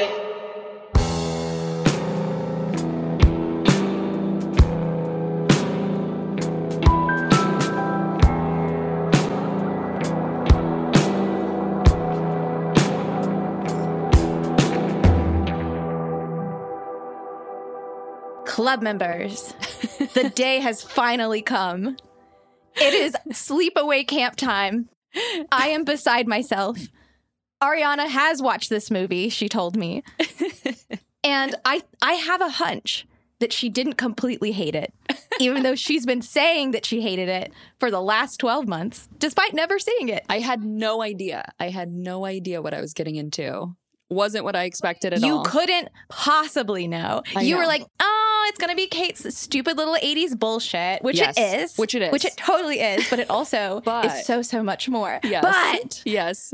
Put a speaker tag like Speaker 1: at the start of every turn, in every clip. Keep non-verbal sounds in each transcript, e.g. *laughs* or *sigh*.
Speaker 1: good.
Speaker 2: Club members, the day has finally come. It is sleepaway camp time. I am beside myself. Ariana has watched this movie, she told me. and I I have a hunch that she didn't completely hate it, even though she's been saying that she hated it for the last 12 months, despite never seeing it.
Speaker 3: I had no idea. I had no idea what I was getting into. Wasn't what I expected at
Speaker 2: you
Speaker 3: all.
Speaker 2: couldn't possibly know.
Speaker 3: I
Speaker 2: you were
Speaker 3: know.
Speaker 2: like, oh, it's gonna be Kate's stupid little '80s bullshit, which
Speaker 3: Yes,
Speaker 2: it is,
Speaker 3: which it is.
Speaker 2: which it totally is, but it
Speaker 3: *laughs*
Speaker 2: also
Speaker 3: But-
Speaker 2: is so so much more.
Speaker 3: Yes.
Speaker 2: But
Speaker 3: yes.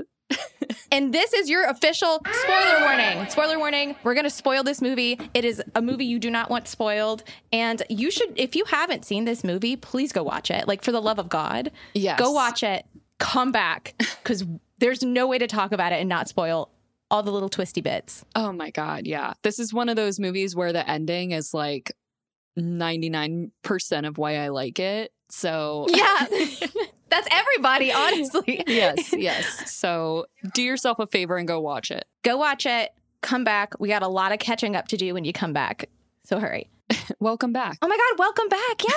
Speaker 2: and this is your official spoiler warning. Spoiler warning. We're gonna spoil this movie. It is a movie you do not want spoiled, and you should, if you haven't seen this movie, please go watch it. Like for the love of God,
Speaker 3: Yes.
Speaker 2: go watch it. Come back because there's no way to talk about it and not spoil all the little twisty bits.
Speaker 3: Oh my God. Yeah. This is one of those movies where the ending is like 99% of why I like it. So,
Speaker 2: Yeah. *laughs* That's everybody, honestly.
Speaker 3: *laughs* yes, yes. So, do yourself a favor and go watch it.
Speaker 2: Go watch it. Come back. We got a lot of catching up to do when you come back. So hurry.
Speaker 3: Welcome back.
Speaker 2: Oh my God, welcome back. Yeah. *laughs*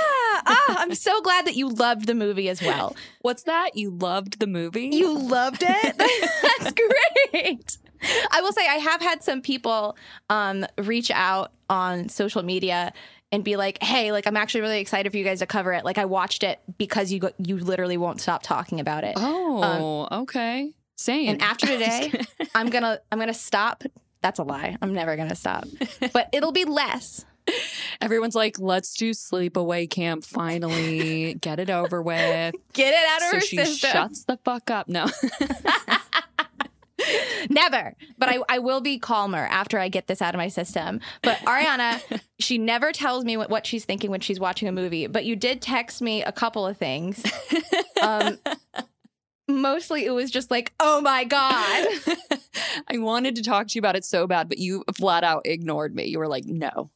Speaker 2: Ah, I'm so glad that you loved the movie as well.
Speaker 3: What's that? You loved the movie?
Speaker 2: You loved it? *laughs* That's great. I will say, I have had some people um, reach out on social media and be like, hey, like, I'm actually really excited for you guys to cover it. Like, I watched it because you, go- you literally won't stop talking about it.
Speaker 3: Oh, okay. Same.
Speaker 2: um, And
Speaker 3: *laughs*
Speaker 2: after today, I'm gonna I'm gonna stop. That's a lie. I'm never gonna stop. But it'll be less.
Speaker 3: everyone's like, let's do sleepaway camp finally, get it over with.
Speaker 2: Get it out of
Speaker 3: so
Speaker 2: her
Speaker 3: she
Speaker 2: system.
Speaker 3: shuts the fuck up. No.
Speaker 2: *laughs*
Speaker 3: *laughs*
Speaker 2: Never. But I, I will be calmer after I get this out of my system.
Speaker 3: *laughs*
Speaker 2: But Ariana, she never tells me what, what she's thinking when she's watching a movie. But you did text me a couple of
Speaker 3: *laughs*
Speaker 2: things. Um, mostly it was just like, oh my
Speaker 3: *laughs*
Speaker 2: God.
Speaker 3: I wanted to talk to you about it so bad, but you flat out ignored me. You were like, no,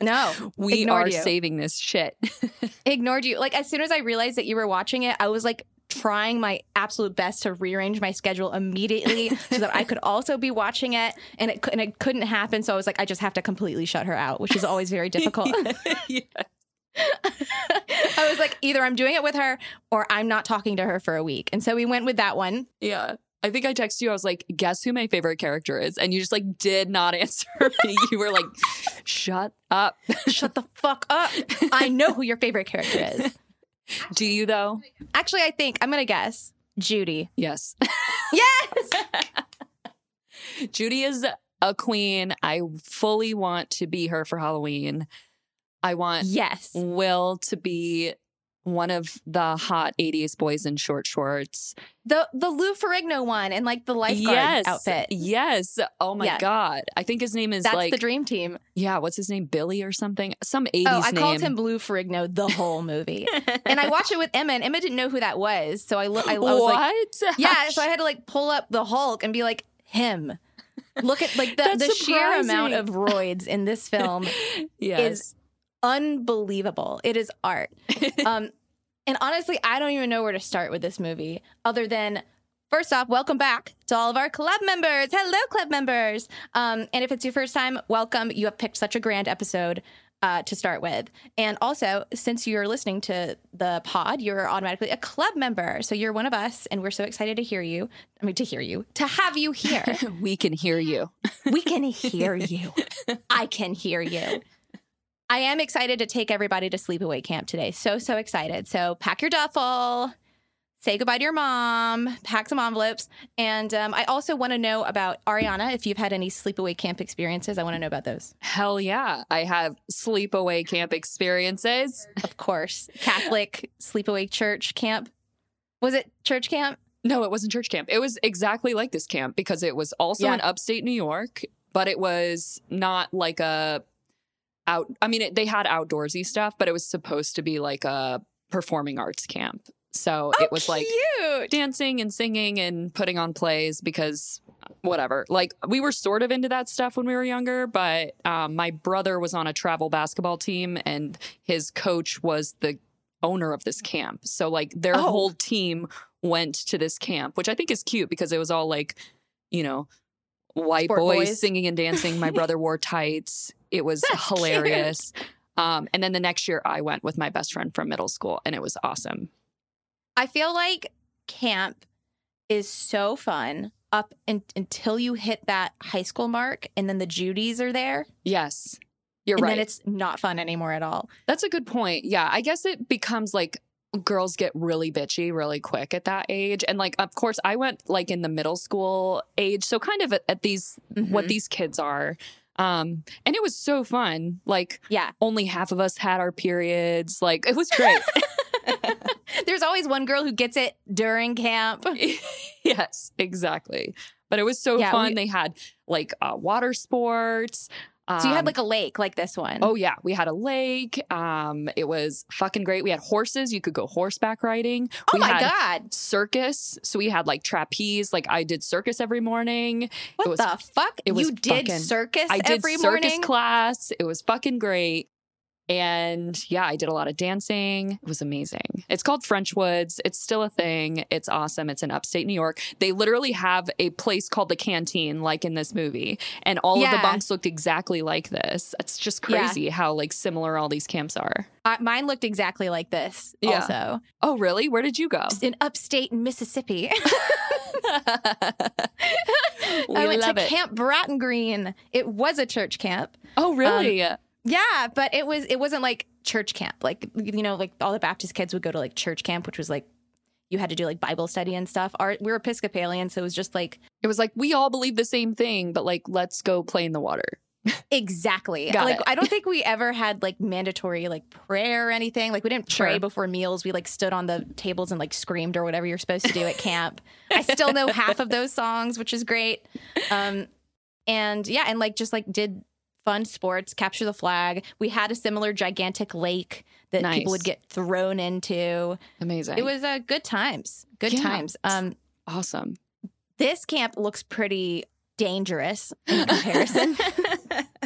Speaker 2: No.
Speaker 3: we
Speaker 2: Ignored
Speaker 3: are
Speaker 2: you.
Speaker 3: saving this shit. *laughs*
Speaker 2: ignored you. Like as soon as I realized that you were watching it, I was like trying my absolute best to rearrange my schedule immediately so that I
Speaker 3: *laughs*
Speaker 2: could also be watching it and it cou- and it couldn't happen so I was like I just have to completely shut her out, which is always very
Speaker 3: *laughs*
Speaker 2: difficult. *laughs*
Speaker 3: Yeah.
Speaker 2: I was like either I'm doing it with her or I'm not talking to her for a week. And so we went with that one.
Speaker 3: Yeah. I think I texted you. I was like, guess who my favorite character is? And you just like did not *laughs* answer me. You were like, shut up.
Speaker 2: Shut the fuck up. I know who your favorite character is.
Speaker 3: Do you though?
Speaker 2: Actually, I think I'm going to guess Judy.
Speaker 3: Yes.
Speaker 2: Yes.
Speaker 3: Judy is a queen. I fully want to be her for Halloween. I want
Speaker 2: Yes.
Speaker 3: Will to be one of the hot 80s boys in short shorts.
Speaker 2: The the Lou Ferrigno one and like the lifeguard
Speaker 3: yes.
Speaker 2: outfit.
Speaker 3: Yes. Oh my
Speaker 2: Yeah.
Speaker 3: God. I think his name is
Speaker 2: That's
Speaker 3: like,
Speaker 2: the dream team.
Speaker 3: yeah, what's his name? Billy or something? Some 80s
Speaker 2: Oh, I
Speaker 3: name.
Speaker 2: called him *laughs* Blue Ferrigno the whole movie, and I watched it with Emma, and Emma didn't know who that was, so I look. I, I was
Speaker 3: what? *laughs*
Speaker 2: like, yeah, so I had to like pull up the Hulk and be like him. Look at like the,
Speaker 3: That's
Speaker 2: the sheer amount of
Speaker 3: surprising.
Speaker 2: roids in this film,
Speaker 3: yes.
Speaker 2: unbelievable. It is art. Um, and honestly, I don't even know where to start with this movie, other than. First off, welcome back to all of our club members. Hello, club members. Um, and if it's your first time, welcome. You have picked such a grand episode uh, to start with. And also, since you're listening to the pod, you're automatically a club member. So you're one of us, and we're so excited to hear you. I mean, to hear you, to have you here.
Speaker 3: *clears throat* we can hear you.
Speaker 2: we can hear you. I can hear you. I am excited to take everybody to sleepaway camp today. So, so excited. So, pack your duffel, say goodbye to your mom, pack some envelopes. And um, I also want to know about Ariana, if you've had any sleepaway camp experiences. I want to know about those.
Speaker 3: Hell yeah. I have sleepaway camp experiences.
Speaker 2: Of course, Catholic sleepaway church camp. Was it church camp?
Speaker 3: No, it wasn't church camp. It was exactly like this camp because it was also
Speaker 2: Yeah.
Speaker 3: in upstate New York, but it was not like a out. I mean, it, they had outdoorsy stuff, but it was supposed to be like a performing arts camp. So
Speaker 2: Oh,
Speaker 3: it was like
Speaker 2: cute.
Speaker 3: dancing and singing and putting on plays because whatever. Like we were sort of into that stuff when we were younger, but um, my brother was on a travel basketball team and his coach was the owner of this camp. So like their
Speaker 2: Oh.
Speaker 3: whole team went to this camp, which I think is cute because it was all like, you know, white
Speaker 2: Sport
Speaker 3: boys,
Speaker 2: boys.
Speaker 3: singing and
Speaker 2: *laughs*
Speaker 3: dancing. My brother wore tights. It was
Speaker 2: That's cute.
Speaker 3: hilarious. Um, and then the next year I went with my best friend from middle school and it was awesome.
Speaker 2: I feel like camp is so fun up in, until you hit that high school mark, and then the Judies are there,
Speaker 3: Yes. You're
Speaker 2: and
Speaker 3: right.
Speaker 2: then it's not fun anymore at all.
Speaker 3: That's a good point. Yeah, I guess it becomes like girls get really bitchy really quick at that age. And like of course I went like in the middle school age, so kind of at, at these what
Speaker 2: Mhm.
Speaker 3: these kids are. Um and it was so fun. Like *laughs*
Speaker 2: Yeah. *laughs*
Speaker 3: only half of us had our periods. Like it was great. *laughs*
Speaker 2: There's always one girl who gets it during camp.
Speaker 3: yes, exactly. But it was so
Speaker 2: Yeah,
Speaker 3: fun.
Speaker 2: we-
Speaker 3: they had like uh, water sports.
Speaker 2: So you
Speaker 3: um,
Speaker 2: had like a lake like this one.
Speaker 3: Oh yeah, we had a lake. Um, it was fucking great. We had horses. You could go horseback riding.
Speaker 2: Oh
Speaker 3: we
Speaker 2: my
Speaker 3: had
Speaker 2: god.
Speaker 3: circus. So we had like trapeze. Like I did circus every morning.
Speaker 2: What
Speaker 3: was-
Speaker 2: the fuck?
Speaker 3: it was
Speaker 2: you did
Speaker 3: fucking-
Speaker 2: circus
Speaker 3: I did
Speaker 2: every
Speaker 3: circus
Speaker 2: morning?
Speaker 3: class. It was fucking great. And yeah, I did a lot of dancing. It was amazing. It's called French Woods. It's still a thing. It's awesome. It's in upstate New York. They literally have a place called the canteen, like in this movie. And all of the
Speaker 2: Yeah.
Speaker 3: bunks looked exactly like this. It's just
Speaker 2: Yeah.
Speaker 3: crazy how like similar all these camps are.
Speaker 2: I, mine looked exactly like this
Speaker 3: Yeah.
Speaker 2: also.
Speaker 3: Oh, really? Where did you go?
Speaker 2: Just in upstate
Speaker 3: *laughs*
Speaker 2: Mississippi. *laughs*
Speaker 3: we
Speaker 2: I went
Speaker 3: love
Speaker 2: to
Speaker 3: it.
Speaker 2: Camp Broughton Green. It was a church camp.
Speaker 3: oh, really?
Speaker 2: Um, Yeah, but it was it wasn't like church camp. Like you know, like all the Baptist kids would go to like church camp, which was like you had to do like Bible study and stuff. Our, we were Episcopalian, so it was just like
Speaker 3: it was like we all believe the same thing, but like let's go play in the water.
Speaker 2: exactly.
Speaker 3: Got
Speaker 2: like
Speaker 3: it.
Speaker 2: I don't think we ever had like mandatory like prayer or anything. Like we didn't pray
Speaker 3: Sure.
Speaker 2: before meals. We like stood on the tables and like screamed or whatever you're supposed to do
Speaker 3: *laughs*
Speaker 2: at camp. I still know half of those songs, which is great. Um, and yeah, and like just like did fun sports, capture the flag. We had a similar gigantic lake that
Speaker 3: Nice.
Speaker 2: people would get thrown into.
Speaker 3: Amazing.
Speaker 2: It was uh, good times, good
Speaker 3: Yeah.
Speaker 2: times. Um,
Speaker 3: awesome.
Speaker 2: this camp looks pretty dangerous in comparison.
Speaker 3: *laughs*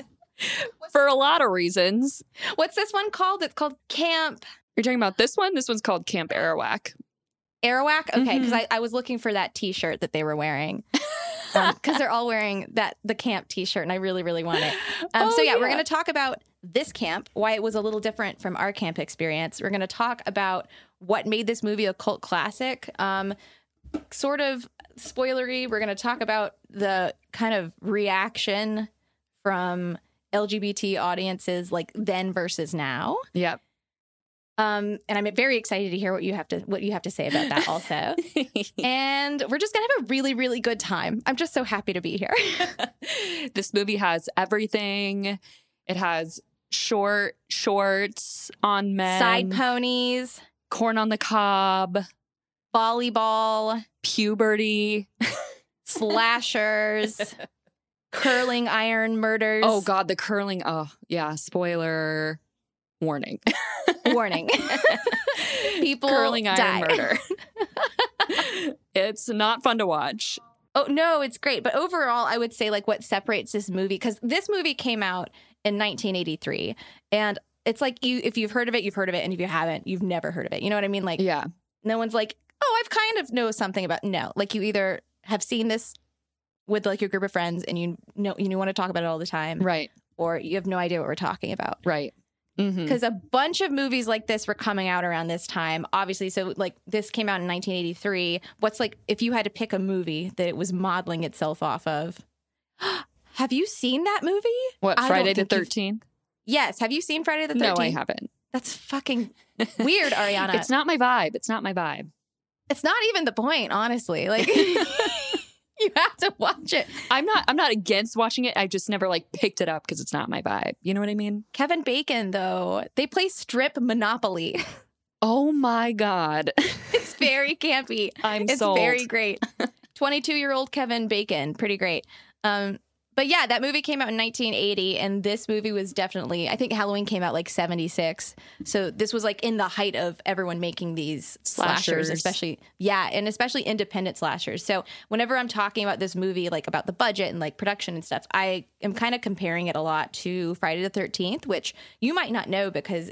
Speaker 3: For a lot of reasons.
Speaker 2: What's this one called? It's called Camp
Speaker 3: You're talking about this one? This one's called Camp Arawak.
Speaker 2: Arawak. Okay, because
Speaker 3: Mhm.
Speaker 2: I, I was looking for that T-shirt that they were wearing because they're all wearing that the camp T-shirt, and I really really want it. Um,
Speaker 3: Oh,
Speaker 2: so yeah, we're
Speaker 3: yeah.
Speaker 2: going to talk about this camp, why it was a little different from our camp experience. We're going to talk about what made this movie a cult classic. Um, sort of spoilery. We're going to talk about the kind of reaction from LGBT audiences, like then versus now.
Speaker 3: Yep.
Speaker 2: Um, and I'm very excited to hear what you have to what you have to say about that
Speaker 3: *laughs*
Speaker 2: also. and we're just gonna have a really really good time. I'm just so happy to be here.
Speaker 3: this movie has everything. It has short shorts on men,
Speaker 2: Side ponies,
Speaker 3: corn on the cob,
Speaker 2: volleyball.
Speaker 3: *laughs* puberty.
Speaker 2: slashers, curling iron murders.
Speaker 3: Oh god, the curling. Oh, yeah, spoiler warning. *laughs*
Speaker 2: Warning. *laughs* People
Speaker 3: curling iron
Speaker 2: die.
Speaker 3: murder. *laughs* it's not fun to watch.
Speaker 2: Oh no, it's great. But overall, I would say like what separates this movie because this movie came out in 1983, and it's like you if you've heard of it, you've heard of it, and if you haven't, you've never heard of it. You know what I mean? Like
Speaker 3: Yeah.
Speaker 2: no one's like, oh, I've kind of know something about. No, like you either have seen this with like your group of friends and you know you want to talk about it all the time,
Speaker 3: Right.
Speaker 2: or you have no idea what we're talking about.
Speaker 3: Right. Mm-hmm.
Speaker 2: because a bunch of movies like this were coming out around this time obviously so like this came out in 1983 what's like if you had to pick a movie that it was modeling itself off of *gasps* have you seen that movie
Speaker 3: What
Speaker 2: I don't
Speaker 3: Friday the
Speaker 2: think you've-
Speaker 3: Thirteenth?
Speaker 2: yes have you seen friday the 13th
Speaker 3: No, I haven't.
Speaker 2: that's fucking weird ariana
Speaker 3: *laughs* It's not my vibe. It's not my vibe.
Speaker 2: it's not even the point
Speaker 3: *laughs*
Speaker 2: honestly like *laughs* you have to watch it
Speaker 3: I'm not. I'm not against watching it. I just never like picked it up because it's not my vibe. You know what I mean?
Speaker 2: kevin bacon though they play strip monopoly *laughs*
Speaker 3: Oh my god, *laughs*
Speaker 2: it's very campy
Speaker 3: I'm
Speaker 2: It's
Speaker 3: sold. *laughs*
Speaker 2: very great. 22 year old Kevin Bacon, pretty great. Um, But yeah, that movie came out in 1980, and this movie was definitely, I think Halloween came out like 76. So this was like in the height of everyone making these slashers,
Speaker 3: Slashers.
Speaker 2: especially, yeah, and especially independent slashers. So whenever I'm talking about this movie, like about the budget and like production and stuff, I am kind of comparing it a lot to Friday the 13th, which you might not know because,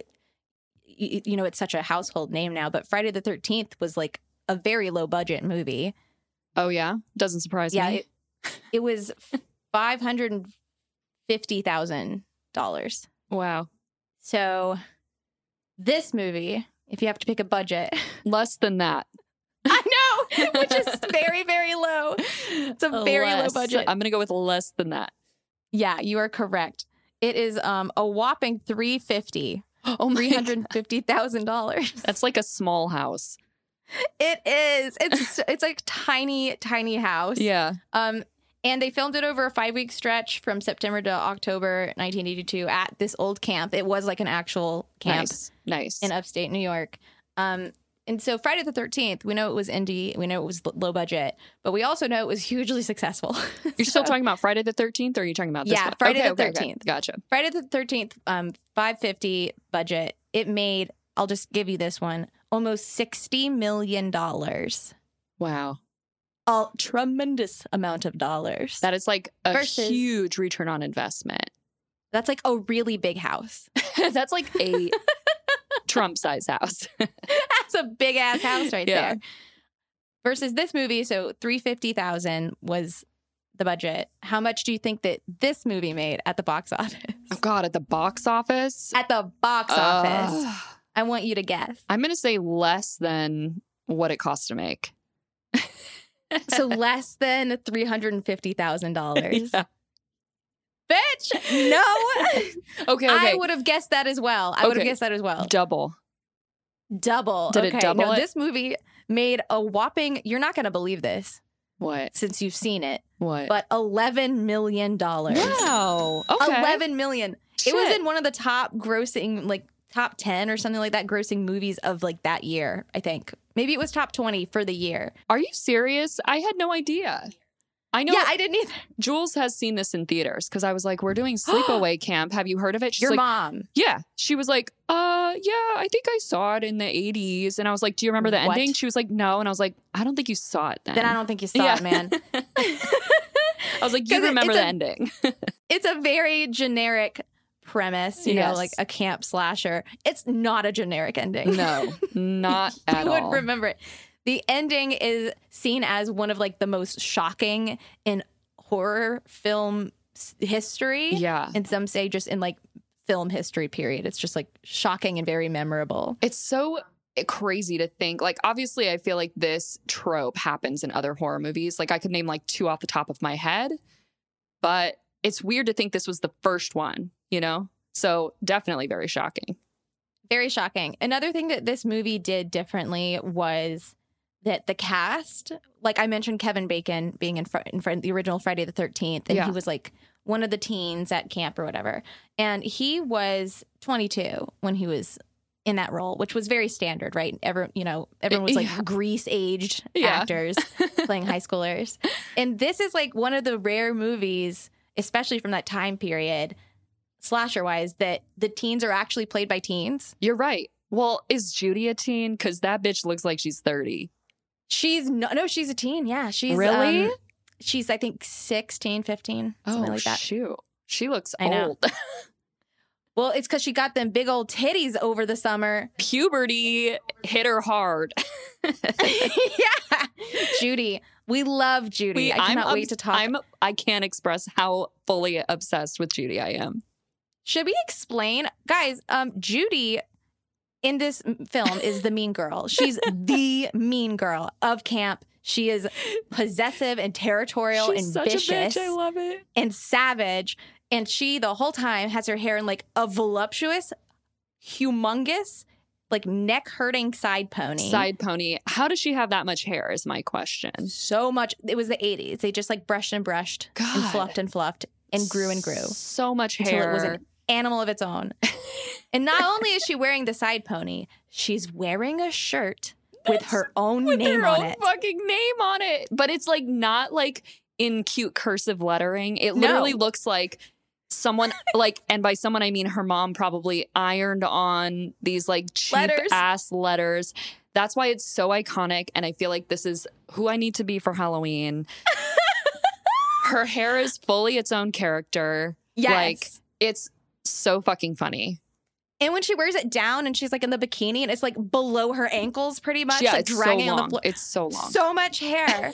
Speaker 2: you, you know, it's such a household name now, but Friday the 13th was like a very low budget movie.
Speaker 3: Oh yeah, doesn't surprise
Speaker 2: Yeah,
Speaker 3: me.
Speaker 2: it, it was five hundred and fifty thousand dollars.
Speaker 3: wow,
Speaker 2: So this movie, if you have to pick a budget, *laughs*
Speaker 3: less than that.
Speaker 2: I know, which is very very low. It's a very low
Speaker 3: Less. Um,
Speaker 2: budget.
Speaker 3: I'm gonna go with less than that.
Speaker 2: Yeah, you are correct. It is um a whopping three fifty.
Speaker 3: *gasps* Oh my,
Speaker 2: Three
Speaker 3: God.
Speaker 2: hundred fifty thousand
Speaker 3: *laughs*
Speaker 2: dollars.
Speaker 3: that's like a small house.
Speaker 2: It is. It's it's like tiny, tiny house.
Speaker 3: Yeah,
Speaker 2: Um, and they filmed it over a five week stretch from September to October 1982 at this old camp. It was like an actual camp
Speaker 3: nice, nice.
Speaker 2: in upstate New York. Um, and so Friday the 13th, we know it was indie, we know it was l- low budget, but we also know it was *laughs* hugely successful.
Speaker 3: You're still
Speaker 2: *laughs* So-
Speaker 3: talking about Friday the 13th, or are you talking about this
Speaker 2: Yeah,
Speaker 3: one?
Speaker 2: Friday
Speaker 3: Okay,
Speaker 2: the
Speaker 3: okay, okay.
Speaker 2: 13th.
Speaker 3: Gotcha.
Speaker 2: Friday the 13th, um, 550 budget. It made, I'll just give you this one, almost $60 million. A
Speaker 3: Wow,
Speaker 2: tremendous amount of dollars.
Speaker 3: that is like a
Speaker 2: Versus-
Speaker 3: huge return on investment.
Speaker 2: *laughs* That's like a really big house.
Speaker 3: that's like
Speaker 2: *laughs*
Speaker 3: a Trump size house.
Speaker 2: That's a big ass house right
Speaker 3: Yeah.
Speaker 2: there. Versus this movie, so three fifty thousand was the budget. How much do you think that this movie made at the box *laughs* office?
Speaker 3: Oh God, at the box office.
Speaker 2: At the box office,
Speaker 3: Ugh.
Speaker 2: I want you to guess.
Speaker 3: I'm gonna say less than what it costs to make. *laughs*
Speaker 2: So less than three hundred and fifty thousand dollars.
Speaker 3: Yeah.
Speaker 2: Bitch,
Speaker 3: *laughs*
Speaker 2: no,
Speaker 3: Okay, okay.
Speaker 2: I would have guessed that as well. I would have
Speaker 3: Okay.
Speaker 2: guessed that as well.
Speaker 3: Double.
Speaker 2: Double.
Speaker 3: Did it
Speaker 2: okay.
Speaker 3: double
Speaker 2: no,
Speaker 3: it?
Speaker 2: this movie made a whopping. You're not going to believe this
Speaker 3: What?
Speaker 2: since you've seen it,
Speaker 3: What?
Speaker 2: but eleven million dollars.
Speaker 3: wow. Okay.
Speaker 2: 11 million. It was
Speaker 3: Shit.
Speaker 2: in one of the top grossing, like top 10 or something like that, grossing movies of like that year, I think. Maybe it was top 20 for the year.
Speaker 3: Are you serious? I had no idea. I know
Speaker 2: yeah, I didn't either.
Speaker 3: Jules has seen this in theaters because I was like, "We're
Speaker 2: *gasps*
Speaker 3: doing sleepaway camp. Have you heard of it?" She's
Speaker 2: Your
Speaker 3: like,
Speaker 2: mom.
Speaker 3: "Yeah." She was like, "Uh, yeah, I think I saw it in the '80s." And I was like, "Do you remember the
Speaker 2: What?
Speaker 3: ending?" She was like, "No," and I was like, "I don't think you saw it then."
Speaker 2: Then I don't think you saw
Speaker 3: Yeah.
Speaker 2: it,
Speaker 3: *laughs*
Speaker 2: man.
Speaker 3: I was like,
Speaker 2: 'Cause
Speaker 3: "You
Speaker 2: it-
Speaker 3: remember
Speaker 2: it's
Speaker 3: the
Speaker 2: a- *laughs*
Speaker 3: ending?" *laughs*
Speaker 2: it's a very generic premise, you know,
Speaker 3: Yes.
Speaker 2: like a camp slasher. It's not a generic ending.
Speaker 3: no, not
Speaker 2: *laughs* you
Speaker 3: at
Speaker 2: would
Speaker 3: all.
Speaker 2: remember it. The ending is seen as one of like the most shocking in horror film s- history.
Speaker 3: yeah,
Speaker 2: and some say just in like film history period it's just like shocking and very memorable
Speaker 3: It's so crazy to think. Like, obviously, I feel like this trope happens in other horror movies. Like, I could name like two off the top of my head, but it's weird to think this was the first one, you know? So, definitely very shocking. *laughs*
Speaker 2: very shocking another thing that this movie did differently was that the cast like i mentioned kevin bacon being in front in front the original friday the 13th and
Speaker 3: Yeah.
Speaker 2: he was like one of the teens at camp or whatever and he was 22 when he was in that role which was very standard right Every you know everyone was like
Speaker 3: Yeah.
Speaker 2: grease aged
Speaker 3: Yeah.
Speaker 2: actors playing high
Speaker 3: *laughs*
Speaker 2: schoolers. And this is like one of the rare movies, especially from that time period, slasher wise, that the teens are actually played by teens.
Speaker 3: You're right. Well, is Judy a teen? Because that bitch looks like she's 30.
Speaker 2: She's no, no, she's a teen. Yeah. She's
Speaker 3: Really? Oh,
Speaker 2: um, she's, I think, 16, 15, something like that.
Speaker 3: shoot. She looks
Speaker 2: I know.
Speaker 3: old. *laughs*
Speaker 2: well, it's because she got them big old titties over the
Speaker 3: *laughs*
Speaker 2: summer. *laughs*
Speaker 3: Puberty hit her hard.
Speaker 2: yeah. Judy. We love Judy. I cannot
Speaker 3: I'm
Speaker 2: wait
Speaker 3: obs-
Speaker 2: to talk.
Speaker 3: I'm, I can't express how fully obsessed with Judy I am.
Speaker 2: Should we explain, guys? Um, Judy in this m- film is the mean girl. She's the
Speaker 3: *laughs*
Speaker 2: mean girl of camp. She is possessive and territorial
Speaker 3: She's
Speaker 2: and
Speaker 3: such a
Speaker 2: vicious
Speaker 3: bitch. I love it.
Speaker 2: and savage. And she the whole time has her hair in like a voluptuous, humongous, like neck hurting side pony.
Speaker 3: Side pony. How does she have that much hair? Is my question.
Speaker 2: so much. It was the 80s. They just like brushed and brushed and
Speaker 3: God.
Speaker 2: fluffed and fluffed and grew and grew.
Speaker 3: So much
Speaker 2: until
Speaker 3: hair.
Speaker 2: it was an animal of its own. *laughs* and not only is she wearing the side pony, she's wearing a shirt with her own
Speaker 3: with
Speaker 2: name
Speaker 3: her
Speaker 2: on
Speaker 3: own
Speaker 2: it.
Speaker 3: fucking name on it. But it's like not like in cute cursive lettering. It
Speaker 2: No.
Speaker 3: literally looks like
Speaker 2: *laughs*
Speaker 3: someone like and by someone I mean her mom probably ironed on these like cheap
Speaker 2: Letters.
Speaker 3: ass letters. That's why it's so iconic and I feel like this is who I need to be
Speaker 2: *laughs*
Speaker 3: for Halloween. her hair is fully its own character.
Speaker 2: Yes.
Speaker 3: Like it's so fucking funny.
Speaker 2: and when she wears it down and she's like in the bikini and it's like below her ankles pretty much,
Speaker 3: yeah,
Speaker 2: like
Speaker 3: it's
Speaker 2: dragging
Speaker 3: so long.
Speaker 2: on the floor.
Speaker 3: It's so long.
Speaker 2: So much
Speaker 3: *laughs*
Speaker 2: hair.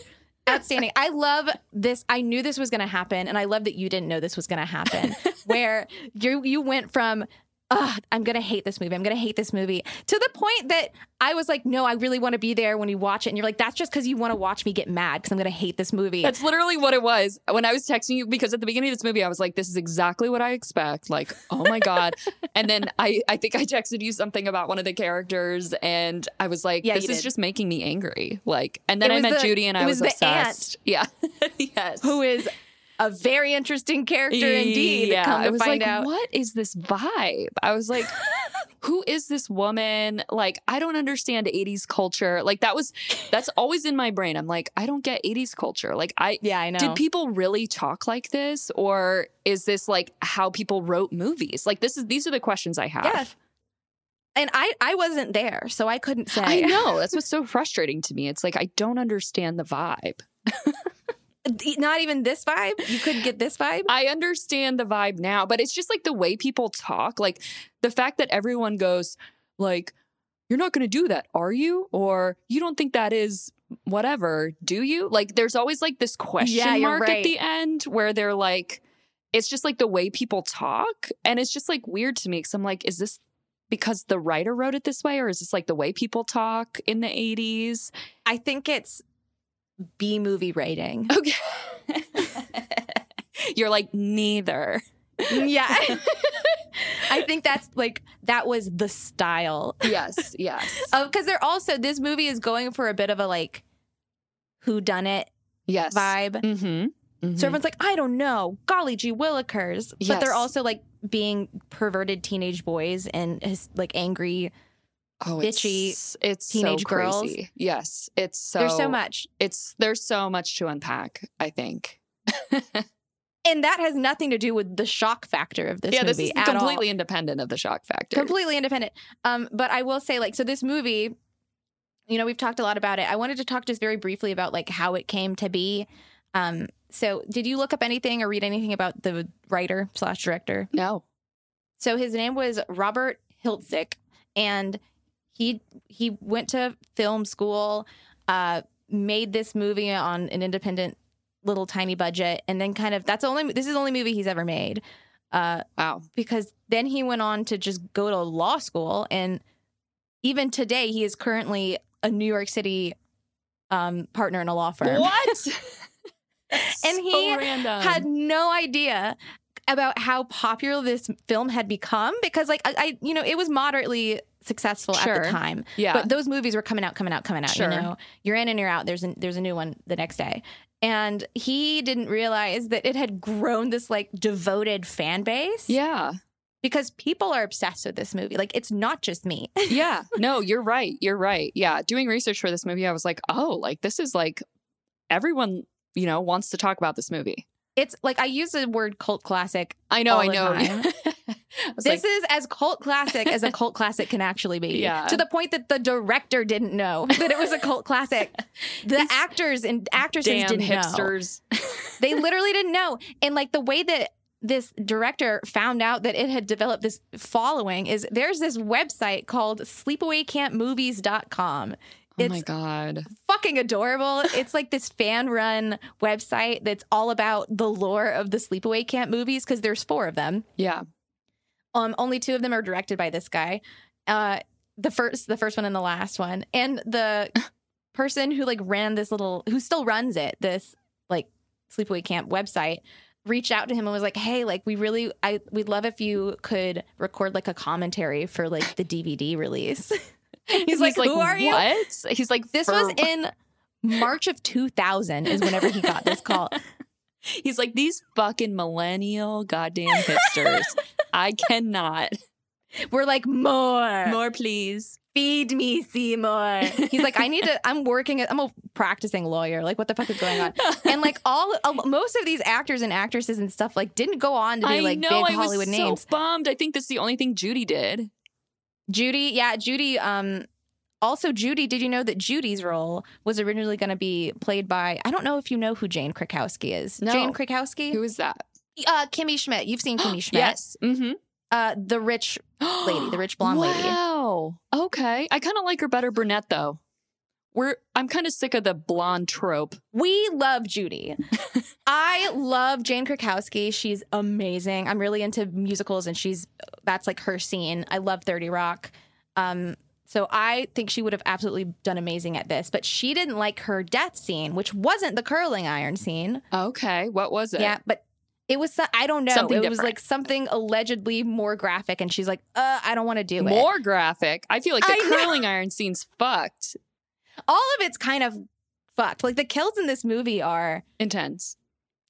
Speaker 2: Outstanding. I love this. I knew this was going to happen, and I love that you didn't know this was going to
Speaker 3: *laughs*
Speaker 2: happen. where you you went from, Ugh, I'm going to hate this movie. I'm going to hate this movie to the point that I was like, no, I really want to be there when you watch it. And you're like, that's just because you want to watch me get mad because I'm going to hate this movie.
Speaker 3: That's literally what it was when I was texting you because at the beginning of this movie I was like, "This is exactly what I expect." Like, oh
Speaker 2: *laughs*
Speaker 3: my god! and then I, I think I texted you something about one of the characters, and I was like,
Speaker 2: Yeah,
Speaker 3: "This
Speaker 2: you
Speaker 3: is
Speaker 2: did.
Speaker 3: just making me angry." Like, and then
Speaker 2: It
Speaker 3: I
Speaker 2: was
Speaker 3: met
Speaker 2: the-
Speaker 3: Judy, and
Speaker 2: it
Speaker 3: I
Speaker 2: was
Speaker 3: was,
Speaker 2: the aunt.
Speaker 3: obsessed. Yeah, yes.
Speaker 2: who is a very interesting character indeed.
Speaker 3: *laughs* Yeah,
Speaker 2: come to
Speaker 3: I was
Speaker 2: find
Speaker 3: like,
Speaker 2: out.
Speaker 3: what is this vibe? I
Speaker 2: *laughs*
Speaker 3: was like, who is this woman? Like, I don't understand 80s culture. Like, that was, that's always in my brain. I'm like, I don't get 80s culture. Like, I,
Speaker 2: Yeah, I know.
Speaker 3: Did people really talk like this, or is this like how people wrote movies? Like this is these are the questions I have.
Speaker 2: Yeah. And I I wasn't there, so I couldn't say.
Speaker 3: I know that's what's so frustrating to me. It's like I don't understand the vibe.
Speaker 2: *laughs* Not even this vibe. You couldn't get this vibe.
Speaker 3: I understand the vibe now, but it's just like the way people talk, like the fact that everyone goes like, "You're not going to do that, are you?" or "You don't think that is." Whatever, do you? Like, there's always like this question
Speaker 2: Yeah, you're
Speaker 3: mark
Speaker 2: right.
Speaker 3: at the end where they're like, it's just like the way people talk. And it's just like weird to me because I'm like, is this because the writer wrote it this way or is this like the way people talk in the *laughs* 80s?
Speaker 2: I think it's B movie
Speaker 3: *laughs*
Speaker 2: rating.
Speaker 3: Okay. You're like, neither.
Speaker 2: yeah. *laughs* I think that's like that was the style.
Speaker 3: Yes, yes.
Speaker 2: Because they're also this movie is going for a bit of a like who done it
Speaker 3: *laughs* Yes.
Speaker 2: vibe.
Speaker 3: Mm-hmm.
Speaker 2: So everyone's like, I don't know, golly gee willikers. But
Speaker 3: Yes.
Speaker 2: they're also like being perverted teenage boys and his, like angry.
Speaker 3: oh,
Speaker 2: bitchy
Speaker 3: it's, it's
Speaker 2: teenage
Speaker 3: so
Speaker 2: girls.
Speaker 3: crazy. Yes, it's so
Speaker 2: There's so much,
Speaker 3: It's there's so much to unpack. I think.
Speaker 2: and that has nothing to do with the shock factor of this
Speaker 3: yeah,
Speaker 2: movie
Speaker 3: this is
Speaker 2: at all.
Speaker 3: completely independent of the shock factor.
Speaker 2: completely independent. Um, but I will say, like, so this movie, you know, we've talked a lot about it. I wanted to talk just very briefly about like how it came to be. Um, so did you look up anything or read anything about the writer slash director?
Speaker 3: No.
Speaker 2: So his name was Robert Hiltzik, and he he went to film school, uh, made this movie on an independent little tiny budget, and then kind of that's the only this is the only movie he's ever made. Uh,
Speaker 3: Wow.
Speaker 2: because then he went on to just go to law school and even today he is currently a New York City um, partner in a law firm. *laughs*
Speaker 3: What?
Speaker 2: And he
Speaker 3: random.
Speaker 2: Had no idea about how popular this film had become because like I, I you know it was moderately successful at the
Speaker 3: Sure.
Speaker 2: time.
Speaker 3: yeah.
Speaker 2: But those movies were coming out, coming out, coming out.
Speaker 3: Sure.
Speaker 2: You know, you're in and you're out. There's a, there's a new one the next day, and he didn't realize that it had grown this like devoted fan base.
Speaker 3: yeah.
Speaker 2: because people are obsessed with this movie. Like it's not just me. *laughs*
Speaker 3: Yeah. No, you're right. You're right. Yeah. Doing research for this movie, I was like, oh, like this is like everyone, you know, wants to talk about this movie.
Speaker 2: It's like I use the word cult classic.
Speaker 3: I know.
Speaker 2: All
Speaker 3: I
Speaker 2: the
Speaker 3: know. *laughs*
Speaker 2: time.
Speaker 3: I was
Speaker 2: This is as cult classic as a cult classic can actually be.
Speaker 3: *laughs* Yeah.
Speaker 2: To the point that the director didn't know that it was a cult
Speaker 3: *laughs*
Speaker 2: classic. The
Speaker 3: These
Speaker 2: actors and actresses
Speaker 3: damn
Speaker 2: didn't know.
Speaker 3: hipsters. Oh
Speaker 2: They literally didn't know. And like the way that this director found out that it had developed this following is there's this website called sleepawaycampmovies.com.
Speaker 3: oh my
Speaker 2: It's
Speaker 3: god.
Speaker 2: fucking adorable. It's like this fan run website that's all about the lore of the sleepaway camp movies because there's four of them.
Speaker 3: Yeah.
Speaker 2: Um, only two of them are directed by this guy. Uh, the first, the first one and the last one, and *laughs* the person who like ran this little, who still runs it, this like sleepaway camp website, reached out to him and was like, "Hey, like we really, I we'd love if you could record like a commentary for like the DVD release." *laughs* He's, like, "Who are you?"
Speaker 3: what? He's like,
Speaker 2: This
Speaker 3: "For
Speaker 2: was in March of 2000 is whenever he got this *laughs* call.
Speaker 3: He's like, these fucking millennial goddamn hipsters. I cannot.
Speaker 2: We're like *laughs* more,
Speaker 3: *laughs* More, please.
Speaker 2: feed me, Seymour. He's like, I need to. I'm working. I'm a practicing lawyer. Like, what the fuck is going on? And like all, a- most of these actors and actresses and stuff like didn't go on to be
Speaker 3: I
Speaker 2: like
Speaker 3: know.
Speaker 2: big
Speaker 3: I
Speaker 2: Hollywood
Speaker 3: was
Speaker 2: names.
Speaker 3: so bummed. I think that's the only thing Judy did.
Speaker 2: Judy, yeah, Judy. Um, also Judy. Did you know that Judy's role was originally going to be played by? I don't know if you know who Jane Krakowski is.
Speaker 3: No.
Speaker 2: Jane Krakowski,
Speaker 3: Who is that?
Speaker 2: uh, Kimmy Schmidt. You've seen *gasps* Kimmy Schmidt,
Speaker 3: Yes. Mm-hmm.
Speaker 2: uh, the rich lady, the
Speaker 3: *gasps*
Speaker 2: rich blonde
Speaker 3: wow.
Speaker 2: lady.
Speaker 3: Okay. I kind of like her better brunette though. We're I'm kind of sick of the blonde trope.
Speaker 2: We love
Speaker 3: *laughs*
Speaker 2: Judy. I love Jane Krakowski. She's amazing. I'm really into musicals, and she's that's like her scene. I love 30 Rock. Um, so I think she would have absolutely done amazing at this, but she didn't like her death scene, which wasn't the curling iron scene.
Speaker 3: Okay. What was it?
Speaker 2: Yeah, but it was so- I don't know.
Speaker 3: Something
Speaker 2: it was
Speaker 3: different.
Speaker 2: like something allegedly more graphic, and she's like, "Uh, I don't want to do it."
Speaker 3: More graphic. I feel like the
Speaker 2: I know.
Speaker 3: curling iron scene's fucked.
Speaker 2: All of it's kind of fucked. Like the kills in this movie are
Speaker 3: Intense.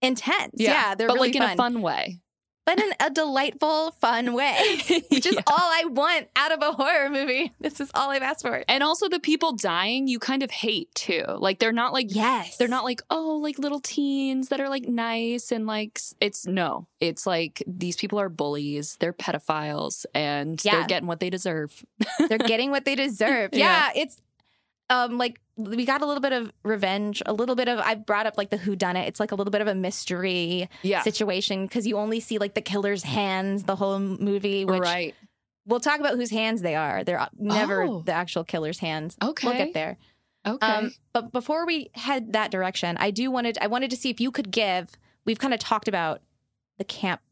Speaker 2: intense.
Speaker 3: Yeah.
Speaker 2: Yeah, they're
Speaker 3: but
Speaker 2: really
Speaker 3: like in a fun way.
Speaker 2: but in a delightful, fun way,
Speaker 3: *laughs*
Speaker 2: which is
Speaker 3: Yeah.
Speaker 2: all I want out of a horror movie. *laughs* This is all I've asked for.
Speaker 3: And also the people dying you kind of hate too. Like they're not like
Speaker 2: Yes,
Speaker 3: they're not like oh like little teens that are like nice and like s- it's no it's like these people are bullies they're pedophiles and they're
Speaker 2: Yeah.
Speaker 3: getting what they deserve *laughs*
Speaker 2: They're getting what they deserve.
Speaker 3: Yeah.
Speaker 2: Yeah, it's um like we got a little bit of revenge, a little bit of I brought up like the who done it. It's like a little bit of a mystery
Speaker 3: yeah
Speaker 2: situation cuz you only see like the killer's hands the whole movie which
Speaker 3: right
Speaker 2: we'll talk about whose hands they are. They're uh, never
Speaker 3: Oh.
Speaker 2: the actual killer's hands.
Speaker 3: okay
Speaker 2: We'll get there.
Speaker 3: okay
Speaker 2: Um, but before we head that direction, I do wanted I wanted to see if you could give. We've kind of talked about the camp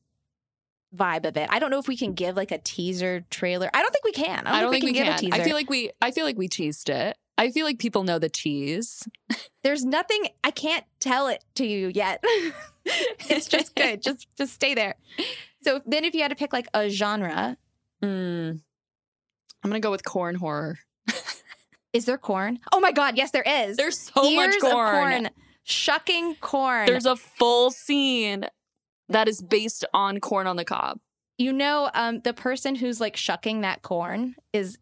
Speaker 2: vibe of it. I don't know if we can give like a teaser trailer. I don't think we can.
Speaker 3: I don't think we
Speaker 2: can
Speaker 3: can.
Speaker 2: give a
Speaker 3: I
Speaker 2: teaser.
Speaker 3: feel like we. I feel like we teased it. I feel like people know the tease.
Speaker 2: There's nothing I can't tell it to you yet. *laughs* it's just
Speaker 3: *laughs*
Speaker 2: good. just just stay there. So then, if you had to pick like a genre,
Speaker 3: Mm. I'm gonna go with corn horror.
Speaker 2: is there corn? Oh my God, yes, there is.
Speaker 3: There's so
Speaker 2: Ears
Speaker 3: much corn.
Speaker 2: Of corn. Shucking corn.
Speaker 3: There's a full scene that is based on corn on the cob.
Speaker 2: You know, um, the person who's like shucking that corn is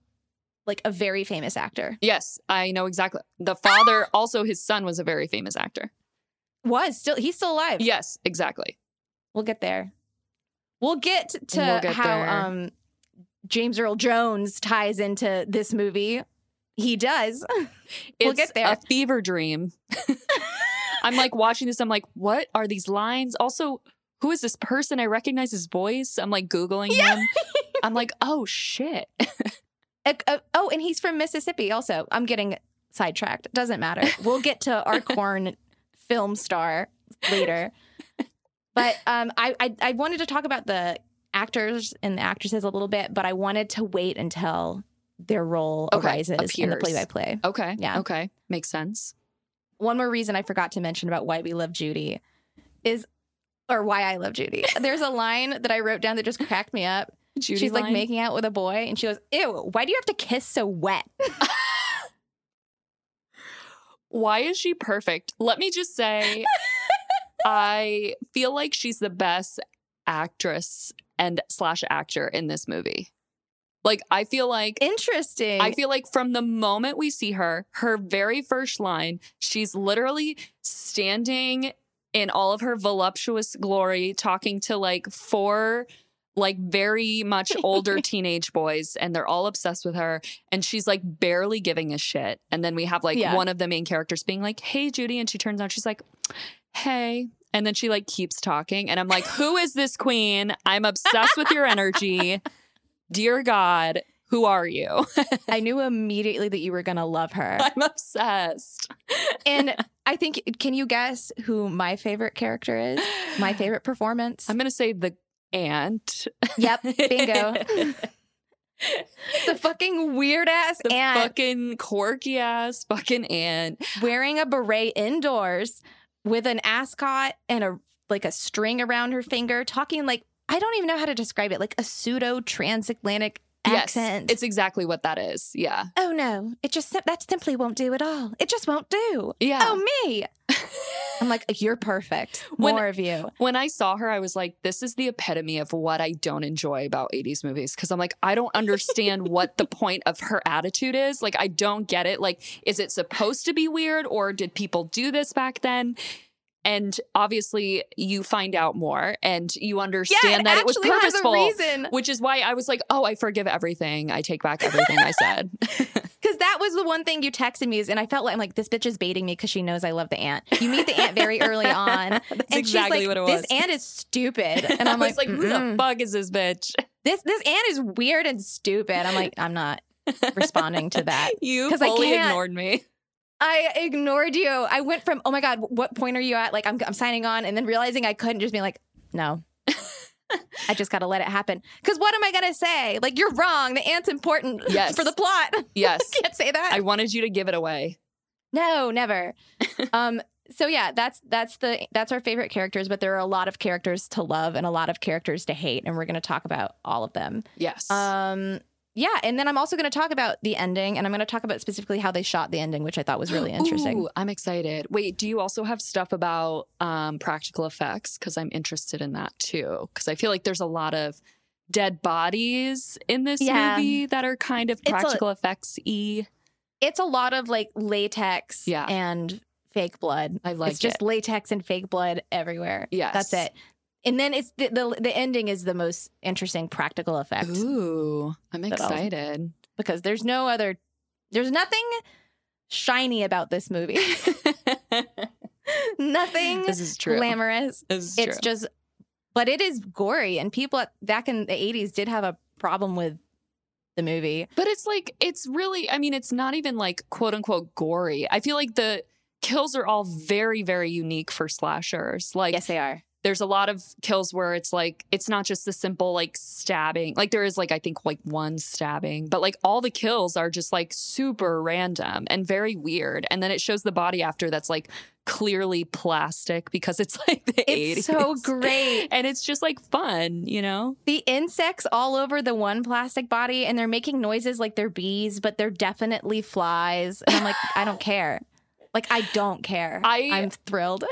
Speaker 2: like a very famous actor.
Speaker 3: Yes, I know exactly. The father, also his son, was a very famous actor.
Speaker 2: Was still he's still alive.
Speaker 3: Yes, exactly.
Speaker 2: We'll get there. We'll get to
Speaker 3: We'll get
Speaker 2: how
Speaker 3: there.
Speaker 2: um James Earl Jones ties into this movie. He does. We'll
Speaker 3: it's
Speaker 2: get there.
Speaker 3: a fever dream. *laughs* I'm like watching this. I'm like, what are these lines? Also, who is this person? I recognize his voice. I'm like googling him. *laughs* I'm like, oh shit. *laughs*
Speaker 2: Uh, uh, oh, and he's from Mississippi also. I'm getting sidetracked. Doesn't matter. We'll get to
Speaker 3: *laughs*
Speaker 2: our corn film star later. But um, I, I I wanted to talk about the actors and the actresses a little bit, but I wanted to wait until their role
Speaker 3: Okay,
Speaker 2: arises in the
Speaker 3: appears.
Speaker 2: play-by-play.
Speaker 3: Okay.
Speaker 2: Yeah.
Speaker 3: Okay. Makes sense.
Speaker 2: One more reason I forgot to mention about why we love Judy is, or why I love Judy. There's a line that I wrote down that just cracked me up.
Speaker 3: Judy
Speaker 2: She's like
Speaker 3: line.
Speaker 2: making out with a boy, and she goes, "Ew, why do you have to kiss so
Speaker 3: *laughs*
Speaker 2: wet?"
Speaker 3: Why is she perfect? Let me just say, I feel like she's the best actress and slash actor in this movie. Like, I feel like
Speaker 2: Interesting.
Speaker 3: I feel like from the moment we see her, her very first line, she's literally standing in all of her voluptuous glory, talking to like four, like very much older teenage boys, and they're all obsessed with her. And she's like barely giving a shit. And then we have like
Speaker 2: Yeah.
Speaker 3: one of the main characters being like, Hey, Judy. And she turns out she's like, Hey. And then she like keeps talking. And I'm like, Who is this queen? I'm obsessed with your energy. Dear God, who are you?
Speaker 2: I knew immediately that you were going to love
Speaker 3: *laughs*
Speaker 2: her.
Speaker 3: I'm obsessed.
Speaker 2: And I think, can you guess who my favorite character is? My favorite performance?
Speaker 3: I'm *laughs* gonna say the ant.
Speaker 2: yep, bingo. the fucking weird ass
Speaker 3: *laughs* the
Speaker 2: aunt
Speaker 3: fucking quirky ass fucking ant.
Speaker 2: wearing a beret indoors with an ascot and a like a string around her finger, talking like, I don't even know how to describe it, like a pseudo transatlantic accent.
Speaker 3: Yes, it's exactly what that is. Yeah.
Speaker 2: oh no, it just sim- that simply won't do at all. It just won't do.
Speaker 3: Yeah.
Speaker 2: Oh
Speaker 3: *laughs*
Speaker 2: me. I'm like, you're perfect.
Speaker 3: When-
Speaker 2: More of you.
Speaker 3: when I saw her, I was like, this is the epitome of what I don't enjoy about 80s movies. Cause I'm like, I don't understand
Speaker 2: *laughs*
Speaker 3: what the point of her attitude is. Like, I don't get it. Like, is it supposed to be weird or did people do this back then? And obviously, you find out more and you understand that it was
Speaker 2: actually has a
Speaker 3: purposeful,
Speaker 2: reason.
Speaker 3: which is why I was like, oh, I forgive everything. I take back everything I said. *laughs*
Speaker 2: Because that was the one thing you texted me, and I felt like I'm like this bitch is baiting me because she knows I love the ant. You meet the ant very
Speaker 3: *laughs*
Speaker 2: early on,
Speaker 3: That's
Speaker 2: and
Speaker 3: exactly
Speaker 2: she's like,
Speaker 3: what it was.
Speaker 2: "This ant is
Speaker 3: *laughs*
Speaker 2: stupid," and
Speaker 3: And I
Speaker 2: I'm
Speaker 3: was
Speaker 2: like,
Speaker 3: like, who the
Speaker 2: "Mm-mm.
Speaker 3: fuck is this bitch?
Speaker 2: "This this ant is weird and stupid." I'm like, "I'm not responding to
Speaker 3: *laughs*
Speaker 2: that."
Speaker 3: You
Speaker 2: *laughs* 'Cause I
Speaker 3: fully
Speaker 2: can't-
Speaker 3: ignored me.
Speaker 2: *laughs* I ignored you. I went from, "Oh my god, what point are you at?" Like I'm I'm signing on, and then realizing I couldn't just be like,
Speaker 3: *laughs*
Speaker 2: "No." I just gotta let it happen. Cause what am I gonna say? Like you're wrong. The ant's important
Speaker 3: Yes.
Speaker 2: for the plot. *laughs*
Speaker 3: Yes.
Speaker 2: Can't say that.
Speaker 3: I wanted you to give it away.
Speaker 2: No,
Speaker 3: *laughs*
Speaker 2: never. um so yeah, that's that's the that's our favorite characters, but there are a lot of characters to love and a lot of characters to hate and we're going to talk about all of them.
Speaker 3: Yes.
Speaker 2: Um yeah, and then I'm also going to talk about the ending and I'm going to talk about specifically how they shot the ending, which I thought was
Speaker 3: *gasps*
Speaker 2: really interesting.
Speaker 3: Ooh, I'm excited. Wait, do you also have stuff about um, practical effects? Because I'm interested in that too. Because I feel like there's a lot of dead bodies in this
Speaker 2: Yeah.
Speaker 3: movie that are kind of
Speaker 2: a-
Speaker 3: practical effects y.
Speaker 2: It's a lot of like latex
Speaker 3: Yeah.
Speaker 2: and fake blood.
Speaker 3: I like
Speaker 2: it's just
Speaker 3: it.
Speaker 2: latex and fake blood everywhere.
Speaker 3: Yes.
Speaker 2: That's it. And then it's the, the the ending is the most interesting practical effect.
Speaker 3: Ooh, I'm
Speaker 2: That I'll-
Speaker 3: excited.
Speaker 2: because there's no other there's nothing shiny about this movie nothing
Speaker 3: this is true.
Speaker 2: glamorous
Speaker 3: This is
Speaker 2: it's
Speaker 3: true.
Speaker 2: just but it is gory and people at, back in the 80s did have a problem with the movie
Speaker 3: But it's like it's really I mean it's not even like quote unquote gory. I feel like the kills are all very very unique for slashers. Like
Speaker 2: yes they are
Speaker 3: there's a lot of kills where it's like it's not just the simple like stabbing like there is like i think like one stabbing but like all the kills are just like super random and very weird and then it shows the body after that's like clearly plastic because it's like the
Speaker 2: it's
Speaker 3: 80s
Speaker 2: so
Speaker 3: *laughs*
Speaker 2: great
Speaker 3: and it's just like fun you know
Speaker 2: the insects all over the one plastic body and they're making noises like they're bees but they're definitely flies and i'm like i don't care like i don't care
Speaker 3: I-
Speaker 2: i'm thrilled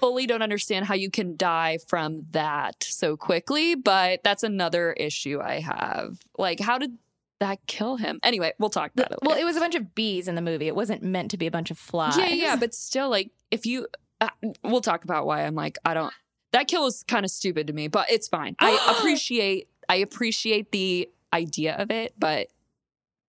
Speaker 3: fully don't understand how you can die from that so quickly but that's another issue i have like how did that kill him anyway we'll talk about it later.
Speaker 2: well it was a bunch of bees in the movie it wasn't meant to be a bunch of flies
Speaker 3: Yeah, yeah, but still, like, if you, uh, we'll talk about why I'm like, I don't. That kill is kind of stupid to me, but it's fine. *gasps* I appreciate, I appreciate the idea of it, but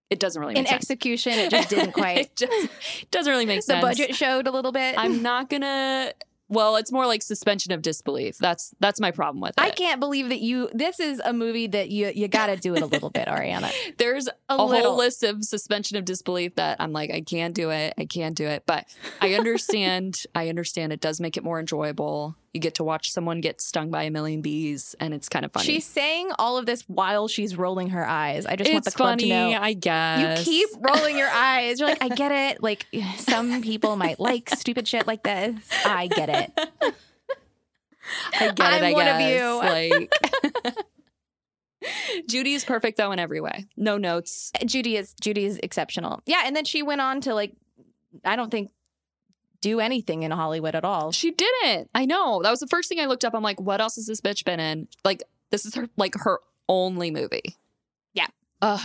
Speaker 3: it doesn't really
Speaker 2: in
Speaker 3: make sense.
Speaker 2: execution it just didn't quite
Speaker 3: *laughs* it just doesn't really make
Speaker 2: the
Speaker 3: sense.
Speaker 2: budget showed a little bit
Speaker 3: I'm not gonna. Well, it's more like suspension of disbelief. That's that's my problem with it.
Speaker 2: I can't believe that you. This is a movie that you you got to do it a little bit, Ariana.
Speaker 3: There's
Speaker 2: A,
Speaker 3: *laughs* a
Speaker 2: little.
Speaker 3: whole list of suspension of disbelief that I'm like, I can't do it. I can't do it. But *laughs* I understand. I understand it does make it more enjoyable. You get to watch someone get stung by a million bees, and it's kind of funny.
Speaker 2: She's saying all of this while she's rolling her eyes. I just
Speaker 3: it's
Speaker 2: want the club
Speaker 3: funny,
Speaker 2: to know.
Speaker 3: I
Speaker 2: You
Speaker 3: guess.
Speaker 2: keep rolling
Speaker 3: *laughs*
Speaker 2: your eyes. You're like, I get it. Like *sighs* some people might like stupid shit like this. I get it.
Speaker 3: I get it,
Speaker 2: I'm
Speaker 3: I
Speaker 2: one of
Speaker 3: guess. Like, *laughs* Judy is perfect though in every way. No notes.
Speaker 2: Judy is Judy is exceptional. Yeah, and then she went on to like, I don't think do anything in Hollywood at all.
Speaker 3: She didn't. I know. That was the first thing I looked up. I'm like, what else has this bitch been in? Like, this is her like her only movie.
Speaker 2: Yeah.
Speaker 3: Ugh.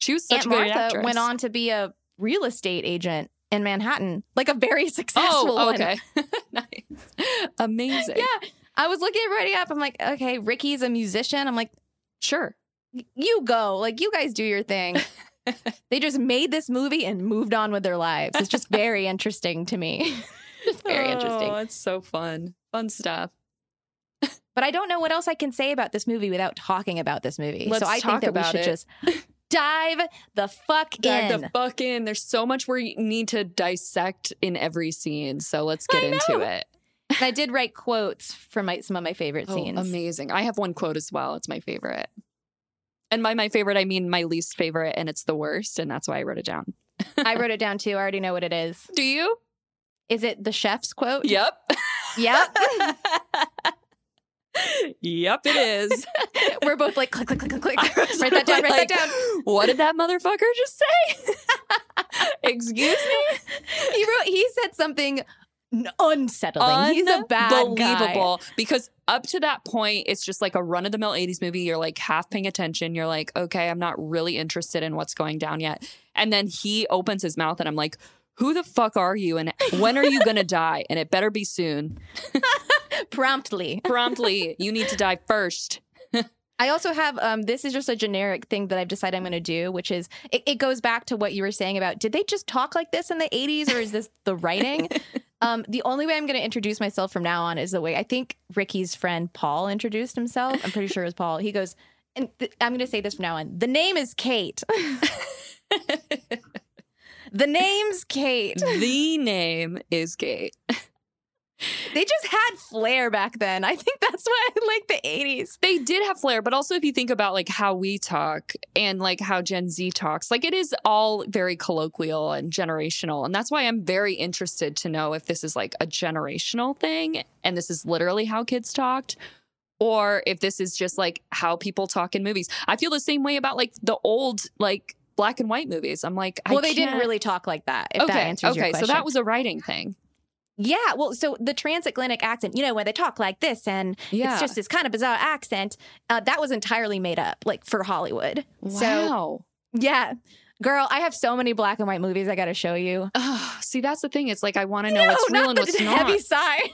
Speaker 3: She was such
Speaker 2: Aunt
Speaker 3: a good
Speaker 2: Martha
Speaker 3: actress.
Speaker 2: went on to be a real estate agent in Manhattan, like a very *laughs* successful
Speaker 3: Oh,
Speaker 2: one.
Speaker 3: okay. *laughs* nice. Amazing.
Speaker 2: Yeah. I was looking everybody up. I'm like, okay, Ricky's a musician. I'm like,
Speaker 3: Sure.
Speaker 2: you go. Like, you guys do your
Speaker 3: *laughs*
Speaker 2: thing. they just made this movie and moved on with their lives. It's just
Speaker 3: *laughs*
Speaker 2: very interesting to me. *laughs* just very
Speaker 3: Oh,
Speaker 2: interesting.
Speaker 3: it's so fun. Fun stuff.
Speaker 2: But I don't know what else I can say about this movie without talking about this movie.
Speaker 3: Let's
Speaker 2: so I think
Speaker 3: talk
Speaker 2: that
Speaker 3: about
Speaker 2: we should
Speaker 3: it.
Speaker 2: just dive the fuck
Speaker 3: Dive
Speaker 2: in.
Speaker 3: the fuck in. There's so much we need to dissect in every scene. So let's get
Speaker 2: I know.
Speaker 3: into it.
Speaker 2: And I did write quotes from my, some of my favorite
Speaker 3: Oh,
Speaker 2: scenes.
Speaker 3: amazing. I have one quote as well. It's my favorite. And by my favorite, I mean my least favorite, and it's the worst. And that's why I wrote it down.
Speaker 2: I wrote it down too. I already know what it is.
Speaker 3: Do you? *laughs*
Speaker 2: Is it the chef's quote?
Speaker 3: Yep.
Speaker 2: Yep.
Speaker 3: yep, it is.
Speaker 2: We're both like click click click click click.
Speaker 3: *laughs* I was
Speaker 2: Write that down. Write
Speaker 3: like,
Speaker 2: that down.
Speaker 3: What did that motherfucker just say? *laughs* Excuse me.
Speaker 2: He wrote. He said something n- unsettling. He's a bad guy.
Speaker 3: Unbelievable. Because up to that point, it's just like a run of the mill 80s movie. You're like half paying attention. You're like, okay, I'm not really interested in what's going down yet. And then he opens his mouth and I'm like, who the fuck are you? And when are you going to *laughs* die? And it better be soon.
Speaker 2: Promptly.
Speaker 3: Promptly, you need to die
Speaker 2: *laughs*
Speaker 3: first.
Speaker 2: I also have um, this is just a generic thing that I've decided I'm going to do, which is it, it goes back to what you were saying about did they just talk like this in the 80s or is this
Speaker 3: *laughs*
Speaker 2: the writing? um, the only way I'm going to introduce myself from now on is the way I think Ricky's friend Paul introduced himself. I'm pretty sure it was Paul. He goes, and th- I'm going to say this from now on the name is Kate.
Speaker 3: *laughs*
Speaker 2: the name's Kate.
Speaker 3: the name is Kate.
Speaker 2: They just had flair back then. I think that's why I like the 80s.
Speaker 3: They did have flair, but also if you think about like how we talk and like how Gen Z talks, like it is all very colloquial and generational. And that's why I'm very interested to know if this is like a generational thing and this is literally how kids talked or if this is just like how people talk in movies. I feel the same way about like the old like black and white movies. I'm like, I
Speaker 2: Well, they didn't
Speaker 3: can't-
Speaker 2: really talk like that, if
Speaker 3: okay,
Speaker 2: that answers
Speaker 3: okay,
Speaker 2: your question.
Speaker 3: so that was a writing thing.
Speaker 2: Yeah, well, so the transatlantic accent, you know, when they talk like this and
Speaker 3: Yeah,
Speaker 2: it's just this kind of bizarre accent, uh, that was entirely made up, like for Hollywood. So,
Speaker 3: wow.
Speaker 2: yeah, girl, I have so many black and white movies I got to show you.
Speaker 3: Ugh, *sighs* see, that's the thing. It's like I want to know what's real
Speaker 2: not
Speaker 3: and
Speaker 2: the
Speaker 3: what's not.
Speaker 2: heavy sigh.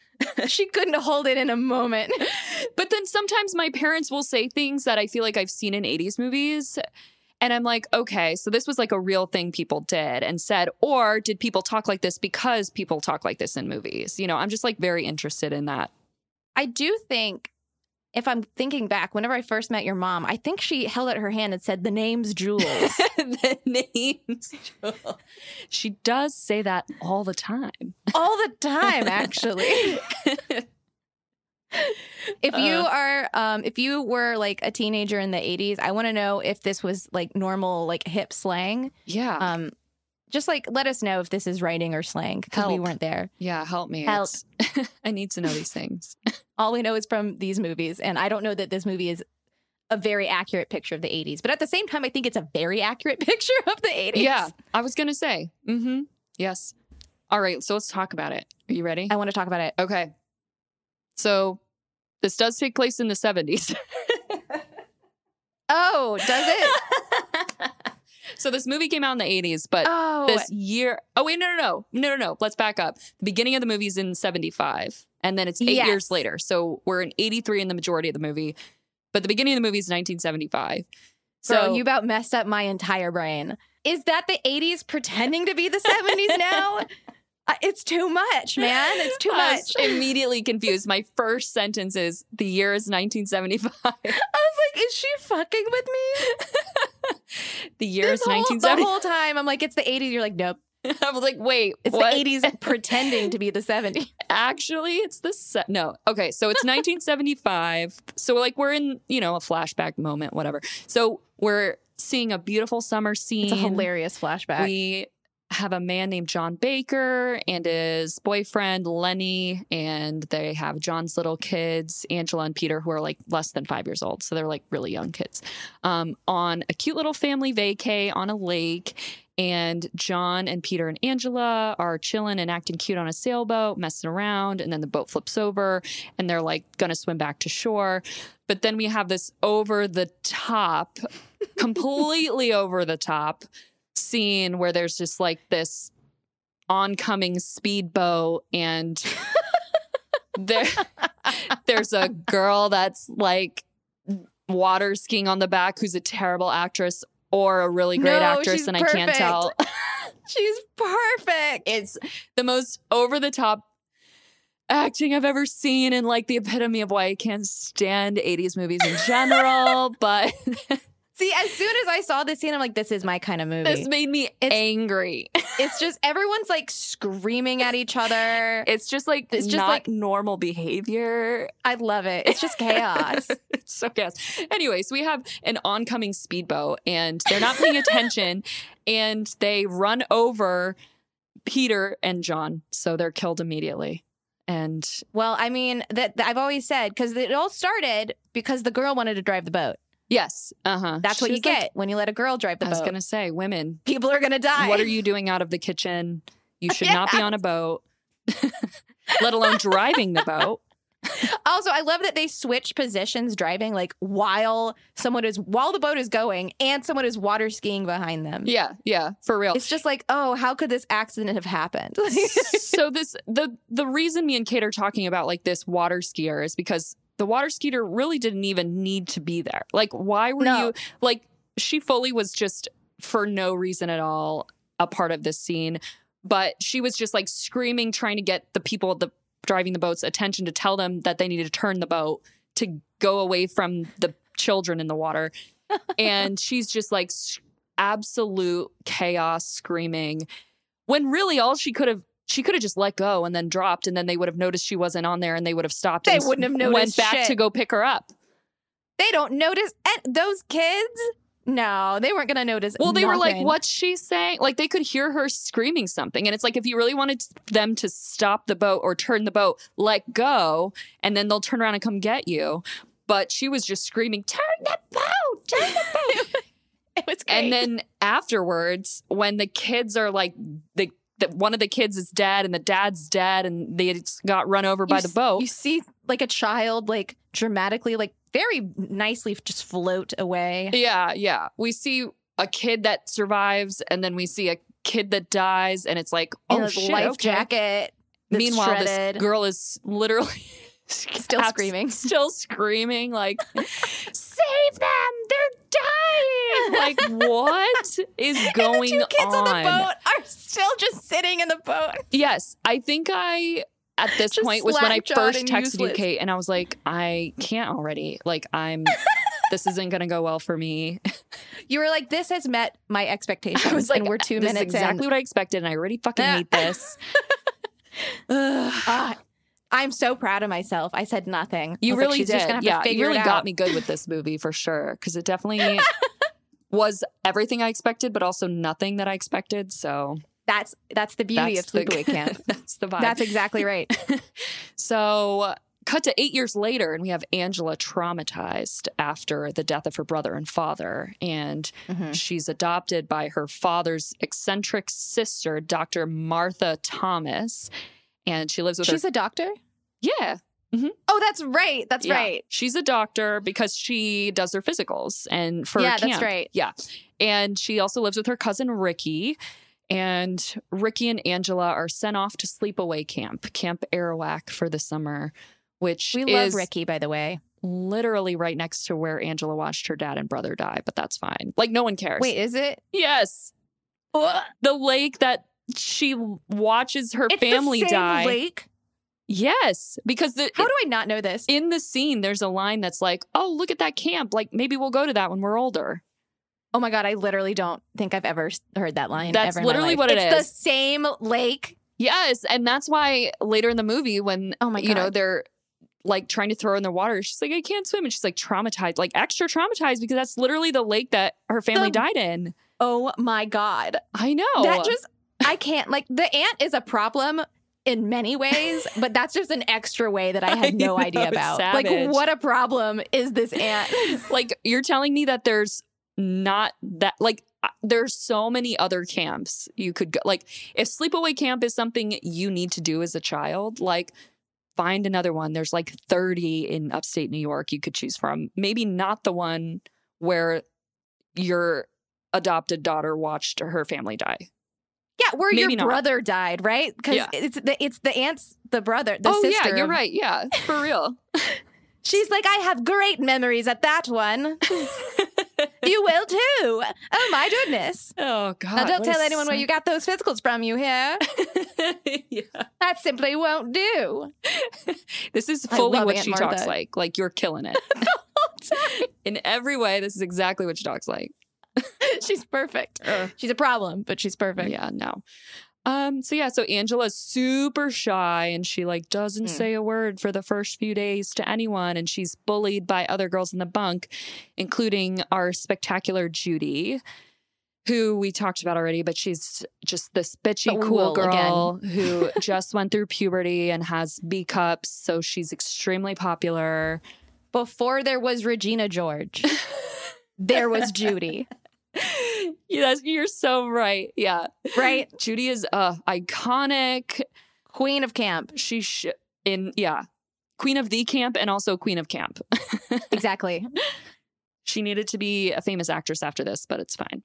Speaker 2: *laughs*
Speaker 3: Ugh.
Speaker 2: she couldn't hold it in a moment.
Speaker 3: But then sometimes my parents will say things that I feel like I've seen in 80s movies. And I'm like, okay, so this was like a real thing people did and said, or did people talk like this because people talk like this in movies? You know, I'm just like very interested in that. *laughs*
Speaker 2: I do think, if I'm thinking back, whenever I first met your mom, I think she held out her hand and said, The name's Jules.
Speaker 3: the names. she does say that all the time.
Speaker 2: *laughs* all the time *laughs* actually if you
Speaker 3: Uh.
Speaker 2: are um if you were like a teenager in the 80s i want to know if this was like normal like hip slang
Speaker 3: Yeah.
Speaker 2: um just like let us know if this is writing or slang because we
Speaker 3: Help.
Speaker 2: weren't there
Speaker 3: yeah. Help me.
Speaker 2: help.
Speaker 3: It's- *laughs* I need to know these things.
Speaker 2: all we know is from these movies and i don't know that this movie is a very accurate picture of the 80s but at the same time i think it's a very accurate *laughs* picture of the 80s
Speaker 3: Yeah. I was going to say, mm hmm. Yes. All right. So let's talk about it. Are you ready?
Speaker 2: i want to talk about it
Speaker 3: Okay. So this does take place in the 70s.
Speaker 2: oh does
Speaker 3: *laughs*
Speaker 2: it
Speaker 3: *laughs* so this movie came out in the 80s, but
Speaker 2: oh
Speaker 3: this year. Oh, wait, no, no, no. No, no, no. Let's back up. The beginning of the movie is in 75, and then it's eight
Speaker 2: Yes.
Speaker 3: years later. So we're in 83 in the majority of the movie, but the beginning of the movie is 1975.
Speaker 2: Girl,
Speaker 3: So
Speaker 2: you about messed up my entire brain. Is that the 80s pretending to be the 70s
Speaker 3: *laughs*
Speaker 2: now? Uh, it's too much, man. It's too
Speaker 3: I
Speaker 2: much. *laughs*
Speaker 3: was immediately confused. My first sentence is the year is 1975.
Speaker 2: I was like, is she fucking with me?
Speaker 3: *laughs* The year is
Speaker 2: This whole-
Speaker 3: 1975.
Speaker 2: The whole time, I'm like, it's the 80s. You're like, nope.
Speaker 3: *laughs* I was like, wait,
Speaker 2: It's
Speaker 3: what?
Speaker 2: the
Speaker 3: *laughs*
Speaker 2: 80s pretending to be the 70s.
Speaker 3: actually it's the se- no okay so it's 1975 so like we're in you know a flashback moment whatever so we're seeing a beautiful summer scene
Speaker 2: It's a hilarious flashback.
Speaker 3: we have a man named john baker and his boyfriend lenny and they have john's little kids angela and peter who are like less than five years old so they're like really young kids um, on a cute little family vacay on a lake and John and Peter and Angela are chilling and acting cute on a sailboat, messing around. And then the boat flips over and they're like going to swim back to shore. But then we have this over the top, completely over the top scene where there's just like this oncoming speedboat
Speaker 2: *laughs*
Speaker 3: and there, there's a girl that's like water skiing on the back who's a terrible actress or a really great
Speaker 2: No,
Speaker 3: actress
Speaker 2: she's
Speaker 3: and I can't
Speaker 2: perfect.
Speaker 3: tell
Speaker 2: She's perfect.
Speaker 3: it's the most over the top acting I've ever seen and like the epitome of why I can't stand 80s movies in general. but
Speaker 2: See, as soon as I saw this scene, I'm like, this is my kind of movie.
Speaker 3: this made me angry.
Speaker 2: it's just everyone's like screaming at each
Speaker 3: *laughs*
Speaker 2: other.
Speaker 3: It's just like
Speaker 2: It's just
Speaker 3: not
Speaker 2: like-
Speaker 3: normal behavior. *laughs*
Speaker 2: I love it. It's just chaos.
Speaker 3: It's so chaos. Anyways, we have an oncoming speedboat and they're
Speaker 2: *laughs*
Speaker 3: not paying attention and they run over Peter and John. So they're killed immediately. And
Speaker 2: Well, I mean that, that I've always said because it all started because the girl wanted to drive the boat.
Speaker 3: yes, uh huh.
Speaker 2: That's what you get when you let a girl drive the
Speaker 3: I was
Speaker 2: boat.
Speaker 3: gonna say, women,
Speaker 2: People are gonna die.
Speaker 3: what are you doing out of the kitchen? You should not be
Speaker 2: *laughs*
Speaker 3: on a boat, *laughs* let alone driving the
Speaker 2: *laughs*
Speaker 3: boat.
Speaker 2: also, I love that they switch positions driving, like while someone is while the boat is going and someone is water skiing behind them.
Speaker 3: Yeah, yeah, for real.
Speaker 2: It's just like, oh, how could this accident have happened? *laughs*
Speaker 3: so this the the reason me and Kate are talking about like this water skier is because the water skier really didn't even need to be there. Like, why were
Speaker 2: No.
Speaker 3: you like she fully was just for no reason at all a part of this scene, but she was just like screaming, trying to get the people the driving the boat's attention to tell them that they need to turn the boat to go away from the children in
Speaker 2: *laughs*
Speaker 3: the water. and she's just like s- absolute chaos screaming when really all she could have she could have just let go and then dropped and then they would have noticed she wasn't on there and they would have stopped
Speaker 2: They
Speaker 3: and s-
Speaker 2: wouldn't have
Speaker 3: went
Speaker 2: noticed
Speaker 3: back
Speaker 2: shit.
Speaker 3: to go pick her up
Speaker 2: they don't notice and those kids. No, they weren't gonna notice.
Speaker 3: well they were like
Speaker 2: nothing.
Speaker 3: what's she saying like they could hear her screaming something and it's like if you really wanted them to stop the boat or turn the boat let go and then they'll turn around and come get you but she was just screaming turn the boat turn the boat
Speaker 2: *laughs* It was great.
Speaker 3: And then afterwards, when the kids are like the, the one of the kids is dead and the dad's dead and they just got run over
Speaker 2: You
Speaker 3: by the
Speaker 2: s-
Speaker 3: boat.
Speaker 2: You see, like a child, like dramatically, like very nicely, just float away.
Speaker 3: yeah, yeah. We see a kid that survives and then we see a kid that dies and it's like oh
Speaker 2: in a
Speaker 3: shit,
Speaker 2: life
Speaker 3: okay.
Speaker 2: jacket. That's
Speaker 3: Meanwhile,
Speaker 2: shredded.
Speaker 3: this girl is literally
Speaker 2: *laughs* Still
Speaker 3: abs-
Speaker 2: screaming.
Speaker 3: still
Speaker 2: *laughs*
Speaker 3: screaming like save them, they're dying. *laughs* Like what *laughs* is going
Speaker 2: and *laughs* the two kids on.
Speaker 3: on?
Speaker 2: the boat are still just sitting in the boat.
Speaker 3: Yes, I think I at this
Speaker 2: Just
Speaker 3: point was when I
Speaker 2: slack-jawed
Speaker 3: first
Speaker 2: and
Speaker 3: texted you,
Speaker 2: useless.
Speaker 3: Kate, and I was like, I can't already. Like,
Speaker 2: *laughs*
Speaker 3: I'm. this isn't gonna go well for me.
Speaker 2: You were like, "This has met my expectations."
Speaker 3: *laughs* I was like,
Speaker 2: and we're two
Speaker 3: this
Speaker 2: minutes
Speaker 3: is exactly
Speaker 2: in.
Speaker 3: what I expected, and I already fucking
Speaker 2: Yeah. *laughs*
Speaker 3: hate this. Ugh.
Speaker 2: Ah, *laughs* I'm so proud of myself. I said nothing. I
Speaker 3: You
Speaker 2: was like,
Speaker 3: really
Speaker 2: She's
Speaker 3: did.
Speaker 2: Just gonna have
Speaker 3: yeah,
Speaker 2: to
Speaker 3: you
Speaker 2: figure
Speaker 3: really
Speaker 2: it
Speaker 3: got
Speaker 2: out.
Speaker 3: me good with this movie for sure because
Speaker 2: *laughs*
Speaker 3: it definitely was everything I expected, but also nothing that I expected. So *laughs*
Speaker 2: That's that's the beauty
Speaker 3: that's
Speaker 2: of
Speaker 3: the
Speaker 2: sleepaway camp.
Speaker 3: that's the *laughs* vibe.
Speaker 2: That's exactly
Speaker 3: *laughs*
Speaker 2: right.
Speaker 3: So, cut to eight years later, and we have Angela traumatized after the death of her brother and father. And
Speaker 2: Mm.
Speaker 3: she's adopted by her father's eccentric sister, Dr. Martha Thomas. And she lives with
Speaker 2: She's
Speaker 3: her.
Speaker 2: a doctor.
Speaker 3: yeah.
Speaker 2: Oh, that's right. That's
Speaker 3: yeah.
Speaker 2: right.
Speaker 3: She's a doctor because she does her physicals and for
Speaker 2: yeah,
Speaker 3: camp.
Speaker 2: that's right.
Speaker 3: And she also lives with her cousin Ricky. And Ricky and Angela are sent off to sleepaway camp, Camp Arawak, for the summer, which
Speaker 2: We
Speaker 3: is
Speaker 2: love Ricky, by the way.
Speaker 3: literally right next to where Angela watched her dad and brother die, but that's fine. Like no one cares.
Speaker 2: Wait, is it?
Speaker 3: yes, the lake that she watches her
Speaker 2: It's the
Speaker 3: family
Speaker 2: same
Speaker 3: die.
Speaker 2: Lake.
Speaker 3: Yes, because the
Speaker 2: How do I not know this?
Speaker 3: in the scene there's a line that's like, "Oh, look at that camp. Like maybe we'll go to that when we're older."
Speaker 2: Oh my god, I literally don't think I've ever s- heard that line.
Speaker 3: That's
Speaker 2: ever in my
Speaker 3: literally
Speaker 2: life.
Speaker 3: what it
Speaker 2: it's
Speaker 3: is.
Speaker 2: the same lake.
Speaker 3: Yes, and that's why later in the movie when
Speaker 2: Oh my
Speaker 3: you know
Speaker 2: God.
Speaker 3: they're like trying to throw her in the water, she's like, "I can't swim," and she's like traumatized, like extra traumatized because that's literally the lake that her family
Speaker 2: The-
Speaker 3: died in.
Speaker 2: Oh my god,
Speaker 3: I know
Speaker 2: that just I can't like the ant is a problem in many
Speaker 3: *laughs*
Speaker 2: ways, but that's just an extra way that I
Speaker 3: I
Speaker 2: had no
Speaker 3: know,
Speaker 2: idea about.
Speaker 3: savage.
Speaker 2: Like, what a problem is this ant?
Speaker 3: *laughs* like you're telling me that there's not that like uh, there's so many other camps you could go like if sleepaway camp is something you need to do as a child like find another one there's like 30 in upstate new york you could choose from maybe not the one where your adopted daughter watched her family die
Speaker 2: Yeah, where
Speaker 3: Maybe
Speaker 2: your
Speaker 3: not.
Speaker 2: brother died, right? Because
Speaker 3: Yeah.
Speaker 2: it's the it's the aunt's the brother, the
Speaker 3: oh
Speaker 2: sister.
Speaker 3: yeah you're
Speaker 2: of-
Speaker 3: right yeah for real
Speaker 2: She's like, I have great memories at that
Speaker 3: *laughs*
Speaker 2: one. you will too. Oh my goodness.
Speaker 3: *laughs* oh god
Speaker 2: Now don't
Speaker 3: what a
Speaker 2: tell anyone where you got those physicals from, you
Speaker 3: *laughs*
Speaker 2: hear?
Speaker 3: yeah
Speaker 2: That simply won't do. *laughs*
Speaker 3: This is
Speaker 2: I
Speaker 3: fully
Speaker 2: love
Speaker 3: what
Speaker 2: Aunt
Speaker 3: she talks
Speaker 2: Martha.
Speaker 3: like. Like you're
Speaker 2: *laughs*
Speaker 3: killing it. In every way, this is exactly what she talks like.
Speaker 2: she's perfect. She's a problem, but she's perfect.
Speaker 3: Yeah, no. Um, so yeah, so Angela's super shy and she like doesn't
Speaker 2: Mm.
Speaker 3: say a word for the first few days to anyone, and she's bullied by other girls in the bunk, including our spectacular Judy, who we talked about already, but she's just this bitchy,
Speaker 2: But we
Speaker 3: cool
Speaker 2: will *laughs*
Speaker 3: girl who just went through puberty and has B cups. So she's extremely popular.
Speaker 2: Before there was Regina
Speaker 3: *laughs*
Speaker 2: George, there was Judy,
Speaker 3: *laughs* Yes, you're so right. Yeah. *laughs*
Speaker 2: right?
Speaker 3: Judy is uh, iconic.
Speaker 2: Queen of camp.
Speaker 3: She sh- in yeah, queen of the camp and also queen of camp.
Speaker 2: Exactly.
Speaker 3: She needed to be a famous actress after this, but it's fine.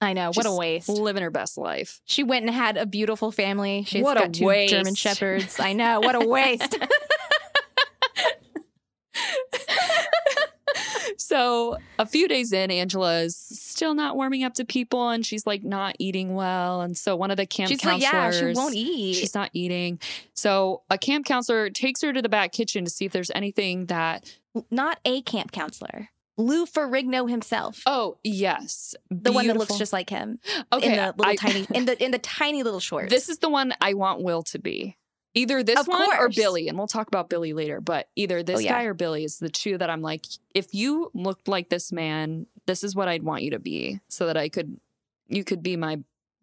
Speaker 2: I know. what a
Speaker 3: Just
Speaker 2: waste.
Speaker 3: Living her best life.
Speaker 2: She went and had a beautiful family. She's
Speaker 3: What a
Speaker 2: got two
Speaker 3: waste.
Speaker 2: German shepherds. I know.
Speaker 3: *laughs*
Speaker 2: What a waste.
Speaker 3: So a few days in, Angela is still not warming up to people, and she's like not eating well. And so one of the camp
Speaker 2: She's like,
Speaker 3: counselors,
Speaker 2: yeah, she won't eat.
Speaker 3: She's not eating. So a camp counselor takes her to the back kitchen to see if there's anything that.
Speaker 2: not a camp counselor. Lou Ferrigno himself,
Speaker 3: Oh yes,
Speaker 2: the one that looks
Speaker 3: beautiful.
Speaker 2: just like him
Speaker 3: okay.
Speaker 2: in the little
Speaker 3: I-
Speaker 2: tiny in the in the tiny
Speaker 3: *laughs*
Speaker 2: little shorts.
Speaker 3: This is the one I want Will to be. Either this
Speaker 2: Of
Speaker 3: one or
Speaker 2: course.
Speaker 3: Billy, and we'll talk about Billy later. But either this
Speaker 2: Oh, yeah.
Speaker 3: guy or Billy is the two that I'm like, if you looked like this man, this is what I'd want you to be, so that I could, you could be my, *laughs*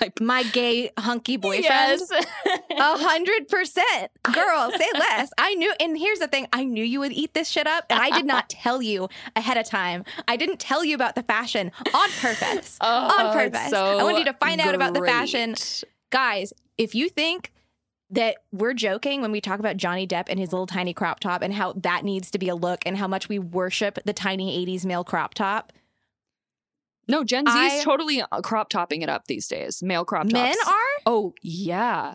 Speaker 3: my
Speaker 2: my gay
Speaker 3: *laughs*
Speaker 2: hunky boyfriend.
Speaker 3: Yes.
Speaker 2: A
Speaker 3: *laughs*
Speaker 2: hundred percent. Girl, say less. I knew, and here's the thing I knew you would eat this shit up, and I did
Speaker 3: *laughs*
Speaker 2: not tell you ahead of time. I didn't tell you about the fashion on
Speaker 3: *laughs*
Speaker 2: purpose.
Speaker 3: Oh, it's
Speaker 2: purpose. I want you to find out about the fashion.
Speaker 3: great.
Speaker 2: Guys, if you think that we're joking when we talk about Johnny Depp and his little tiny crop top and how that needs to be a look and how much we worship the tiny 80s male crop top,
Speaker 3: No, Gen Z
Speaker 2: I-
Speaker 3: is totally uh, crop topping it up these days. Male crop tops.
Speaker 2: men are?
Speaker 3: Oh yeah,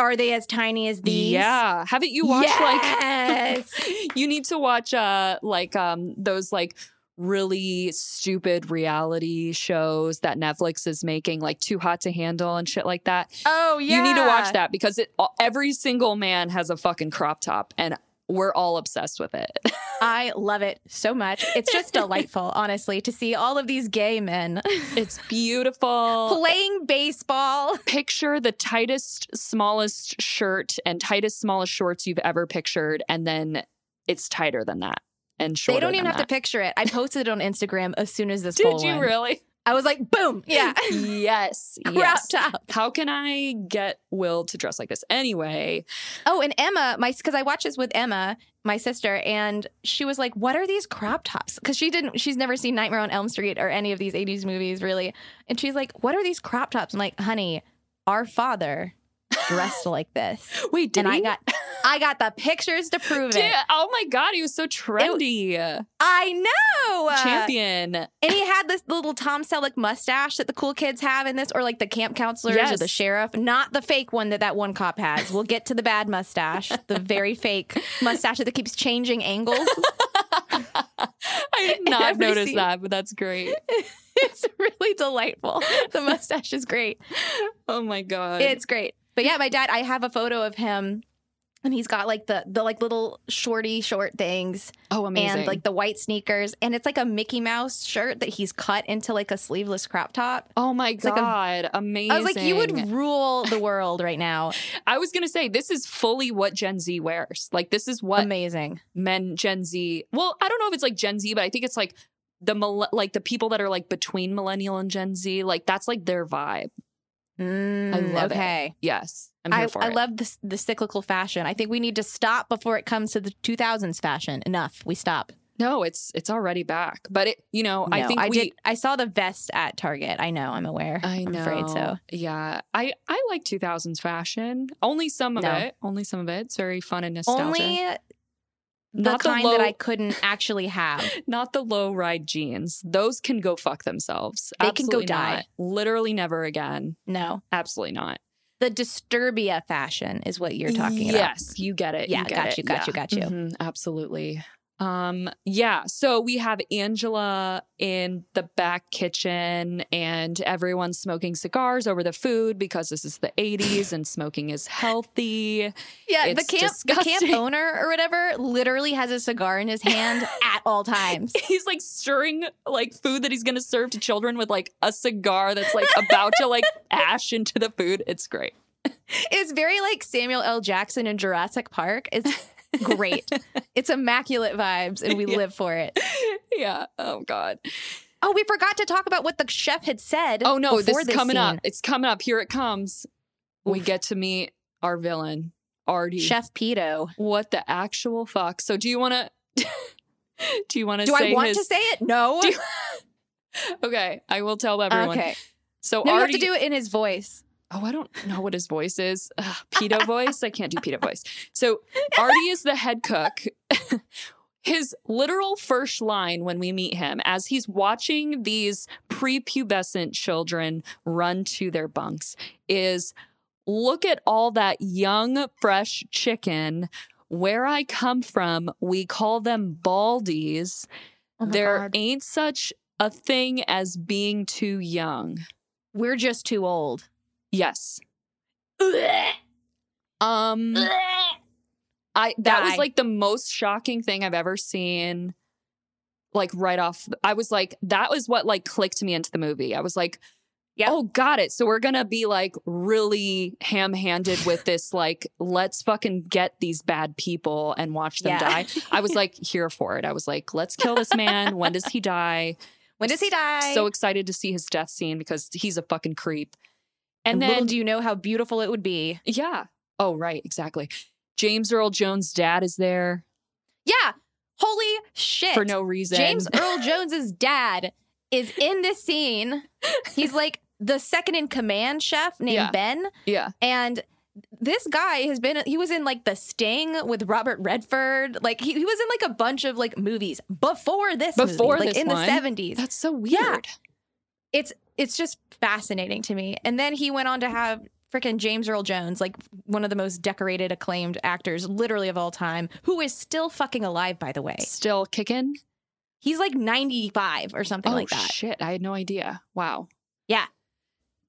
Speaker 2: Are they as tiny as these?
Speaker 3: yeah. Haven't you watched like? *laughs*
Speaker 2: Yes.
Speaker 3: you need to watch uh like um those like really stupid reality shows that Netflix is making like Too Hot to Handle and shit like that.
Speaker 2: oh, yeah.
Speaker 3: You need to watch that because it every single man has a fucking crop top and we're all obsessed with it. *laughs*
Speaker 2: I love it so much. It's just delightful, honestly, to see all of these gay men
Speaker 3: It's beautiful.
Speaker 2: playing baseball.
Speaker 3: Picture the tightest smallest shirt and tightest smallest shorts you've ever pictured and then it's tighter than that and shorter
Speaker 2: they don't even
Speaker 3: than
Speaker 2: have to
Speaker 3: that.
Speaker 2: picture it. I posted it on Instagram as soon as this poll
Speaker 3: Did you
Speaker 2: won. *laughs*
Speaker 3: really?
Speaker 2: I was like,
Speaker 3: *laughs*
Speaker 2: boom, *laughs* yeah,
Speaker 3: yes.
Speaker 2: crop
Speaker 3: yes.
Speaker 2: top.
Speaker 3: How can I get Will to dress like this? Anyway,
Speaker 2: Oh, and Emma, my because I watched this with Emma, my sister, and she was like, "What are these crop tops?" Because she didn't, she's never seen Nightmare on Elm Street or any of these '80s movies, really. And she's like, "What are these crop tops?" I'm like, "Honey, our
Speaker 3: *laughs*
Speaker 2: father dressed like this."
Speaker 3: wait, did
Speaker 2: and
Speaker 3: he?
Speaker 2: I got, I got the pictures to prove it.
Speaker 3: Did- oh my god, he was so trendy, uh,
Speaker 2: I know. Uh,
Speaker 3: champion. *laughs*
Speaker 2: And he had this little Tom Selleck mustache that the cool kids have in this, or like the camp counselors or
Speaker 3: Yes.
Speaker 2: the sheriff, not the fake one that that one cop has. We'll get to the bad mustache, the very fake mustache that keeps changing angles.
Speaker 3: I
Speaker 2: *laughs*
Speaker 3: did not
Speaker 2: Every
Speaker 3: notice
Speaker 2: scene.
Speaker 3: that, but that's great.
Speaker 2: *laughs* it's really delightful. The mustache is great.
Speaker 3: Oh my god,
Speaker 2: It's great. But yeah, my dad, I have a photo of him. And he's got like the the like little shorty short things
Speaker 3: oh amazing.
Speaker 2: and like the white sneakers and it's like a Mickey Mouse shirt that he's cut into like a sleeveless crop top.
Speaker 3: Oh my
Speaker 2: like a-
Speaker 3: god, amazing.
Speaker 2: I was like, you would rule the world right
Speaker 3: *laughs*
Speaker 2: now.
Speaker 3: I was gonna say this is fully what Gen Z wears. Like this is what
Speaker 2: Amazing.
Speaker 3: men Gen Z. Well, I don't know if it's like Gen Z, but I think it's like the mil- like the people that are like between millennial and Gen Z. Like that's like their vibe.
Speaker 2: Mm,
Speaker 3: love it.
Speaker 2: okay.
Speaker 3: Yes, I'm here
Speaker 2: I,
Speaker 3: for
Speaker 2: I
Speaker 3: it.
Speaker 2: love this, the cyclical fashion. I think we need to stop before it comes to the 2000s fashion. Enough. We stop.
Speaker 3: No, it's it's already back. But it, you know, I
Speaker 2: No,
Speaker 3: think
Speaker 2: I
Speaker 3: we.
Speaker 2: did. I saw the vest at Target. I know. I'm aware.
Speaker 3: I
Speaker 2: am
Speaker 3: know.
Speaker 2: afraid so.
Speaker 3: Yeah, I I like 2000s fashion. Only some of
Speaker 2: No.
Speaker 3: it. Only some of it. It's very fun and nostalgic.
Speaker 2: Only the
Speaker 3: not
Speaker 2: kind
Speaker 3: low,
Speaker 2: that I couldn't actually
Speaker 3: *laughs*
Speaker 2: have.
Speaker 3: not the low ride jeans. Those can go fuck themselves.
Speaker 2: They can go
Speaker 3: Absolutely
Speaker 2: die.
Speaker 3: not. Literally never again.
Speaker 2: No.
Speaker 3: Absolutely not.
Speaker 2: The disturbia fashion is what you're talking
Speaker 3: yes,
Speaker 2: about.
Speaker 3: you get it.
Speaker 2: Yeah,
Speaker 3: you get
Speaker 2: got
Speaker 3: it.
Speaker 2: you, got you, got you.
Speaker 3: Mhm, absolutely. Um, yeah. So we have Angela in the back kitchen and everyone's smoking cigars over the food because this is the 80s and smoking
Speaker 2: *laughs*
Speaker 3: is healthy.
Speaker 2: Yeah,
Speaker 3: It's
Speaker 2: the camp the
Speaker 3: disgusting.
Speaker 2: camp owner or whatever literally has a cigar in his hand
Speaker 3: *laughs*
Speaker 2: at all times.
Speaker 3: He's like stirring like food that he's gonna serve to children with like a cigar that's like about
Speaker 2: *laughs*
Speaker 3: to like ash into the food. It's great. *laughs*
Speaker 2: It's very like Samuel L. Jackson in Jurassic Park. It's
Speaker 3: *laughs*
Speaker 2: great. it's immaculate vibes, and we
Speaker 3: Yeah.
Speaker 2: live for it.
Speaker 3: Yeah. Oh God.
Speaker 2: Oh, we forgot to talk about what the chef had said.
Speaker 3: Oh no, this
Speaker 2: before
Speaker 3: is coming
Speaker 2: scene.
Speaker 3: up. It's coming up. Here it comes. We
Speaker 2: Oof.
Speaker 3: get to meet our villain, Artie.
Speaker 2: Chef Pito.
Speaker 3: What the actual fuck? So do you want to? *laughs* do you want to?
Speaker 2: Do
Speaker 3: say
Speaker 2: I want
Speaker 3: his,
Speaker 2: to say it? No.
Speaker 3: Do Okay, I will tell *laughs* everyone.
Speaker 2: okay.
Speaker 3: So
Speaker 2: No, you have
Speaker 3: Artie.
Speaker 2: to do it in his voice.
Speaker 3: oh, I don't know what his voice is. Ugh, pedo voice. I can't do pedo voice. So Artie is the head cook. *laughs* His literal first line when we meet him, as he's watching these prepubescent children run to their bunks, is look at all that young, fresh chicken. Where I come from, we call them baldies.
Speaker 2: Oh my
Speaker 3: there
Speaker 2: God.
Speaker 3: ain't such a thing as being too young.
Speaker 2: We're just too old.
Speaker 3: Yes. Um I that
Speaker 2: Die.
Speaker 3: was like the most shocking thing I've ever seen. Like right off I was like that was what like clicked me into the movie. I was like
Speaker 2: Yep.
Speaker 3: Oh, got it. So we're going to be like really
Speaker 2: *laughs*
Speaker 3: ham-handed with this like let's fucking get these bad people and watch them
Speaker 2: Yeah. *laughs*
Speaker 3: die. I was like here for it. I was like let's kill this man. when does he
Speaker 2: *laughs*
Speaker 3: die?
Speaker 2: when does he die?
Speaker 3: so excited to see his death scene because he's a fucking creep. And,
Speaker 2: little
Speaker 3: then,
Speaker 2: do you know how beautiful it would be.
Speaker 3: yeah. Oh, right. Exactly. James Earl Jones' dad is there
Speaker 2: Yeah. Holy shit.
Speaker 3: for no reason.
Speaker 2: James
Speaker 3: *laughs*
Speaker 2: Earl Jones's dad is in this scene. He's like the second in command chef named
Speaker 3: Yeah.
Speaker 2: Ben.
Speaker 3: Yeah.
Speaker 2: And this guy has been, he was in like The Sting with Robert Redford. Like he, he was in like a bunch of like movies before this movie,
Speaker 3: Before
Speaker 2: like
Speaker 3: this
Speaker 2: in
Speaker 3: one.
Speaker 2: the 70s.
Speaker 3: That's so weird.
Speaker 2: Yeah. It's just fascinating to me. And then he went on to have freaking James Earl Jones, like one of the most decorated, acclaimed actors literally of all time, who is still fucking alive, by the way.
Speaker 3: Still kicking.
Speaker 2: He's like 95 or something
Speaker 3: oh,
Speaker 2: like that.
Speaker 3: shit. I had no idea. Wow.
Speaker 2: Yeah.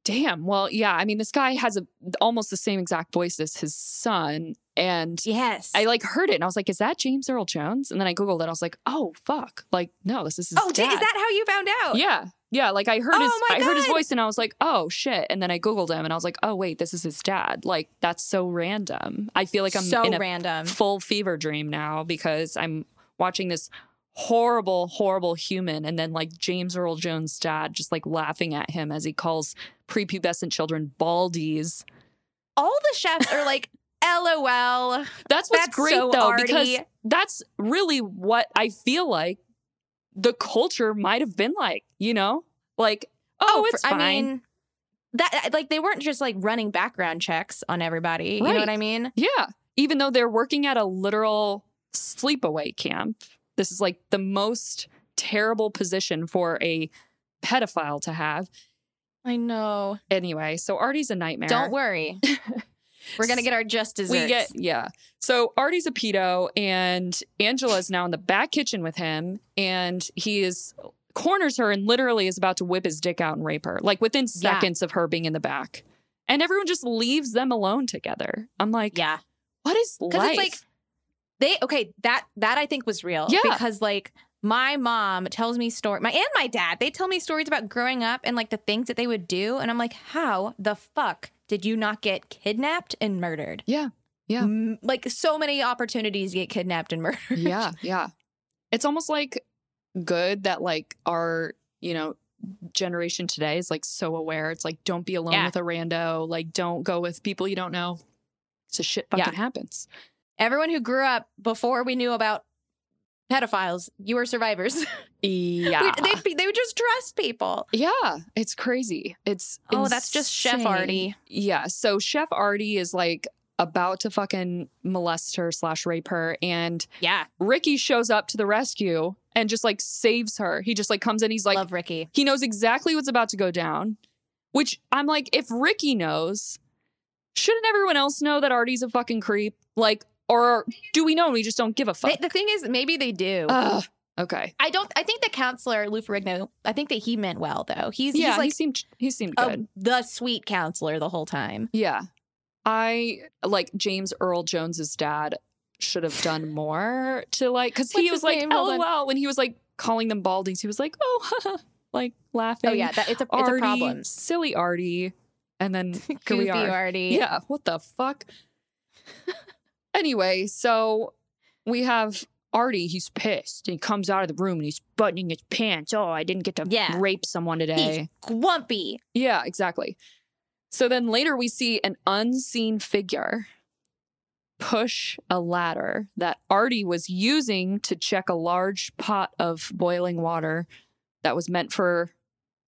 Speaker 3: Damn. Well, yeah. I mean, this guy has a, almost the same exact voice as his son. And
Speaker 2: Yes.
Speaker 3: I like heard it and I was like, is that James Earl Jones? And then I Googled it. I was like, oh, fuck. Like, no, this is his
Speaker 2: oh, d-
Speaker 3: dad.
Speaker 2: is that how you found out?
Speaker 3: Yeah. Yeah. Like I heard
Speaker 2: Oh
Speaker 3: his
Speaker 2: my
Speaker 3: I heard his
Speaker 2: God.
Speaker 3: voice and I was like, oh shit. And then I Googled him and I was like, oh wait, this is his dad. Like that's so random. I feel like I'm
Speaker 2: so
Speaker 3: in a
Speaker 2: random.
Speaker 3: full fever dream now because I'm watching this horrible, horrible human and then like James Earl Jones' dad just like laughing at him as he calls prepubescent children baldies.
Speaker 2: All the chefs are
Speaker 3: *laughs*
Speaker 2: like,
Speaker 3: Oh,
Speaker 2: LOL.
Speaker 3: That's what's
Speaker 2: That's
Speaker 3: great
Speaker 2: so
Speaker 3: though,
Speaker 2: arty.
Speaker 3: because that's really what I feel like the culture might have been like, you know? Like, oh,
Speaker 2: for-
Speaker 3: it's fine.
Speaker 2: I mean, that like they weren't just like running background checks on everybody. You know what
Speaker 3: Right.
Speaker 2: I mean?
Speaker 3: Yeah. Even though they're working at a literal sleepaway camp, this is like the most terrible position for a pedophile to have.
Speaker 2: I know.
Speaker 3: Anyway, so Artie's a nightmare.
Speaker 2: Don't
Speaker 3: *laughs*
Speaker 2: worry. We're gonna get our just desserts.
Speaker 3: We get, yeah. So Artie's a pedo, and Angela's now in the back kitchen with him, and he is corners her and literally is about to whip his dick out and rape her, like within
Speaker 2: Yeah.
Speaker 3: seconds of her being in the back. And everyone just leaves them alone together. I'm like,
Speaker 2: yeah.
Speaker 3: what is
Speaker 2: Because
Speaker 3: life?
Speaker 2: it's like they okay that that I think was real.
Speaker 3: Yeah.
Speaker 2: Because like my mom tells me story my and my dad they tell me stories about growing up and like the things that they would do and I'm like how the fuck did you not get kidnapped and murdered?
Speaker 3: Yeah. Yeah.
Speaker 2: M- like so many opportunities to get kidnapped and *laughs* murdered.
Speaker 3: yeah yeah it's almost like good that like our you know generation today is like so aware it's like don't be alone
Speaker 2: Yeah.
Speaker 3: with a rando like don't go with people you don't know so shit
Speaker 2: Yeah.
Speaker 3: fucking happens
Speaker 2: Everyone who grew up before we knew about pedophiles, you were survivors. *laughs*
Speaker 3: yeah
Speaker 2: We'd- They'd be, they would just trust people.
Speaker 3: yeah it's crazy it's
Speaker 2: Oh, that's just Chef
Speaker 3: insane.
Speaker 2: Artie.
Speaker 3: yeah so chef artie is like about to fucking molest her slash rape her and
Speaker 2: Yeah,
Speaker 3: ricky shows up to the rescue and just like saves her he just like comes in he's like
Speaker 2: love Ricky.
Speaker 3: He knows exactly what's about to go down, which I'm like, if Ricky knows, shouldn't everyone else know that Artie's a fucking creep? Like, or do we know and we just don't give a
Speaker 2: They,
Speaker 3: fuck?
Speaker 2: the thing is, maybe they do.
Speaker 3: Ugh. okay.
Speaker 2: I don't. I think the counselor Lou Ferrigno. I think that he meant well though. He's
Speaker 3: yeah,
Speaker 2: he's like
Speaker 3: he seemed he seemed
Speaker 2: a-
Speaker 3: good.
Speaker 2: the sweet counselor the whole time.
Speaker 3: yeah. I like James Earl Jones's dad should have done more to like cuz
Speaker 2: What's
Speaker 3: he was
Speaker 2: his
Speaker 3: like
Speaker 2: name? Hold on.
Speaker 3: LOL when he was like calling them baldings. He was like, "Oh, *laughs* like laughing."
Speaker 2: Oh yeah, that, it's a it's
Speaker 3: Artie,
Speaker 2: a problem.
Speaker 3: silly Artie.
Speaker 2: *laughs*
Speaker 3: And then here we
Speaker 2: Goofy
Speaker 3: are.
Speaker 2: Artie.
Speaker 3: Yeah, what the fuck? anyway, so we have Artie, he's pissed. And he comes out of the room and he's buttoning his pants. Oh, I didn't get to
Speaker 2: Yeah.
Speaker 3: rape someone today.
Speaker 2: He's grumpy.
Speaker 3: Yeah, exactly. So then later we see an unseen figure push a ladder that Artie was using to check a large pot of boiling water that was meant for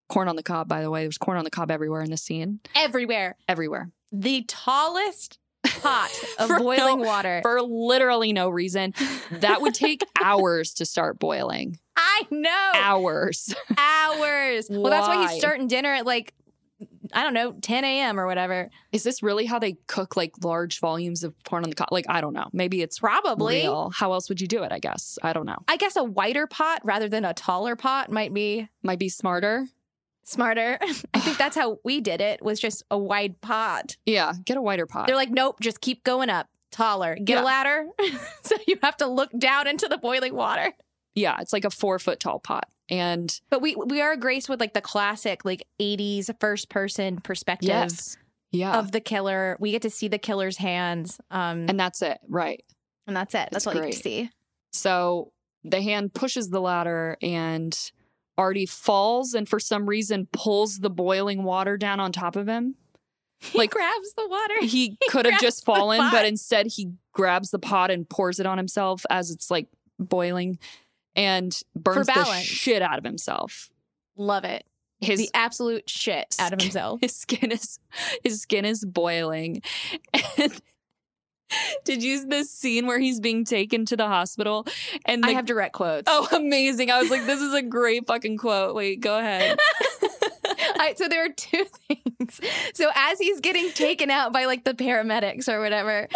Speaker 3: corn on the cob, by the way. There's corn on the cob everywhere in the scene,
Speaker 2: everywhere.
Speaker 3: everywhere.
Speaker 2: The tallest *laughs* pot of
Speaker 3: For
Speaker 2: boiling
Speaker 3: no-
Speaker 2: water.
Speaker 3: *laughs* For literally no reason. That
Speaker 2: *laughs*
Speaker 3: would take hours to start boiling.
Speaker 2: I know.
Speaker 3: Hours.
Speaker 2: Hours. Well, that's why
Speaker 3: Why?
Speaker 2: he's starting dinner at like, I don't know, 10 a.m. or whatever.
Speaker 3: Is this really how they cook like large volumes of corn on the cob? Like, I don't know. Maybe it's
Speaker 2: Probably.
Speaker 3: real. How else would you do it? I guess. I don't know.
Speaker 2: I guess a wider pot rather than a taller pot might be
Speaker 3: might be smarter.
Speaker 2: smarter. *laughs* I think that's how we did it, was just a wide pot.
Speaker 3: Yeah, get a wider pot.
Speaker 2: They're like, nope, just keep going up. Taller. Get
Speaker 3: Yeah.
Speaker 2: a ladder. *laughs* so you have to look down into the boiling water.
Speaker 3: yeah, it's like a four foot tall pot. And
Speaker 2: But we we are graced with like the classic like 80s first person perspective.
Speaker 3: yes, yeah,
Speaker 2: of the killer. We get to see the killer's hands. Um, Oh. and,
Speaker 3: and that's it, right?
Speaker 2: that's it.
Speaker 3: that's
Speaker 2: That's all you
Speaker 3: great.
Speaker 2: get to see.
Speaker 3: So the hand pushes the ladder, and Artie falls, and for some reason pulls the boiling water down on top of him. Like-
Speaker 2: *laughs* he grabs the water.
Speaker 3: He could have
Speaker 2: grabs
Speaker 3: just fallen,
Speaker 2: pot.
Speaker 3: but instead he grabs the pot and pours it on himself as it's like boiling, and burns the
Speaker 2: balance.
Speaker 3: shit out of himself.
Speaker 2: *laughs* Love it.
Speaker 3: His
Speaker 2: the absolute shit out *laughs* of himself.
Speaker 3: *laughs* his skin is his skin is boiling and *laughs* did you see this scene where he's being taken to the hospital and the,
Speaker 2: I have direct quotes.
Speaker 3: *laughs* oh amazing i was like this is a great fucking quote wait go
Speaker 2: *laughs*
Speaker 3: ahead
Speaker 2: I, so there are two *laughs* things. So as he's getting taken out by like the paramedics or whatever,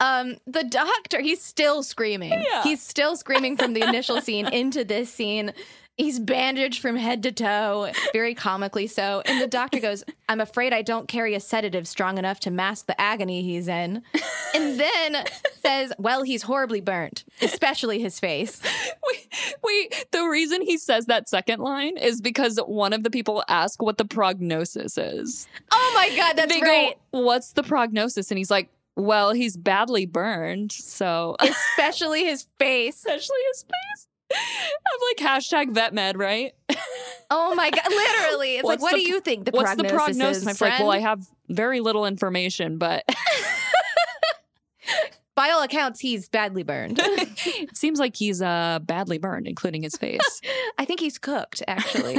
Speaker 2: um, the doctor he's still screaming.
Speaker 3: Yeah.
Speaker 2: He's still screaming from the initial scene into this scene. He's bandaged from head to toe, very comically so. And the doctor goes, "I'm afraid I don't carry a sedative strong enough to mask the agony he's in." And then says, "Well, he's horribly burnt, especially his face."
Speaker 3: wait, wait the reason he says that second line is because one of the people ask what the prognosis is
Speaker 2: *laughs* Oh my god, that's
Speaker 3: they
Speaker 2: great.
Speaker 3: go what's the prognosis and he's like well he's badly burned so *laughs*
Speaker 2: Especially his face.
Speaker 3: essentially his face i'm like hashtag vet med right
Speaker 2: Oh my god! Literally, it's
Speaker 3: What's
Speaker 2: like, what
Speaker 3: the-
Speaker 2: do you think? The
Speaker 3: What's the
Speaker 2: prognosis,
Speaker 3: prognosis?
Speaker 2: is, my
Speaker 3: It's like,
Speaker 2: friend.
Speaker 3: well, I have very little information, but *laughs*
Speaker 2: By all accounts, he's badly
Speaker 3: *laughs*
Speaker 2: burned.
Speaker 3: it seems like he's uh, badly burned, including
Speaker 2: *laughs*
Speaker 3: his face.
Speaker 2: I think he's cooked,
Speaker 3: *laughs*
Speaker 2: actually.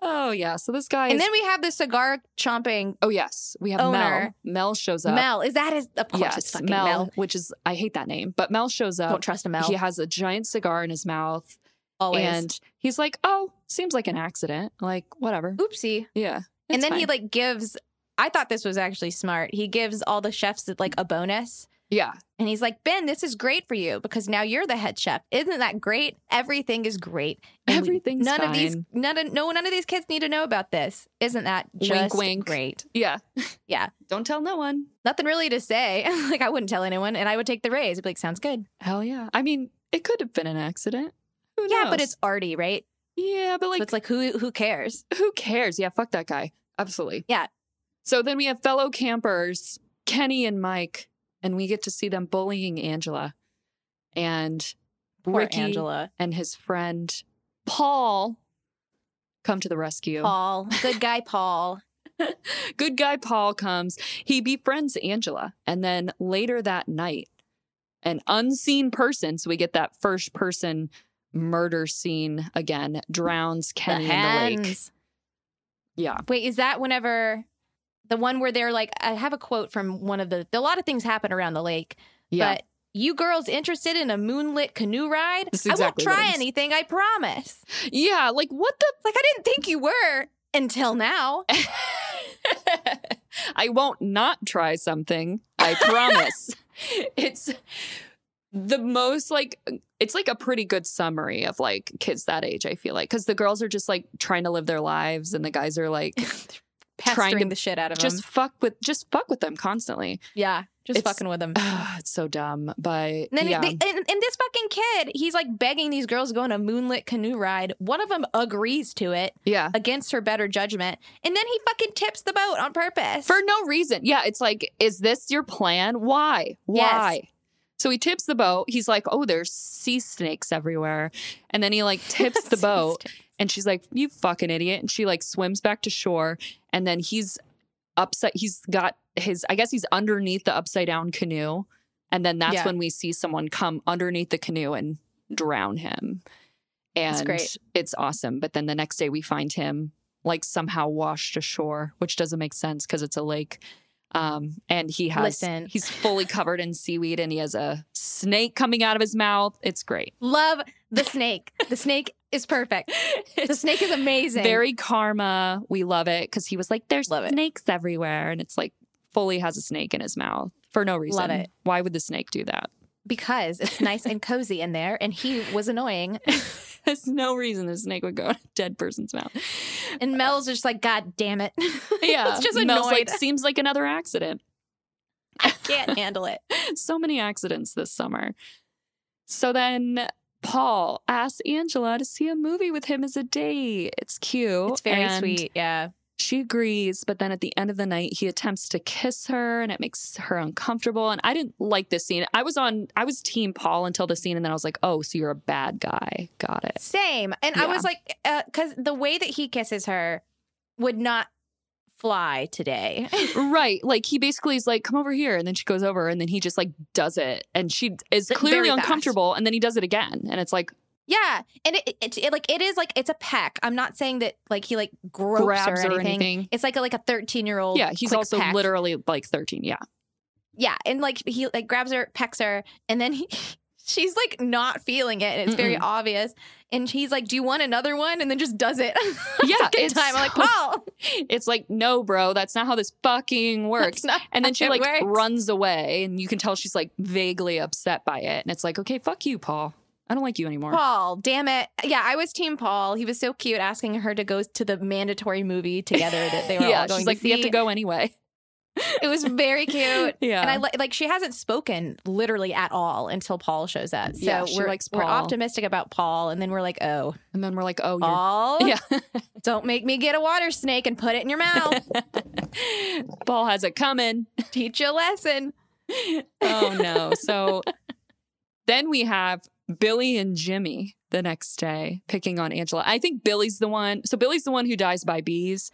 Speaker 3: oh yeah, so this guy.
Speaker 2: and
Speaker 3: is,
Speaker 2: then we have the cigar chomping
Speaker 3: oh yes, we have
Speaker 2: Owner.
Speaker 3: Mel. Mel shows up.
Speaker 2: Mel. Is that his? Of course, it's
Speaker 3: yes,
Speaker 2: fucking
Speaker 3: Mel,
Speaker 2: Mel.
Speaker 3: which is I hate that name, but Mel shows up.
Speaker 2: Don't trust a Mel.
Speaker 3: He has a giant cigar in his mouth,
Speaker 2: always.
Speaker 3: and he's like, "Oh, seems like an accident. Like whatever.
Speaker 2: Oopsie.
Speaker 3: Yeah."
Speaker 2: and
Speaker 3: it's
Speaker 2: then he
Speaker 3: fine.
Speaker 2: like gives. I thought this was actually smart. He gives all the chefs like a bonus.
Speaker 3: yeah,
Speaker 2: And he's like, Ben, this is great for you because now you're the head chef. Isn't that great? Everything is great. And we-
Speaker 3: Everything's
Speaker 2: none of these
Speaker 3: fine.
Speaker 2: none of no none of these kids need to know about this. Isn't that just
Speaker 3: wink.
Speaker 2: great?
Speaker 3: yeah,
Speaker 2: *laughs* Yeah.
Speaker 3: Don't tell no one.
Speaker 2: Nothing really to say. *laughs* like I wouldn't tell anyone, and I would take the raise. I'd be like, sounds good.
Speaker 3: Hell yeah. I mean, it could have been an accident. Who knows?
Speaker 2: Yeah, but it's Artie, right?
Speaker 3: yeah, but
Speaker 2: so
Speaker 3: like
Speaker 2: it's like who who cares?
Speaker 3: who cares? Yeah, fuck that guy. Absolutely.
Speaker 2: Yeah.
Speaker 3: So then we have fellow campers, Kenny and Mike, and we get to see them bullying Angela and
Speaker 2: Poor
Speaker 3: Ricky
Speaker 2: Angela,
Speaker 3: and his friend Paul come to the rescue.
Speaker 2: Paul, good
Speaker 3: *laughs*
Speaker 2: guy, Paul.
Speaker 3: Good guy Paul comes. He befriends Angela. And then later that night, an unseen person, so we get that first person murder scene again, drowns Kenny
Speaker 2: the
Speaker 3: in the lake.
Speaker 2: hands.
Speaker 3: Yeah.
Speaker 2: Wait, is that whenever the one where they're like? I have a quote from one of the. A lot of things happen around the lake,
Speaker 3: Yeah.
Speaker 2: but you girls interested in a moonlit canoe ride?
Speaker 3: That's
Speaker 2: I won't
Speaker 3: exactly what it
Speaker 2: try
Speaker 3: is.
Speaker 2: anything. I promise. *laughs*
Speaker 3: yeah. Like, what the
Speaker 2: Like I didn't think you were until
Speaker 3: *laughs*
Speaker 2: now.
Speaker 3: I won't not try something.
Speaker 2: *laughs*
Speaker 3: I promise. it's the most like it's like a pretty good summary of like kids that age, I feel like. Cause the girls are just like trying to live their lives and the guys
Speaker 2: *laughs*
Speaker 3: are like
Speaker 2: Pestering
Speaker 3: Trying to
Speaker 2: the shit out of
Speaker 3: just
Speaker 2: him.
Speaker 3: fuck with just fuck with them constantly.
Speaker 2: Yeah, just
Speaker 3: it's-
Speaker 2: fucking with
Speaker 3: *laughs*
Speaker 2: him.
Speaker 3: it's so dumb. But
Speaker 2: And then
Speaker 3: yeah.
Speaker 2: they, and, and this fucking kid, he's like begging these girls to go on a moonlit canoe ride. One of them agrees to it
Speaker 3: yeah.
Speaker 2: against her better judgment, and then he fucking tips the boat *laughs* on purpose.
Speaker 3: For no reason. Yeah. It's like, is this your plan? Why?
Speaker 2: Yes.
Speaker 3: Why? So he tips the boat. He's like, "Oh, there's sea snakes everywhere," and then he like
Speaker 2: *laughs*
Speaker 3: tips the boat, and she's like, "You fucking idiot!" And she like swims back to shore, and then he's upside. He's got his. I guess he's underneath the upside down canoe, and then that's
Speaker 2: Yeah.
Speaker 3: when we see someone come underneath the canoe and drown him. And
Speaker 2: great.
Speaker 3: it's awesome. But then the next day we find him like somehow washed ashore, which doesn't make sense because it's a lake. Um, and he has
Speaker 2: Listen.
Speaker 3: he's fully covered in seaweed and he has a snake coming out of his mouth. It's great. *laughs*
Speaker 2: Love the snake. The snake is perfect. The
Speaker 3: It's
Speaker 2: snake is amazing.
Speaker 3: very karma. We love it because he was like, There's
Speaker 2: Love it.
Speaker 3: snakes everywhere. And it's like fully has a snake in his mouth for no reason.
Speaker 2: it.
Speaker 3: Why would the snake do that? *laughs*
Speaker 2: because it's nice and cozy in there, and he was annoying.
Speaker 3: There's no reason the snake would go in a dead
Speaker 2: *laughs*
Speaker 3: person's mouth.
Speaker 2: And Mel's just like, God damn it. *laughs*
Speaker 3: Yeah.
Speaker 2: It's just
Speaker 3: Mel's
Speaker 2: annoyed.
Speaker 3: like, seems like another accident. *laughs*
Speaker 2: I can't handle it.
Speaker 3: so many accidents this summer. So then Paul asks Angela to see a movie with him as a date. It's cute.
Speaker 2: It's very
Speaker 3: and
Speaker 2: sweet. Yeah.
Speaker 3: She agrees, but then at the end of the night, he attempts to kiss her and it makes her uncomfortable. And I didn't like this scene. I was on, I was team Paul until the scene, and then I was like, oh, so you're a bad guy. Got it.
Speaker 2: Same. And I
Speaker 3: Yeah.
Speaker 2: was like, because the way that he kisses her would not fly today.
Speaker 3: *laughs*
Speaker 2: *laughs*
Speaker 3: right. Like he basically is like, come over here. And then she goes over and then he just like does it. And she is
Speaker 2: Very
Speaker 3: clearly
Speaker 2: fast.
Speaker 3: uncomfortable. And then he does it again. And it's like,
Speaker 2: yeah. And it, it, it, like, it is like, it's a peck. I'm not saying that like he like gropes
Speaker 3: grabs
Speaker 2: or, anything.
Speaker 3: anything.
Speaker 2: It's like a, like a 13 year old.
Speaker 3: Yeah, he's
Speaker 2: quick
Speaker 3: also
Speaker 2: peck.
Speaker 3: literally like
Speaker 2: *laughs*
Speaker 3: 13. Yeah.
Speaker 2: Yeah. And like he like grabs her, pecks her, and then he, *laughs* she's like not feeling it. And it's very
Speaker 3: Mm-mm.
Speaker 2: obvious. And he's like, Do you want another one? And then just does it. *laughs*
Speaker 3: Yeah,
Speaker 2: Second
Speaker 3: it's
Speaker 2: time. I'm
Speaker 3: *laughs*
Speaker 2: like,
Speaker 3: so-
Speaker 2: Paul.
Speaker 3: It's like, no, bro, that's not how this fucking works.
Speaker 2: that's not
Speaker 3: And then
Speaker 2: how
Speaker 3: she
Speaker 2: it
Speaker 3: like
Speaker 2: works.
Speaker 3: runs away, and you can tell she's like vaguely upset by it. And it's like, okay, fuck you, Paul. I don't like you anymore.
Speaker 2: Paul, damn it. Yeah, I was team Paul. He was so cute asking her to go to the mandatory movie
Speaker 3: *laughs*
Speaker 2: together that they were
Speaker 3: *laughs* yeah,
Speaker 2: all going
Speaker 3: she's
Speaker 2: to
Speaker 3: like,
Speaker 2: see.
Speaker 3: we have to go anyway. *laughs*
Speaker 2: It was very cute.
Speaker 3: Yeah.
Speaker 2: And I li- like she hasn't spoken literally at all until Paul shows up. So
Speaker 3: Yeah, she
Speaker 2: we're
Speaker 3: likes
Speaker 2: we're
Speaker 3: Paul.
Speaker 2: optimistic about Paul and then we're like, "Oh,
Speaker 3: and then we're like, oh, you're.
Speaker 2: Paul,
Speaker 3: Yeah. *laughs*
Speaker 2: don't make me get a water snake and put it in your mouth.
Speaker 3: *laughs* Paul has it coming.
Speaker 2: Teach you a lesson."
Speaker 3: Oh, no. So then we have Billy and Jimmy the next day picking on Angela. I think Billy's the one. So Billy's the one who dies by bees.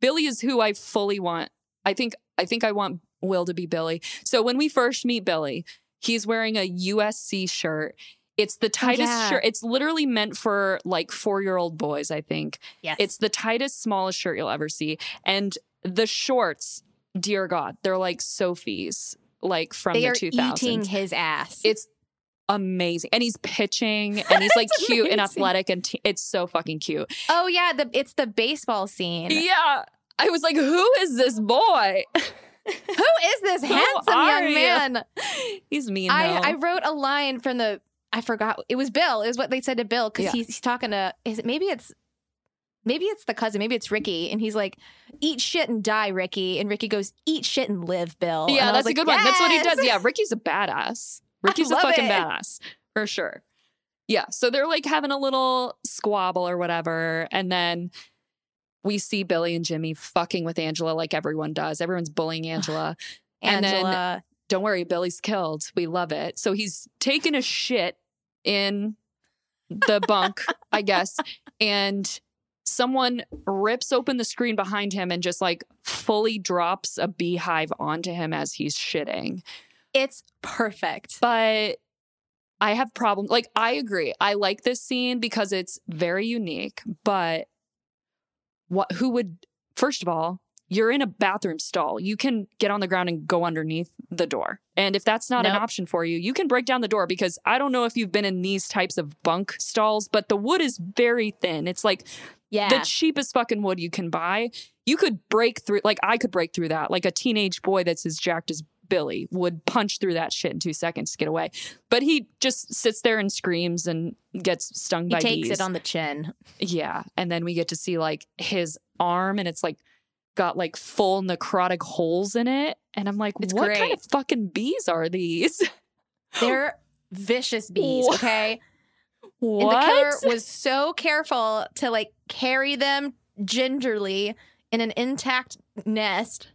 Speaker 3: Billy is who I fully want. I think I think I want Will to be Billy. So when we first meet Billy, he's wearing a USC shirt. It's the tightest
Speaker 2: yeah.
Speaker 3: shirt. It's literally meant for like 4-year-old boys, I think.
Speaker 2: Yes.
Speaker 3: It's the tightest smallest shirt you'll ever see and the shorts, dear god, they're like Sophie's like from
Speaker 2: they
Speaker 3: the
Speaker 2: are
Speaker 3: 2000s.
Speaker 2: eating his ass.
Speaker 3: It's amazing. And he's pitching
Speaker 2: *laughs*
Speaker 3: and he's like
Speaker 2: It's
Speaker 3: cute
Speaker 2: amazing.
Speaker 3: and athletic and t- it's so fucking cute.
Speaker 2: oh yeah, the it's the baseball scene.
Speaker 3: Yeah. I was like, who is this boy? *laughs*
Speaker 2: Who is this
Speaker 3: Who
Speaker 2: handsome
Speaker 3: are
Speaker 2: young
Speaker 3: you?
Speaker 2: man?
Speaker 3: he's mean. though.
Speaker 2: I, I wrote a line from the I forgot it was Bill. It was what they said to Bill because
Speaker 3: Yeah.
Speaker 2: he's, he's talking to is it, maybe it's maybe it's the cousin maybe it's Ricky and he's like eat shit and die Ricky and Ricky goes eat shit and live Bill. Oh, And
Speaker 3: yeah,
Speaker 2: I
Speaker 3: that's
Speaker 2: was
Speaker 3: a
Speaker 2: like,
Speaker 3: good one. That's what he
Speaker 2: "Yes!"
Speaker 3: does. Yeah, Ricky's
Speaker 2: *laughs*
Speaker 3: a badass. Ricky's a
Speaker 2: love
Speaker 3: fucking
Speaker 2: it.
Speaker 3: badass for sure. Yeah, so they're like having a little squabble or whatever, and then we see Billy and Jimmy fucking with Angela like everyone does.
Speaker 2: *sighs*
Speaker 3: Everyone's bullying Angela. And then-
Speaker 2: Angela.
Speaker 3: don't worry, Billy's killed. We love it. So he's taken a shit in the bunk,
Speaker 2: *laughs*
Speaker 3: I guess. And someone rips open the screen behind him and just like fully drops a beehive onto him as he's shitting.
Speaker 2: it's perfect.
Speaker 3: But I have problems. Like, I agree. I like this scene because it's very unique, but what who would first of all, you're in a bathroom stall. You can get on the ground and go underneath the door. And if that's not an
Speaker 2: Nope.
Speaker 3: option for you, you can break down the door because I don't know if you've been in these types of bunk stalls, but the wood is very thin. It's like
Speaker 2: Yeah.
Speaker 3: the cheapest fucking wood you can buy. You could break through, like I could break through that. Like a teenage boy that's as jacked as Billy would punch through that shit in two seconds to get away. But he just sits there and screams and gets stung
Speaker 2: he
Speaker 3: by
Speaker 2: takes
Speaker 3: bees.
Speaker 2: it on the
Speaker 3: *gasps*
Speaker 2: chin.
Speaker 3: yeah, and then we get to see like his arm, and it's like got like full necrotic holes in it. And I'm like,
Speaker 2: It's
Speaker 3: what kind
Speaker 2: great.
Speaker 3: of fucking bees are these? *laughs*
Speaker 2: They're vicious bees,
Speaker 3: What?
Speaker 2: okay? And the killer
Speaker 3: what?
Speaker 2: was so careful to like carry them gingerly in an intact nest.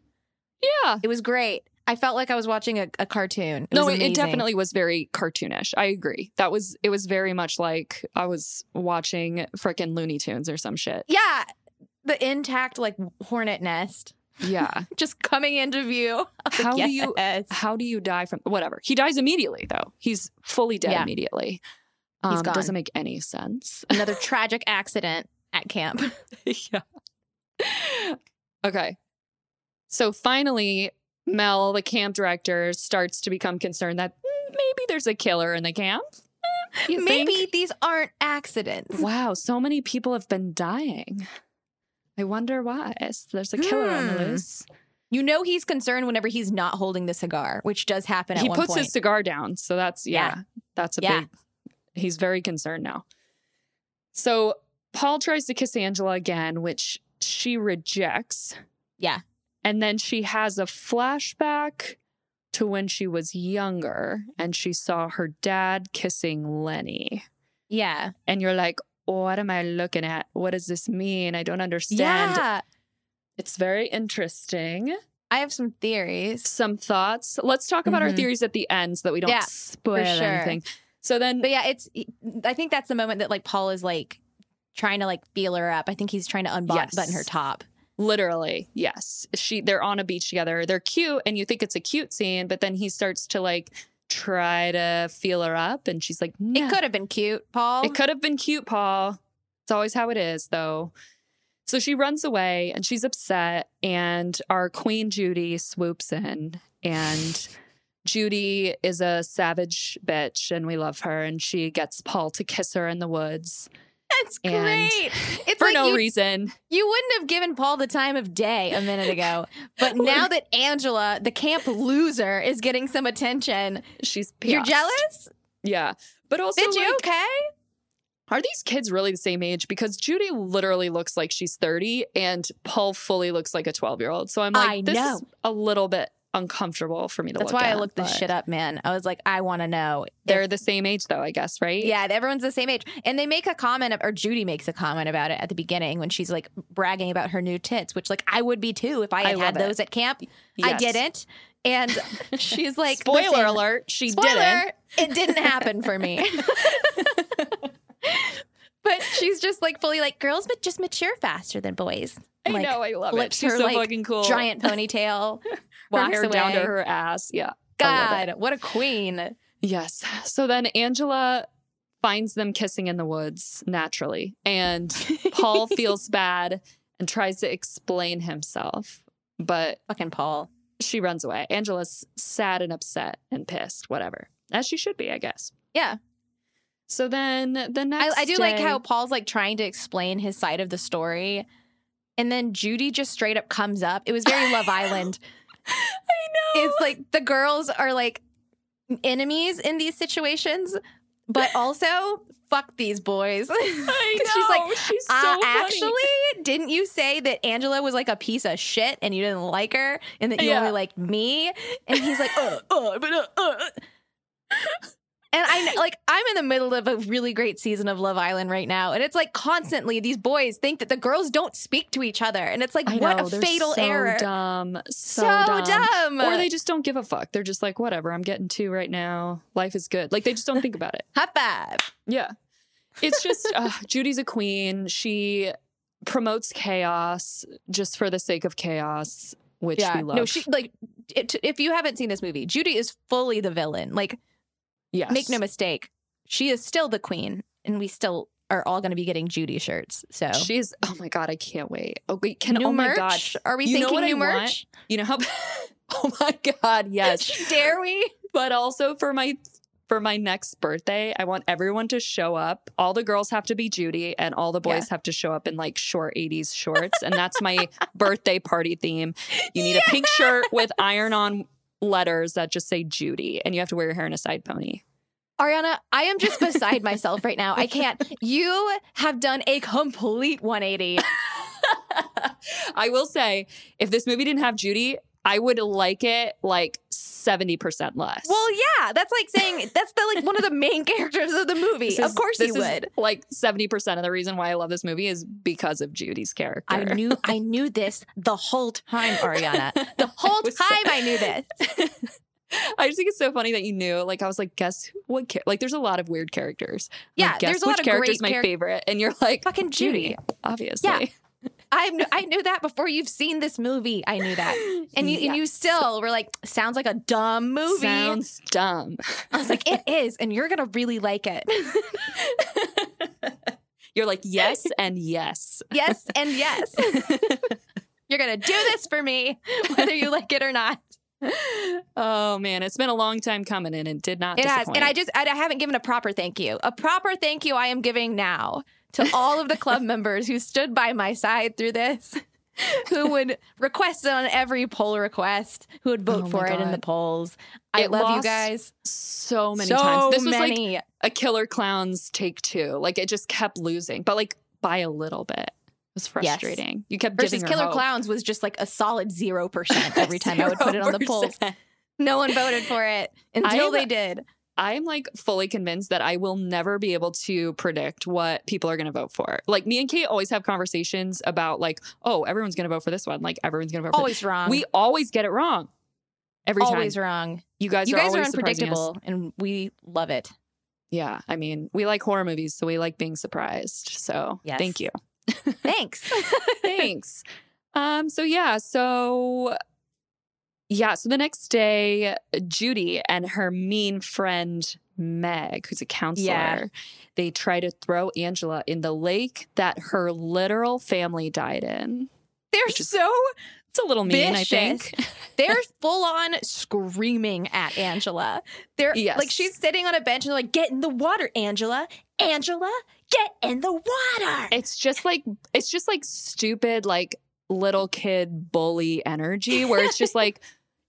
Speaker 3: yeah,
Speaker 2: It was great. I felt like I was watching a, a cartoon. It
Speaker 3: no,
Speaker 2: was
Speaker 3: it, it
Speaker 2: amazing.
Speaker 3: definitely was very cartoonish. I agree. That was it was very much like I was watching frickin' Looney Tunes or some shit.
Speaker 2: Yeah, the intact like hornet nest *laughs*
Speaker 3: Yeah.
Speaker 2: just coming into view. I was like,
Speaker 3: How do you-
Speaker 2: Oh,
Speaker 3: *laughs*
Speaker 2: yes.
Speaker 3: How do you die from whatever? He dies immediately though. He's fully dead
Speaker 2: Yeah.
Speaker 3: immediately. Um,
Speaker 2: He's gone.
Speaker 3: Doesn't make
Speaker 2: *laughs*
Speaker 3: any sense. *laughs*
Speaker 2: Another tragic accident at *laughs* camp.
Speaker 3: yeah. Okay. So finally, Mel, the camp director, starts to become concerned that mm, maybe there's a killer in the camp. Eh, you
Speaker 2: Maybe
Speaker 3: think?
Speaker 2: these aren't accidents.
Speaker 3: Wow, so many people have been dying. I wonder why. There's a killer on the
Speaker 2: Hmm.
Speaker 3: loose.
Speaker 2: You know he's concerned whenever he's not holding the cigar, which does happen at
Speaker 3: He
Speaker 2: one
Speaker 3: puts
Speaker 2: point.
Speaker 3: his cigar down. So that's, yeah, that's a
Speaker 2: Yeah.
Speaker 3: big, he's very concerned now. So Paul tries to kiss Angela again, which she rejects.
Speaker 2: Yeah.
Speaker 3: And then she has a flashback to when she was younger and she saw her dad kissing Lenny.
Speaker 2: yeah.
Speaker 3: And you're like, what am I looking at? What does this mean? I don't understand.
Speaker 2: Yeah.
Speaker 3: It's very interesting.
Speaker 2: I have some theories.
Speaker 3: Some thoughts. Let's talk about our
Speaker 2: Mhm.
Speaker 3: theories at the end so that we don't
Speaker 2: Yeah,
Speaker 3: spoil
Speaker 2: sure.
Speaker 3: anything. So then,
Speaker 2: But yeah, it's e, I think that's the moment that like Paul is like trying to like feel her up. I think he's trying to unbutton
Speaker 3: Yes.
Speaker 2: button her top.
Speaker 3: literally, yes, she they're on a beach together. They're cute, and you think it's a cute scene, but then he starts to like try to feel her up, and she's like, no.
Speaker 2: It could have been cute, Paul.
Speaker 3: It could have been cute, Paul. It's always how it is, though. So she runs away and she's upset, and our Queen Judy swoops in. And Judy is a savage bitch, and we love her. And she gets Paul to kiss her in the woods
Speaker 2: *laughs* That's
Speaker 3: and- *laughs*
Speaker 2: great. It's
Speaker 3: for
Speaker 2: like
Speaker 3: no
Speaker 2: you,
Speaker 3: reason.
Speaker 2: you wouldn't have given Paul the time of day a minute
Speaker 3: *laughs*
Speaker 2: ago. But now that Angela, the camp loser, is getting some attention,
Speaker 3: She's
Speaker 2: you're
Speaker 3: pissed.
Speaker 2: jealous?
Speaker 3: Yeah. But also,
Speaker 2: Did you
Speaker 3: like,
Speaker 2: okay?
Speaker 3: are these kids really the same age? Because Judy literally looks like she's 30 and Paul fully looks like a 12 year old. So I'm like,
Speaker 2: I
Speaker 3: this
Speaker 2: know.
Speaker 3: is a little bit uncomfortable for me to
Speaker 2: That's
Speaker 3: look
Speaker 2: why I
Speaker 3: at,
Speaker 2: looked this
Speaker 3: but-
Speaker 2: shit up, man. I was like, I want to know.
Speaker 3: They're the same age though, I guess, right?
Speaker 2: Yeah, everyone's the same age. And they make a comment, or Judy makes a comment about it at the beginning when she's like bragging about her new tits, which like I would be too if I
Speaker 3: I
Speaker 2: had had
Speaker 3: love it.
Speaker 2: those at camp. I
Speaker 3: Yes.
Speaker 2: didn't.
Speaker 3: *laughs*
Speaker 2: And she's like,
Speaker 3: Spoiler
Speaker 2: "Listen,
Speaker 3: alert, she
Speaker 2: spoiler,
Speaker 3: didn't.
Speaker 2: it didn't happen for
Speaker 3: *laughs*
Speaker 2: me. *laughs* but she's just like fully like, girls ma- just mature faster than boys.
Speaker 3: I
Speaker 2: like,
Speaker 3: know, I love it.
Speaker 2: flips
Speaker 3: She's
Speaker 2: her,
Speaker 3: so
Speaker 2: like,
Speaker 3: fucking cool.
Speaker 2: Giant ponytail,
Speaker 3: *laughs* her
Speaker 2: walks
Speaker 3: hair
Speaker 2: away.
Speaker 3: down to her ass. Yeah. I love
Speaker 2: God, what a
Speaker 3: *laughs*
Speaker 2: queen.
Speaker 3: Yes. So then Angela finds them kissing in the woods naturally. And
Speaker 2: *laughs*
Speaker 3: Paul feels bad and tries to explain himself. But
Speaker 2: Fucking Paul.
Speaker 3: she runs away. Angela's sad and upset and pissed, whatever. As she should be, I guess.
Speaker 2: Yeah.
Speaker 3: So then the
Speaker 2: I,
Speaker 3: next
Speaker 2: I do like
Speaker 3: day-
Speaker 2: how Paul's like trying to explain his side of the story. And then Judy just straight up comes up. It was
Speaker 3: *laughs*
Speaker 2: very Love Island.
Speaker 3: I know.
Speaker 2: It's like the girls are like enemies in these situations, but also fuck these boys. *laughs*
Speaker 3: *laughs* I
Speaker 2: 'Cause she's like,
Speaker 3: know. she's so
Speaker 2: Uh,
Speaker 3: funny.
Speaker 2: actually, didn't you say that Angela was like a piece of shit and you didn't like her and that you
Speaker 3: Yeah.
Speaker 2: only liked me? And he's like, uh, uh, *laughs* but, uh, uh. And I like I'm in the middle of a really great season of Love Island right now, and it's like constantly these boys think that the girls don't speak to each other, and it's like
Speaker 3: I
Speaker 2: what
Speaker 3: know,
Speaker 2: a
Speaker 3: they're
Speaker 2: fatal
Speaker 3: so
Speaker 2: error,
Speaker 3: Dumb, so,
Speaker 2: so,
Speaker 3: dumb.
Speaker 2: dumb.
Speaker 3: Or they just don't give a fuck. They're just like, whatever. I'm getting two right now. Life is good. Like they just don't think
Speaker 2: *laughs*
Speaker 3: about it.
Speaker 2: high five.
Speaker 3: Yeah, it's
Speaker 2: *laughs*
Speaker 3: just uh, Judy's a queen. She promotes chaos just for the sake of chaos, which we love.
Speaker 2: no, she like it, if you haven't seen this movie, Judy is fully the villain. Like
Speaker 3: yes.
Speaker 2: make no mistake, she is still the queen, and we still are all going to be getting Judy shirts. So
Speaker 3: She's oh my god, I can't wait. Oh wait, can
Speaker 2: new
Speaker 3: oh my
Speaker 2: merch?
Speaker 3: god,
Speaker 2: Are we
Speaker 3: You know
Speaker 2: thinking
Speaker 3: what
Speaker 2: new
Speaker 3: I want?
Speaker 2: merch?
Speaker 3: you know how? *laughs* oh my god,
Speaker 2: *laughs*
Speaker 3: yes.
Speaker 2: Dare we?
Speaker 3: but also for my for my next birthday, I want everyone to show up. All the girls have to be Judy and all the boys have to show up in like short 80s shorts and that's my
Speaker 2: *laughs*
Speaker 3: birthday party theme. You need a pink shirt with iron-on letters that just say Judy and you have to wear your hair in a side pony.
Speaker 2: Ariana, I am just beside myself right now. I
Speaker 3: *laughs*
Speaker 2: can't. You have done a complete 180.
Speaker 3: I will say if this movie didn't have Judy, I would like it like 70% less.
Speaker 2: Well, yeah, that's like saying that's the like one of the main *laughs* characters of the movie.
Speaker 3: This
Speaker 2: of
Speaker 3: is-
Speaker 2: course he
Speaker 3: this is,
Speaker 2: would.
Speaker 3: Like 70% of the reason why I love this movie is because of Judy's character.
Speaker 2: I
Speaker 3: *laughs*
Speaker 2: knew I knew this the whole *laughs* time, Ariana. The whole
Speaker 3: I was so-
Speaker 2: time I knew
Speaker 3: *laughs*
Speaker 2: this.
Speaker 3: I just think it's so funny that you knew. Like I was like, guess who- what? Char-? Like there's a lot of weird characters. I'm
Speaker 2: Yeah,
Speaker 3: like, guess
Speaker 2: there's a
Speaker 3: which
Speaker 2: lot of
Speaker 3: character's
Speaker 2: great
Speaker 3: my
Speaker 2: charac-
Speaker 3: favorite, and you're like
Speaker 2: Fucking Judy.
Speaker 3: Judy, obviously.
Speaker 2: Yeah. I kn- I knew that before you've seen this movie. I knew that.
Speaker 3: *laughs*
Speaker 2: And you
Speaker 3: Yeah.
Speaker 2: and you still were like, sounds like a dumb movie.
Speaker 3: sounds dumb.
Speaker 2: I was like, it is, and you're gonna really like it.
Speaker 3: You're like
Speaker 2: *laughs*
Speaker 3: yes and yes.
Speaker 2: yes and
Speaker 3: *laughs*
Speaker 2: yes. You're gonna do this for me, whether you like it or not.
Speaker 3: oh man, it's been a long time coming, and it did not.
Speaker 2: It has, and I
Speaker 3: disappoint.
Speaker 2: just I I haven't given a proper thank you. A proper thank you I am giving now to all of the
Speaker 3: *laughs*
Speaker 2: club members who stood by my side through this, who would request it on every poll request, who would vote
Speaker 3: Oh my
Speaker 2: for it in the
Speaker 3: God.
Speaker 2: polls. I
Speaker 3: It
Speaker 2: love you
Speaker 3: lost
Speaker 2: guys
Speaker 3: so many
Speaker 2: so
Speaker 3: times. This was like
Speaker 2: many.
Speaker 3: a Killer Clowns take two. Like it just kept losing, but like by a little bit. It was frustrating. You kept
Speaker 2: versus
Speaker 3: giving her
Speaker 2: Killer
Speaker 3: hope.
Speaker 2: Clowns was just like a solid zero
Speaker 3: *laughs*
Speaker 2: percent every time I would put it on the
Speaker 3: 0%.
Speaker 2: polls. No one voted for it until
Speaker 3: I'm-
Speaker 2: they did.
Speaker 3: I'm like fully convinced that I will never be able to predict what people are going to vote for. Like me and Kate always have conversations about like, oh, everyone's going to vote for this one. Like everyone's going to vote for.
Speaker 2: Always wrong.
Speaker 3: This. We always get it wrong. Every
Speaker 2: Oh, always
Speaker 3: time.
Speaker 2: wrong.
Speaker 3: You guys
Speaker 2: you
Speaker 3: are
Speaker 2: guys are
Speaker 3: always surprising us.
Speaker 2: unpredictable, and we love
Speaker 3: *laughs*
Speaker 2: it.
Speaker 3: Yeah, I mean, we like horror movies, so we like being surprised. So
Speaker 2: Yes.
Speaker 3: thank you. *laughs*
Speaker 2: Thanks.
Speaker 3: Thanks. Um, so yeah, so yeah, so the next day, Judy and her mean friend Meg, who's a counselor,
Speaker 2: Yeah.
Speaker 3: they try to throw Angela in the lake that her literal family died in.
Speaker 2: They're
Speaker 3: Which is-
Speaker 2: so
Speaker 3: It's a little mean, I
Speaker 2: Vicious.
Speaker 3: think.
Speaker 2: They're full on screaming at Angela. They're
Speaker 3: Yes.
Speaker 2: like she's sitting on a bench and they're like, "Get in the water, Angela! Angela, get in the water!"
Speaker 3: It's just like it's just like stupid, like little kid bully energy where it's
Speaker 2: *laughs*
Speaker 3: just like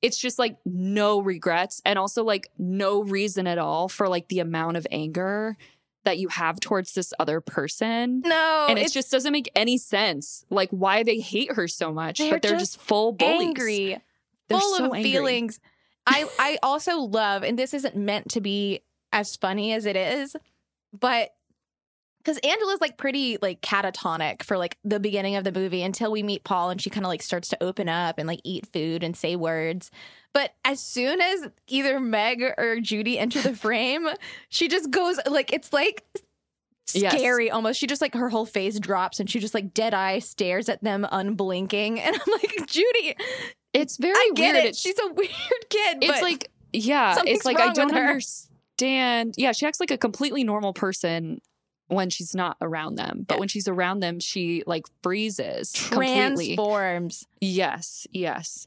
Speaker 3: it's just like no regrets and also like no reason at all for like the amount of anger that you have towards this other person.
Speaker 2: No,
Speaker 3: and it
Speaker 2: it's,
Speaker 3: just doesn't make any sense, like why they hate her so much,
Speaker 2: They're
Speaker 3: but they're just, full bullies.
Speaker 2: angry,
Speaker 3: They're
Speaker 2: full
Speaker 3: so
Speaker 2: of
Speaker 3: angry.
Speaker 2: feelings. I I also love, and this isn't meant to be as funny as it is, but because Angela's like pretty like catatonic for like the beginning of the movie until we meet Paul and she kind of like starts to open up and like eat food and say words. But as soon as either Meg or Judy enter
Speaker 3: *laughs*
Speaker 2: the frame, she just goes like it's like
Speaker 3: Yes.
Speaker 2: scary almost. She just like her whole face drops and she just like dead eye stares at them unblinking. *laughs* And I'm like, Judy,
Speaker 3: It's very
Speaker 2: I get
Speaker 3: weird.
Speaker 2: it.
Speaker 3: It's
Speaker 2: She's a *laughs* weird kid.
Speaker 3: It's
Speaker 2: but
Speaker 3: like, yeah,
Speaker 2: something's
Speaker 3: it's like
Speaker 2: wrong
Speaker 3: I
Speaker 2: with
Speaker 3: don't
Speaker 2: her.
Speaker 3: understand. Yeah, she acts like a completely normal person when she's not around them, but
Speaker 2: Yeah.
Speaker 3: when she's around them, she like freezes completely.
Speaker 2: transforms.
Speaker 3: Yes, yes.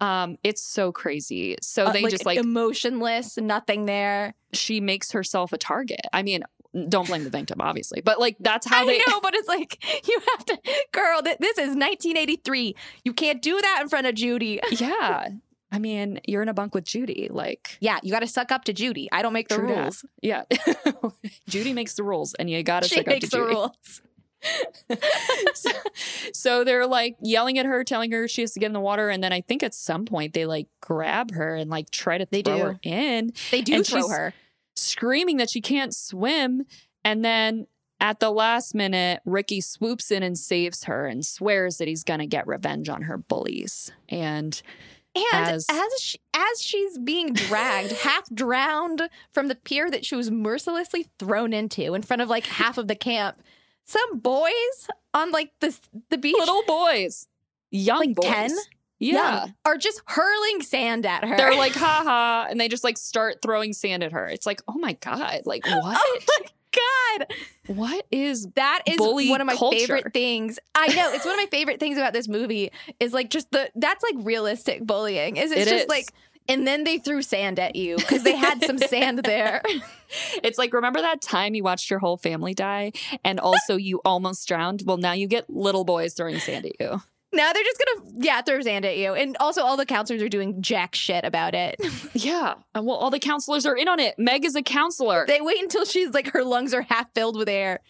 Speaker 3: Um, it's so crazy. So
Speaker 2: Uh,
Speaker 3: oh, they just like
Speaker 2: emotionless, nothing there.
Speaker 3: she makes herself a target. I mean, don't blame the victim, obviously, but like that's how
Speaker 2: I
Speaker 3: they.
Speaker 2: know, but it's like *laughs* you have to, girl. Th- this is 1983. You can't do that in front of Judy.
Speaker 3: *laughs* Yeah, I mean, you're in a bunk with Judy. Like,
Speaker 2: Yeah, you got to suck up to Judy. I don't make the
Speaker 3: True dat.
Speaker 2: rules.
Speaker 3: yeah, *laughs* Judy makes the rules, and you gotta
Speaker 2: She
Speaker 3: stick up to
Speaker 2: makes the
Speaker 3: Judy.
Speaker 2: rules.
Speaker 3: *laughs* so, so they're like yelling at her, telling her she has to get in the water. And then I think at some point they like grab her and like try to
Speaker 2: They
Speaker 3: throw
Speaker 2: do.
Speaker 3: her in,
Speaker 2: They do
Speaker 3: And
Speaker 2: throw
Speaker 3: she's-
Speaker 2: her.
Speaker 3: screaming that she can't swim. And then at the last minute, Ricky swoops in and saves her and swears that he's going to get revenge on her bullies. And
Speaker 2: And as
Speaker 3: as-
Speaker 2: she, as she's being dragged,
Speaker 3: *laughs*
Speaker 2: half drowned from the pier that she was mercilessly thrown into in front of like half of the camp, some boys on like the the beach
Speaker 3: little boys, young
Speaker 2: Like
Speaker 3: boys.
Speaker 2: 10?
Speaker 3: Yeah.
Speaker 2: young, are just hurling sand at her. *laughs*
Speaker 3: They're like, haha. And they just like start throwing sand at her. It's like, oh my God. Like,
Speaker 2: *gasps* oh
Speaker 3: what?
Speaker 2: my god,
Speaker 3: what is
Speaker 2: that is
Speaker 3: Bully
Speaker 2: one of my
Speaker 3: culture.
Speaker 2: favorite things. I know it's one of my favorite things about this movie is like just the that's like realistic bullying. Is it's
Speaker 3: It
Speaker 2: just
Speaker 3: is.
Speaker 2: like. And then they threw sand at you because they had
Speaker 3: *laughs*
Speaker 2: some sand there. *laughs*
Speaker 3: It's like, remember that time you watched your whole family die *laughs* and also you almost drowned? Well, now you get little boys throwing sand at you.
Speaker 2: Now they're just gonna yeah throw sand at you, and also all the counselors are doing jack shit about
Speaker 3: *laughs*
Speaker 2: it.
Speaker 3: Yeah. And well, all the counselors are in on it. Meg is a counselor.
Speaker 2: they wait until she's like her lungs are half filled with air.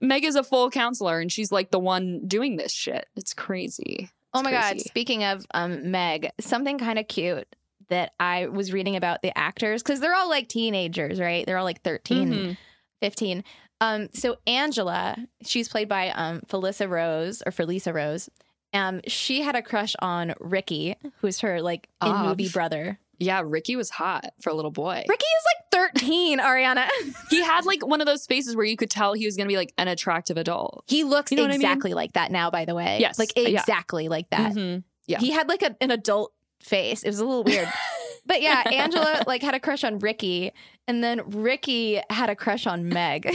Speaker 3: Meg is a full counselor and she's like the one doing this shit. It's crazy.
Speaker 2: Oh
Speaker 3: It's
Speaker 2: my god!
Speaker 3: crazy.
Speaker 2: Speaking of um, Meg, something kind of cute that I was reading about the actors because they're all like teenagers, right? They're all like 13,
Speaker 3: Mhm.
Speaker 2: 15. Um, so Angela, she's played by um, Felissa Rose or Felisa Rose. Um, she had a crush on Ricky, who's her like in
Speaker 3: Ah,
Speaker 2: movie
Speaker 3: f-
Speaker 2: brother.
Speaker 3: Yeah, Ricky was hot for a little boy.
Speaker 2: Ricky is like 13, Ariana. *laughs*
Speaker 3: He had like one of those faces where you could tell he was going to be like an attractive adult.
Speaker 2: he looks
Speaker 3: You know what I mean?
Speaker 2: exactly like that now, by the way.
Speaker 3: Yes.
Speaker 2: Like
Speaker 3: Yeah.
Speaker 2: exactly like that.
Speaker 3: Mhm. Yeah.
Speaker 2: He had like a, an adult face. It was a little *laughs* weird. but yeah, Angela like had a crush on Ricky and then Ricky had a crush on Meg.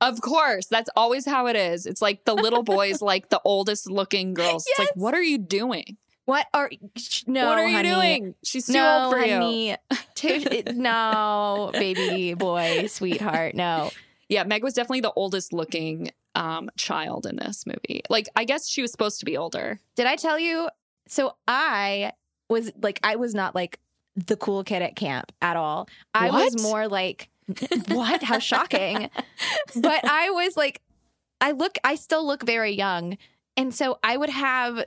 Speaker 3: Of course, that's always how it is. It's like the little *laughs* boys like the oldest looking girls. It's like,
Speaker 2: Yes.
Speaker 3: what are you doing?
Speaker 2: *laughs* what are sh- no
Speaker 3: what are you
Speaker 2: honey.
Speaker 3: doing? She's too
Speaker 2: no,
Speaker 3: old for
Speaker 2: *laughs*
Speaker 3: you.
Speaker 2: honey. Too- it- no, baby boy, sweetheart. No.
Speaker 3: Yeah, Meg was definitely the oldest looking um, child in this movie. Like, I guess she was supposed to be older.
Speaker 2: Did I tell you? So I was like, I was not like the cool kid at camp at all. I
Speaker 3: What?
Speaker 2: was more
Speaker 3: *laughs*
Speaker 2: like, what? How shocking. but I was like, I look, I still look very young. And so I would have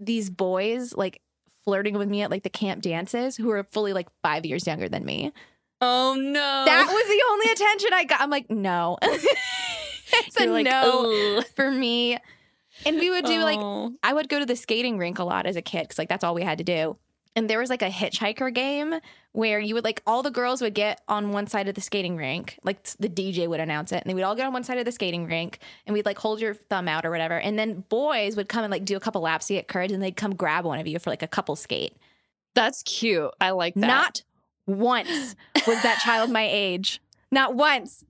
Speaker 2: these boys like flirting with me at like the camp dances who were fully like five years younger than me.
Speaker 3: Oh no, *laughs*
Speaker 2: That was the only attention I got. I'm like, no. *laughs* it's a
Speaker 3: You're like,
Speaker 2: no
Speaker 3: "Ugh."
Speaker 2: for me. And we would do like
Speaker 3: Oh.
Speaker 2: I would go to the skating rink a lot as a kid because like that's all we had to do. And there was like a hitchhiker game where you would like all the girls would get on one side of the skating rink, like t- the DJ would announce it, and they would all get on one side of the skating rink, and we'd like hold your thumb out or whatever, and then boys would come and like do a couple laps, to get courage, and they'd come grab one of you for like a couple skate.
Speaker 3: that's cute. I like that.
Speaker 2: Not once was that child my age. Not once.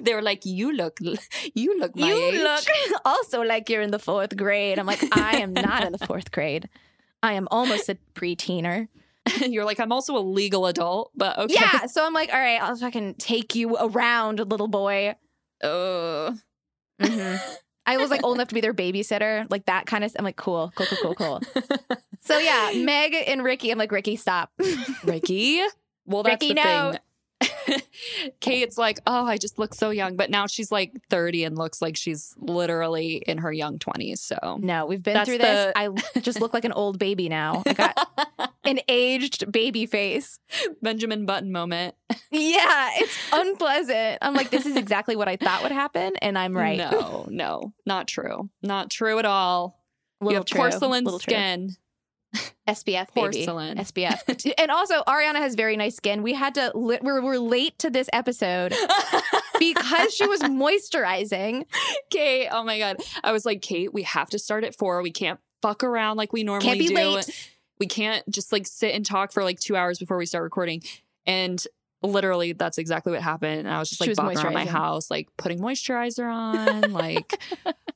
Speaker 3: they were like, you look, *laughs* you look my
Speaker 2: you
Speaker 3: age.
Speaker 2: look *laughs* also like you're in the fourth grade. I'm like, I am not in the fourth grade. I am almost a preteener.
Speaker 3: *laughs* You're like, I'm also a legal adult, but okay.
Speaker 2: Yeah. So I'm like, all right, I'll fucking take you around, little boy.
Speaker 3: Ugh. Mm-hmm.
Speaker 2: *laughs* I was like old enough to be their babysitter, like that kind of. I'm like, cool, cool, cool, cool, cool.
Speaker 3: *laughs*
Speaker 2: so yeah, Meg and Ricky. I'm like, Ricky, stop.
Speaker 3: Ricky. Well, that's
Speaker 2: Ricky,
Speaker 3: the
Speaker 2: no.
Speaker 3: thing. *laughs* Kate's like, oh, I just look so young, but now she's like 30 and looks like she's literally in her young 20s. So
Speaker 2: No, we've been
Speaker 3: That's
Speaker 2: through this.
Speaker 3: the-
Speaker 2: I just look like an old baby now. I got
Speaker 3: *laughs*
Speaker 2: an aged baby face.
Speaker 3: Benjamin Button moment.
Speaker 2: Yeah,
Speaker 3: *laughs*
Speaker 2: it's unpleasant. I'm like, this is exactly what I thought would happen, and I'm right.
Speaker 3: No, no, not true. Not true at all. you have porcelain skin. *laughs*
Speaker 2: SBF baby.
Speaker 3: Porcelain. *laughs*
Speaker 2: SBF. and also, Ariana has very nice skin. We had to li- we're, we're late to this episode because she
Speaker 3: *laughs*
Speaker 2: was moisturizing.
Speaker 3: Kate, oh my God. I was like, Kate, we have to start at four. We can't fuck around like we normally
Speaker 2: Can't be
Speaker 3: do.
Speaker 2: late.
Speaker 3: We can't just like sit and talk for like two hours before we start recording. And literally, that's exactly what happened. And I was just
Speaker 2: She
Speaker 3: like
Speaker 2: was
Speaker 3: walking around my
Speaker 2: moisturizing.
Speaker 3: house, like putting
Speaker 2: *laughs*
Speaker 3: moisturizer on, like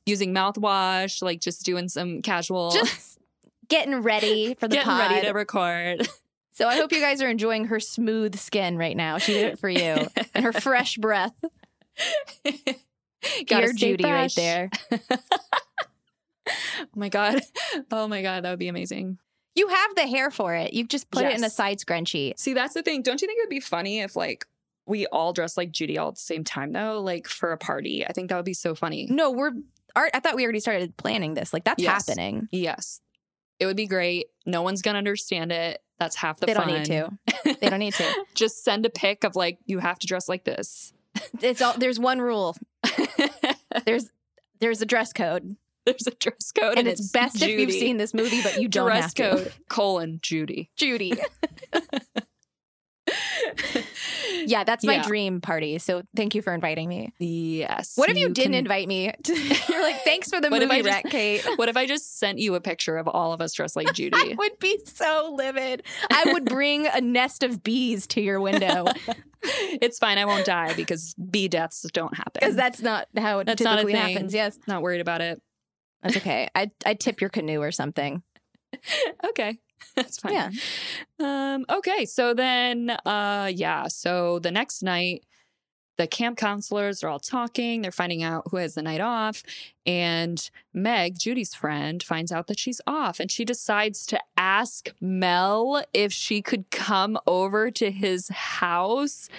Speaker 3: using mouthwash, like just doing some casual
Speaker 2: Just getting ready for the
Speaker 3: getting
Speaker 2: pod.
Speaker 3: ready to record. *laughs*
Speaker 2: so I hope you guys are enjoying her smooth skin right now. She did it for you. And her fresh breath.
Speaker 3: *laughs* Gotta
Speaker 2: Dear
Speaker 3: stay
Speaker 2: Judy right
Speaker 3: fresh.
Speaker 2: there.
Speaker 3: Oh my God. Oh my God. That would be amazing.
Speaker 2: You have the hair for it. You've just put it in a
Speaker 3: Yes.
Speaker 2: side scrunchie.
Speaker 3: See, that's the thing. Don't you think it would be funny if like we all dressed like Judy all at the same time though, like for a party? I think that would be so funny.
Speaker 2: No, we're art. I thought we already started planning this. Like that's
Speaker 3: Yes.
Speaker 2: happening.
Speaker 3: Yes. It would be great. No one's gonna understand it. That's half the
Speaker 2: they
Speaker 3: fun.
Speaker 2: don't need to. They don't need
Speaker 3: *laughs*
Speaker 2: to.
Speaker 3: Just send a pic of like you have to dress like this. *laughs*
Speaker 2: It's all there's one rule.
Speaker 3: There's
Speaker 2: There's there's a dress code.
Speaker 3: a dress code,
Speaker 2: And, it's, best if you've
Speaker 3: Judy.
Speaker 2: seen this movie, but
Speaker 3: *laughs*
Speaker 2: you don't
Speaker 3: dress
Speaker 2: have *laughs* to.
Speaker 3: code colon Judy.
Speaker 2: Judy. *laughs* yeah, that's my
Speaker 3: Yeah.
Speaker 2: dream party. So thank you for inviting me.
Speaker 3: Yes.
Speaker 2: What if you, didn't
Speaker 3: can-
Speaker 2: invite me? *laughs* You're like, thanks for the
Speaker 3: What if
Speaker 2: movie,
Speaker 3: I just-
Speaker 2: Rat Kate.
Speaker 3: What if I just sent you a picture of all of us
Speaker 2: *laughs*
Speaker 3: dressed like
Speaker 2: I
Speaker 3: *laughs* Judy?
Speaker 2: would be so livid. I
Speaker 3: *laughs*
Speaker 2: would bring a nest of bees to your window
Speaker 3: it's fine. I won't die because bee deaths don't happen.
Speaker 2: because that's not how it
Speaker 3: That's not a
Speaker 2: typically
Speaker 3: thing.
Speaker 2: happens. Yes,
Speaker 3: Not worried about it.
Speaker 2: that's okay. I I tip your canoe or something.
Speaker 3: Okay. *laughs* That's fine.
Speaker 2: Yeah,
Speaker 3: Um, okay. So then uh yeah, so the next night the camp counselors are all talking. They're finding out who has the night off. And Meg, Judy's friend, finds out that she's off and she decides to ask Mel if she could come over to his house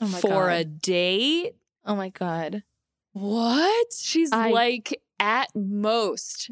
Speaker 2: Oh my
Speaker 3: for
Speaker 2: God.
Speaker 3: a date.
Speaker 2: Oh my god,
Speaker 3: What? She's
Speaker 2: I-
Speaker 3: like at most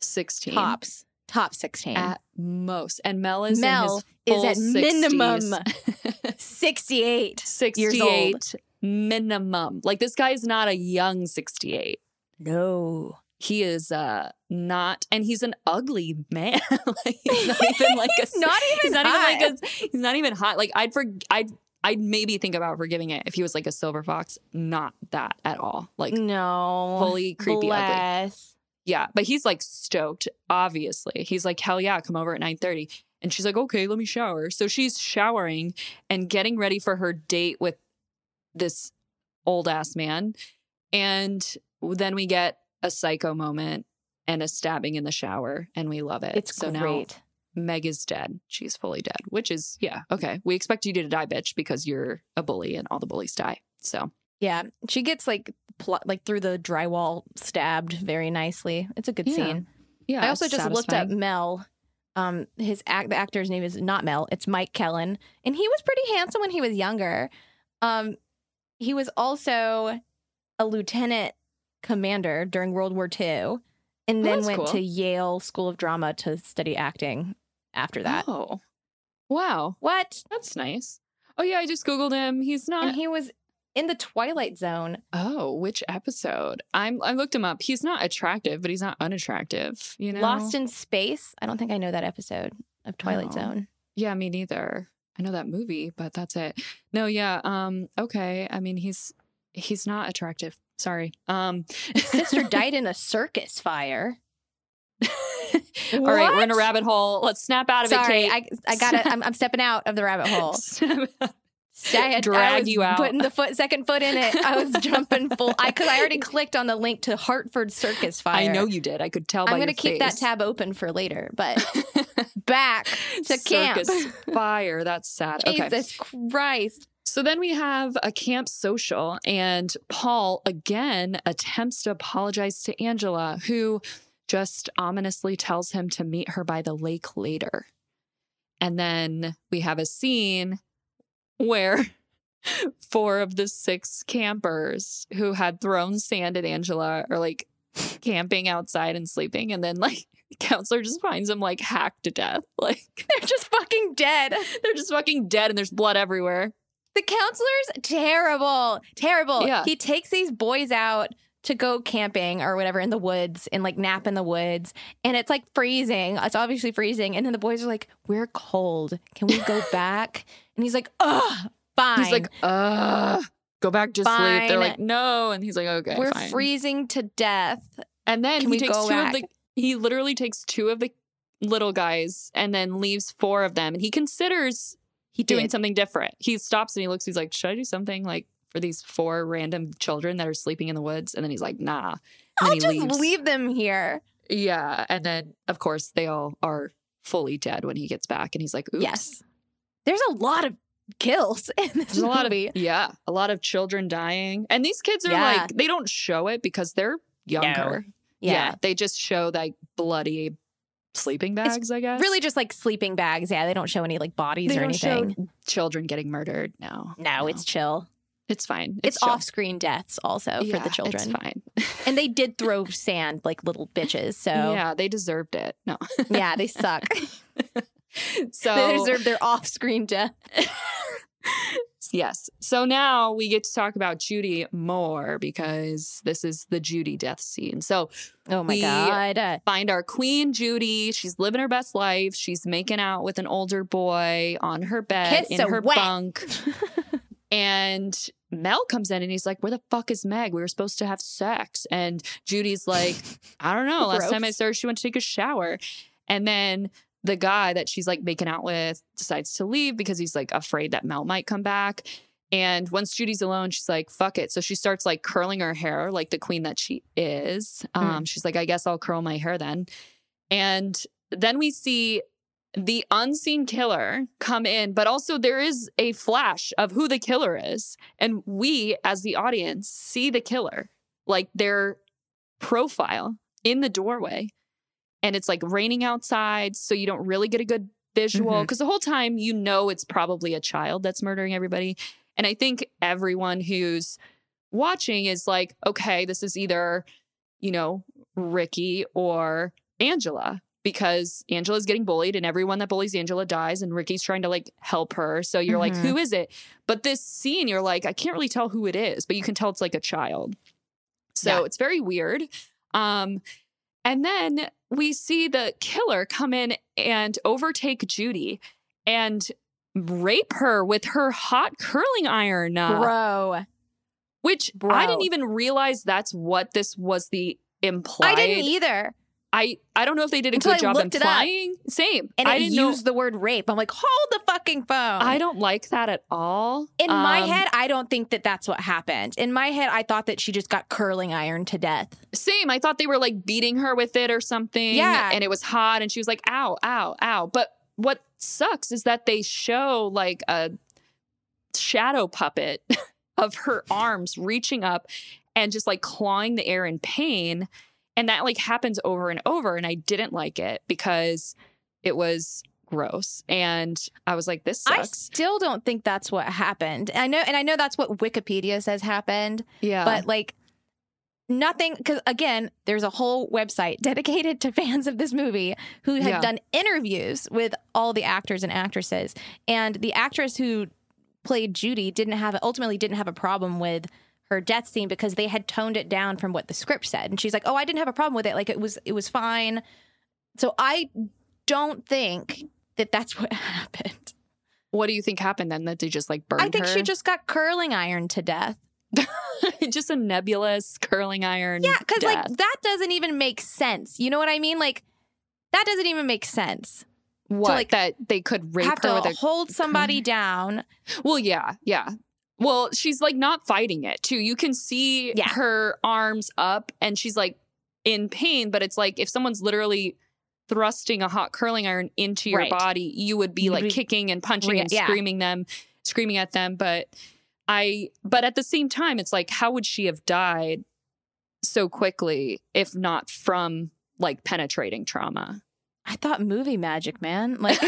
Speaker 3: 16.
Speaker 2: tops top 16.
Speaker 3: at most. And Mel is
Speaker 2: Mel
Speaker 3: in
Speaker 2: is
Speaker 3: his
Speaker 2: at
Speaker 3: full
Speaker 2: minimum
Speaker 3: 60s.
Speaker 2: 68.
Speaker 3: *laughs* 68
Speaker 2: years old.
Speaker 3: minimum. Like this guy is not a young 68.
Speaker 2: No.
Speaker 3: He is uh not and he's an ugly man. *laughs* like
Speaker 2: *laughs*
Speaker 3: he's not even like a
Speaker 2: Not even
Speaker 3: *laughs* he's not
Speaker 2: hot.
Speaker 3: even like a, he's not even hot. Like I'd for I'd I'd maybe think about forgiving it if he was like a silver fox, not that at all. Like
Speaker 2: Mm, no.
Speaker 3: fully creepy ugly.
Speaker 2: Bless.
Speaker 3: Yeah, but he's like stoked. Obviously, he's like, "Hell yeah, come over at 9.30. And she's like, "Okay, let me shower." So she's showering and getting ready for her date with this old ass man. And then we get a psycho moment and a stabbing in the shower, and we love it.
Speaker 2: It's
Speaker 3: so now
Speaker 2: great.
Speaker 3: Meg is dead. She's fully dead, which is yeah okay. We expect you to die, bitch, because you're a bully and all the bullies die. So
Speaker 2: Yeah. She gets like pl- like through the drywall stabbed very nicely. It's a good
Speaker 3: Yeah.
Speaker 2: scene.
Speaker 3: yeah,
Speaker 2: I also
Speaker 3: it's
Speaker 2: just looked up
Speaker 3: satisfying.
Speaker 2: Mel. Um, his act, the actor's name is not Mel. It's Mike Kellen, and he was pretty handsome when he was younger. Um, he was also a lieutenant commander during World War II, and then
Speaker 3: Oh, that's
Speaker 2: went
Speaker 3: cool.
Speaker 2: to Yale School of Drama to study acting. After
Speaker 3: *gasps*
Speaker 2: that,
Speaker 3: Oh, wow.
Speaker 2: what?
Speaker 3: That's nice. Oh yeah, I just googled him. He's not.
Speaker 2: And he was in the Twilight Zone.
Speaker 3: oh, which episode? I'm. I looked him up. He's not attractive, but he's not unattractive. You know.
Speaker 2: Lost in Space. I don't think I know that episode of Twilight
Speaker 3: Oh. *laughs*
Speaker 2: Zone.
Speaker 3: Yeah, me neither. I know that movie, but that's it. No, yeah. Um. Okay. I mean, he's he's not attractive. Sorry. Um. *laughs*
Speaker 2: Sister died in a circus fire.
Speaker 3: All right, we're in a
Speaker 2: What?
Speaker 3: rabbit hole. Let's snap out of
Speaker 2: Sorry,
Speaker 3: it, Kate.
Speaker 2: I I *laughs* gotta. I'm, I'm stepping out of the rabbit
Speaker 3: *laughs*
Speaker 2: hole. *laughs* I had I
Speaker 3: Drag
Speaker 2: was
Speaker 3: you out.
Speaker 2: Putting the foot second foot in it. I was jumping full. I because I *laughs* already clicked on the link to Hartford Circus
Speaker 3: I
Speaker 2: Fire.
Speaker 3: know you did. I could tell.
Speaker 2: I'm
Speaker 3: by
Speaker 2: gonna
Speaker 3: your
Speaker 2: keep that
Speaker 3: face. *laughs*
Speaker 2: tab open for later. But *laughs* back to camp.
Speaker 3: Circus fire. That's sad. Okay.
Speaker 2: *laughs* Jesus Christ. *laughs*
Speaker 3: So then we have a camp social, and Paul again attempts to apologize to Angela, who just ominously tells him to meet her by the lake later. And then we have a scene where *laughs* four of the six campers who had thrown sand at Angela are like camping outside and sleeping. And then, like, *laughs* the counselor just finds them like hacked to death. *laughs* Like,
Speaker 2: They're just fucking dead.
Speaker 3: they're just fucking dead and there's blood everywhere.
Speaker 2: The counselor's terrible. Terrible.
Speaker 3: Yeah.
Speaker 2: He takes these boys out to go camping or whatever in the woods and like nap in the woods. And it's like freezing. It's obviously freezing. And then the boys are like, We're cold. Can we
Speaker 3: *laughs*
Speaker 2: go back? And he's like, Ugh, fine.
Speaker 3: He's like, uh, go back to sleep.
Speaker 2: Fine.
Speaker 3: They're like, no. And he's like, okay,
Speaker 2: We're
Speaker 3: fine.
Speaker 2: freezing to death.
Speaker 3: And then
Speaker 2: Can
Speaker 3: he
Speaker 2: we
Speaker 3: takes
Speaker 2: go
Speaker 3: two
Speaker 2: back?
Speaker 3: of the, he literally takes two of the little guys and then leaves four of them. And he considers
Speaker 2: He
Speaker 3: doing
Speaker 2: did.
Speaker 3: something different. He stops and he looks, he's like, should I do something like for these four random children that are sleeping in the woods? And then he's like, nah. And
Speaker 2: I'll
Speaker 3: then he
Speaker 2: just
Speaker 3: leaves.
Speaker 2: leave them here.
Speaker 3: Yeah. And then, of course, they all are fully dead when he gets back. And he's like, oops.
Speaker 2: Yes. There's a lot of kills *laughs* in this
Speaker 3: There's a lot of
Speaker 2: movie.
Speaker 3: *laughs* yeah, a lot of children dying, and these kids are
Speaker 2: Yeah.
Speaker 3: like they don't show it because they're younger.
Speaker 2: yeah.
Speaker 3: they just show like bloody sleeping bags. I guess
Speaker 2: Really just like sleeping bags. Yeah, they don't show any like bodies
Speaker 3: They
Speaker 2: or
Speaker 3: don't show
Speaker 2: anything.
Speaker 3: children getting murdered. No,
Speaker 2: no, it's chill.
Speaker 3: it's fine.
Speaker 2: It's,
Speaker 3: chill.
Speaker 2: off-screen deaths also
Speaker 3: Yeah,
Speaker 2: for the children.
Speaker 3: It's fine.
Speaker 2: And they did throw sand like little bitches. So *laughs* yeah,
Speaker 3: Yeah, they deserved it.
Speaker 2: *laughs*
Speaker 3: No,
Speaker 2: they suck. *laughs*
Speaker 3: so
Speaker 2: they deserve their off-screen death.
Speaker 3: Yes. So now we get to talk about Judy more because this is the Judy death scene. So
Speaker 2: Oh my
Speaker 3: We-
Speaker 2: god. Uh,
Speaker 3: find our queen Judy. She's living her best life. She's making out with an older boy on her bed
Speaker 2: Kiss
Speaker 3: in
Speaker 2: a
Speaker 3: her
Speaker 2: wet.
Speaker 3: bunk. and Mel comes in and he's like, "Where the fuck is Meg? We were supposed to have sex." And Judy's like, "I don't know. Last time I
Speaker 2: Gross.
Speaker 3: saw her, she went to take a shower." And then the guy that she's like making out with decides to leave because he's like afraid that Mel might come back. And once Judy's alone, she's like, fuck it. So she starts like curling her hair like the queen that she is. Um, She's like, I guess I'll curl my hair then. And then we see the unseen killer come in, but also there is a flash of who the killer is. And we, as the audience, see the killer, like their profile in the doorway. And it's like raining outside. So you don't really get a good visual
Speaker 2: Mhm.
Speaker 3: because the whole time you know it's probably a child that's murdering everybody. And I think everyone who's watching is like, okay, this is either, you know, Ricky or Angela. because Angela's getting bullied and everyone that bullies Angela dies and Ricky's trying to like help her. So you're like,
Speaker 2: Mhm.
Speaker 3: who is it? But this scene, you're like, I can't really tell who it is, but you can tell it's like a child. So
Speaker 2: Yeah.
Speaker 3: it's very weird. Um, and then we see the killer come in and overtake Judy and rape her with her hot curling iron. uh,
Speaker 2: Bro.
Speaker 3: which I
Speaker 2: Bro.
Speaker 3: didn't even realize that's what this was the implied.
Speaker 2: I didn't either.
Speaker 3: I, I don't know if they did a
Speaker 2: Until
Speaker 3: good
Speaker 2: I
Speaker 3: job
Speaker 2: looked it up.
Speaker 3: implying. Same.
Speaker 2: And
Speaker 3: I
Speaker 2: it
Speaker 3: didn't
Speaker 2: used the word rape. I'm like, hold the fucking phone.
Speaker 3: know. I don't like that at all.
Speaker 2: In my
Speaker 3: Um,
Speaker 2: head, I don't think that that's what happened. In my head, I thought that she just got curling iron to death.
Speaker 3: same. I thought they were like beating her with it or something.
Speaker 2: Yeah.
Speaker 3: And it was hot and she was like, ow, ow, ow. But what sucks is that they show like a shadow puppet *laughs* of her arms reaching up and just like clawing the air in pain. And that like happens over and over. And I didn't like it because it was gross. And I was like, this
Speaker 2: I
Speaker 3: sucks.
Speaker 2: still don't think that's what happened. I know, and I know that's what Wikipedia says happened,
Speaker 3: yeah.
Speaker 2: but like nothing. Because again, there's a whole website *laughs* dedicated to fans of this movie who have
Speaker 3: Yeah.
Speaker 2: done interviews with all the actors and actresses, and the actress who played Judy didn't have ultimately didn't have a problem with her death scene because they had toned it down from what the script said, and she's like, "Oh, I didn't have a problem with it. Like it was it was fine." So I don't think that that's *laughs* what happened.
Speaker 3: what do you think happened then that they just like burned
Speaker 2: I think
Speaker 3: her?
Speaker 2: she just got curling iron to death.
Speaker 3: *laughs* just a nebulous curling iron.
Speaker 2: Yeah, because
Speaker 3: death.
Speaker 2: like that doesn't even make sense. You know what I mean? Like that doesn't even make sense.
Speaker 3: what
Speaker 2: like,
Speaker 3: that they could rape
Speaker 2: Have
Speaker 3: her
Speaker 2: to
Speaker 3: with a
Speaker 2: hold somebody down.
Speaker 3: well yeah yeah well she's like not fighting it too you can see
Speaker 2: Yeah.
Speaker 3: her arms up and she's like in pain but it's like if someone's literally thrusting a hot curling iron into your
Speaker 2: Right.
Speaker 3: body you would be
Speaker 2: You'd
Speaker 3: like
Speaker 2: be-
Speaker 3: kicking and punching
Speaker 2: Rea-
Speaker 3: and
Speaker 2: yeah.
Speaker 3: screaming them screaming at them but i but at the same time it's like how would she have died so quickly if not from like penetrating trauma
Speaker 2: I thought movie magic,
Speaker 3: *laughs*
Speaker 2: man. Like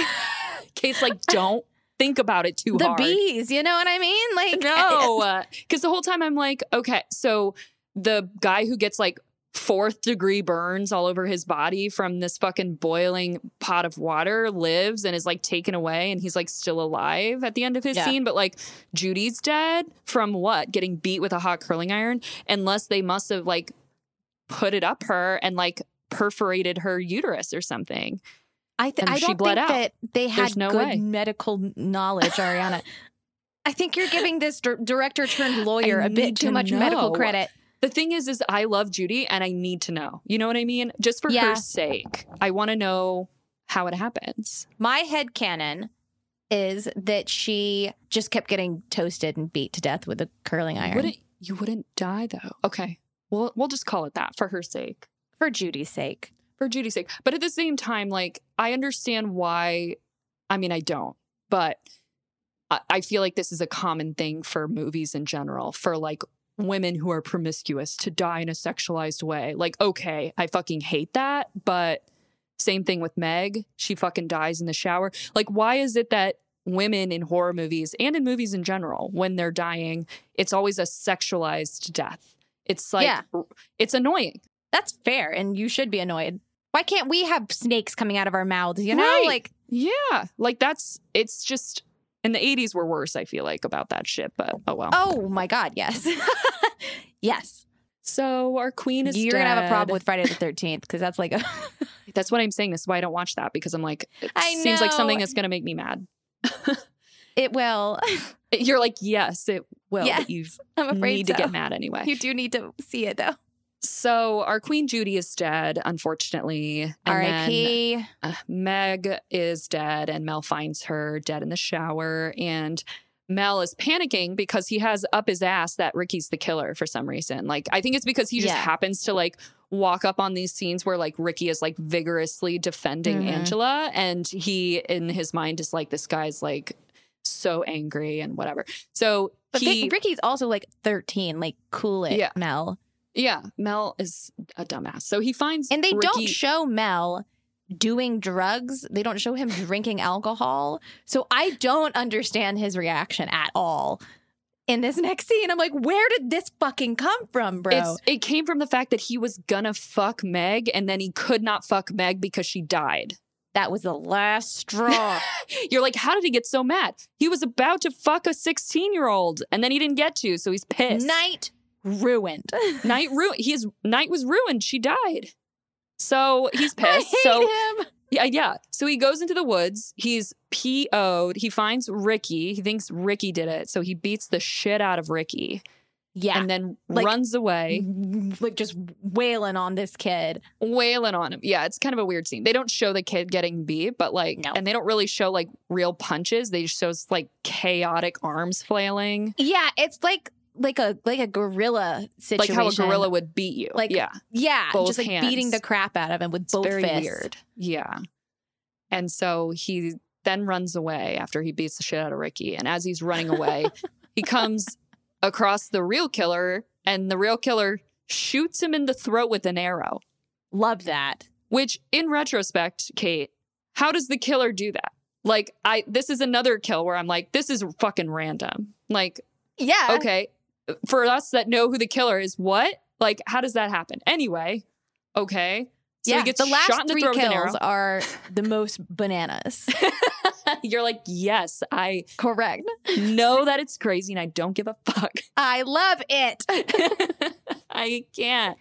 Speaker 3: Kate's like,
Speaker 2: *laughs*
Speaker 3: don't think about it too
Speaker 2: the
Speaker 3: hard.
Speaker 2: bees. You know what I mean? Like *laughs*
Speaker 3: No, because the whole time I'm like, okay, so the guy who gets like fourth degree burns all over his body from this fucking boiling pot of water lives and is like taken away and he's like still alive at the end of his
Speaker 2: Yeah.
Speaker 3: scene but like Judy's dead from what getting beat with a hot curling iron unless they must have like put it up her and like perforated her uterus or something
Speaker 2: I, th-
Speaker 3: And
Speaker 2: I
Speaker 3: she
Speaker 2: don't
Speaker 3: bled
Speaker 2: think
Speaker 3: out.
Speaker 2: that they
Speaker 3: There's
Speaker 2: had
Speaker 3: no
Speaker 2: good
Speaker 3: way.
Speaker 2: medical knowledge,
Speaker 3: *laughs*
Speaker 2: Ariana. I think you're giving this dir- director turned lawyer a
Speaker 3: need
Speaker 2: bit
Speaker 3: to
Speaker 2: too much medical
Speaker 3: know.
Speaker 2: credit.
Speaker 3: The thing is, is I love Judy and I need to know. You know what I mean? Just for
Speaker 2: Yeah.
Speaker 3: her sake. I want to know how it happens.
Speaker 2: My head canon is that she just kept getting toasted and beat to death with a curling
Speaker 3: You
Speaker 2: iron
Speaker 3: wouldn't you wouldn't die though. Okay. We'll we'll just call it that for her sake.
Speaker 2: for Judy's sake.
Speaker 3: For Judy's sake. But at the same time, like I understand why I mean I don't, but I, I feel like this is a common thing for movies in general, for like women who are promiscuous to die in a sexualized way. Like, okay, I fucking hate that, but Same thing with Meg. She fucking dies in the shower. Like, why is it that women in horror movies and in movies in general, when they're dying, it's always a sexualized death? It's like,
Speaker 2: Yeah.
Speaker 3: it's annoying.
Speaker 2: That's fair, and you should be annoyed. Why can't we have snakes coming out of our mouths? You know,
Speaker 3: Right.
Speaker 2: like
Speaker 3: Yeah. Like, that's, it's just, and the 80s were worse, I feel like, about that shit, but oh well.
Speaker 2: oh my god, yes, *laughs* yes.
Speaker 3: So, our queen is
Speaker 2: You're gonna have a problem
Speaker 3: dead.
Speaker 2: with Friday the Thirteenth because that's like, a,
Speaker 3: That's what I'm saying. This is why I don't watch that because I'm like, *laughs* it
Speaker 2: I
Speaker 3: seems like
Speaker 2: know.
Speaker 3: something that's going to make me mad.
Speaker 2: it will. *laughs*
Speaker 3: You're like, yes, it will. But you
Speaker 2: I'm afraid
Speaker 3: need
Speaker 2: so.
Speaker 3: to get mad anyway.
Speaker 2: You do need to see it though.
Speaker 3: So our Queen Judy is dead, unfortunately. And then,
Speaker 2: R.I.P.
Speaker 3: uh, Meg is dead, and Mel finds her dead in the shower. And Mel is panicking because he has up his ass that Ricky's the killer for some reason. Like I think it's because he just
Speaker 2: Yeah.
Speaker 3: happens to like walk up on these scenes where like Ricky is like vigorously defending
Speaker 2: Mhm.
Speaker 3: Angela, and he in his mind is like, this guy's like so angry and whatever. So
Speaker 2: But
Speaker 3: he,
Speaker 2: Vic- Ricky's also like 13. Like, cool it,
Speaker 3: Yeah.
Speaker 2: Mel.
Speaker 3: yeah, Mel is a dumbass. So he finds
Speaker 2: And they
Speaker 3: Ricky-
Speaker 2: don't show Mel doing drugs. They don't show him drinking alcohol. So I don't understand his reaction at all. in this *laughs* next scene. I'm like, where did this fucking come from, bro?
Speaker 3: It's, it came from the fact that he was gonna fuck Meg and then he could not fuck Meg because she died.
Speaker 2: that was the last
Speaker 3: *laughs*
Speaker 2: straw.
Speaker 3: You're like, how did he get so mad? He was about to fuck a 16 year old and then he didn't get to, so he's pissed.
Speaker 2: Night ruined. *laughs*
Speaker 3: night ru- his night was ruined. She died. So he's pissed.
Speaker 2: *laughs*
Speaker 3: so
Speaker 2: I hate him.
Speaker 3: yeah, yeah. So he goes into the woods. He's PO'd. He finds Ricky. He thinks Ricky did it. So he beats the shit out of Ricky
Speaker 2: Yeah.
Speaker 3: and then
Speaker 2: Like-
Speaker 3: runs away,
Speaker 2: like just wailing on this kid.
Speaker 3: wailing on him. Yeah, it's kind of a weird scene. They don't show the kid getting beat, but like
Speaker 2: No.
Speaker 3: and they don't really show like real punches. They just shows like chaotic arms flailing.
Speaker 2: Yeah, it's like like a like a gorilla
Speaker 3: Like
Speaker 2: situation.
Speaker 3: how a gorilla would beat you.
Speaker 2: Like,
Speaker 3: yeah.
Speaker 2: Yeah,
Speaker 3: both
Speaker 2: just like
Speaker 3: hands.
Speaker 2: beating the crap out of him with
Speaker 3: It's
Speaker 2: both
Speaker 3: very
Speaker 2: fists.
Speaker 3: weird. Yeah. And so he then runs away after he beats the shit out of Ricky. And as he's
Speaker 2: *laughs*
Speaker 3: running away, he comes across the real killer, and the real killer shoots him in the throat with an arrow,
Speaker 2: Love that.
Speaker 3: which in retrospect, Kate, how does the killer do that? Like, I this is another kill where I'm like, this is fucking random. Like,
Speaker 2: Yeah.
Speaker 3: okay, for us that know who the killer is, what? Like, how does that happen? Anyway, okay. So
Speaker 2: yeah,
Speaker 3: he gets
Speaker 2: the last
Speaker 3: shot in the
Speaker 2: three
Speaker 3: throat with an arrow.
Speaker 2: kills are the most
Speaker 3: *laughs*
Speaker 2: bananas.
Speaker 3: You're like, yes, I
Speaker 2: Correct.
Speaker 3: know that it's crazy and I don't give a fuck. *laughs*
Speaker 2: I love it.
Speaker 3: I can't.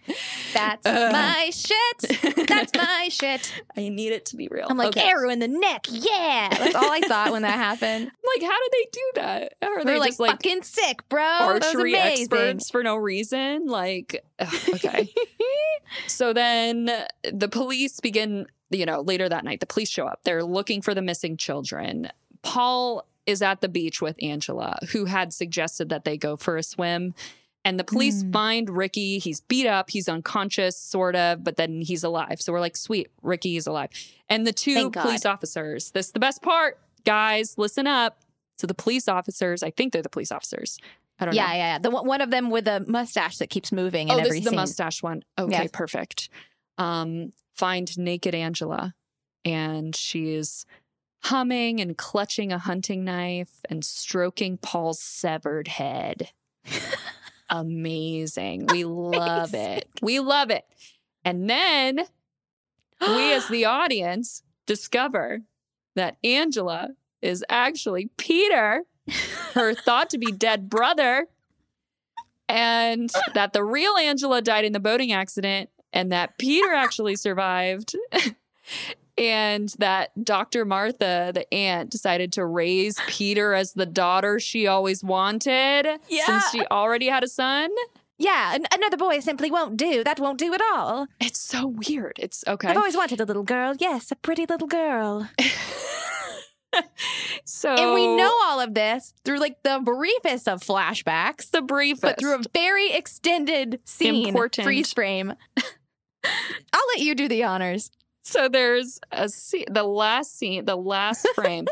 Speaker 2: That's
Speaker 3: Ugh.
Speaker 2: my shit. That's my shit.
Speaker 3: *laughs* I need it to be real.
Speaker 2: I'm like
Speaker 3: Okay.
Speaker 2: arrow in the neck. Yeah, that's all I thought when
Speaker 3: *laughs*
Speaker 2: that happened.
Speaker 3: like, how do they do that? Are
Speaker 2: We
Speaker 3: they
Speaker 2: We're like,
Speaker 3: just like
Speaker 2: fucking sick, bro. That was
Speaker 3: archery
Speaker 2: Oh, amazing.
Speaker 3: experts for no reason? Like, ugh, okay.
Speaker 2: *laughs*
Speaker 3: So then the police begin, you know, later that night, the police show up. They're looking for the missing children. Paul is at the beach with Angela, who had suggested that they go for a swim. And the police
Speaker 2: Mm.
Speaker 3: find Ricky. He's beat up. He's unconscious, sort of, but then he's alive. So we're like, sweet, Ricky is alive. And the two
Speaker 2: Thank God.
Speaker 3: police officers, this is the best part, guys, listen up. So the police officers, I think they're the police officers. I don't know.
Speaker 2: yeah, yeah, yeah. The one one of them with a mustache that keeps moving in
Speaker 3: Oh, this
Speaker 2: every
Speaker 3: is the
Speaker 2: scene.
Speaker 3: mustache one. Okay,
Speaker 2: Yeah.
Speaker 3: perfect. Um, find naked Angela, and she is humming and clutching a hunting knife and stroking Paul's severed head. *laughs* Amazing. *laughs* We love it. We love it. And then we, as the audience, discover that Angela is actually Peter,
Speaker 2: *laughs*
Speaker 3: her thought to be dead brother, and that the real Angela died in the boating accident, and that Peter actually survived. *laughs* And that Dr. Martha, the aunt, decided to raise Peter as the daughter she always wanted
Speaker 2: *gasps* Yeah.
Speaker 3: since she already had a son.
Speaker 2: yeah, an- another boy simply won't do. That won't do at all.
Speaker 3: It's so weird. It's okay.
Speaker 2: I've always wanted a little girl. Yes, a pretty little girl.
Speaker 3: so
Speaker 2: And we know all of this through like the briefest of flashbacks,
Speaker 3: the brief,
Speaker 2: but through a very extended scene,
Speaker 3: Important.
Speaker 2: freeze
Speaker 3: *laughs*
Speaker 2: frame. I'll let you do the honors.
Speaker 3: So there's a scene, the last scene,
Speaker 2: *laughs*
Speaker 3: the last frame,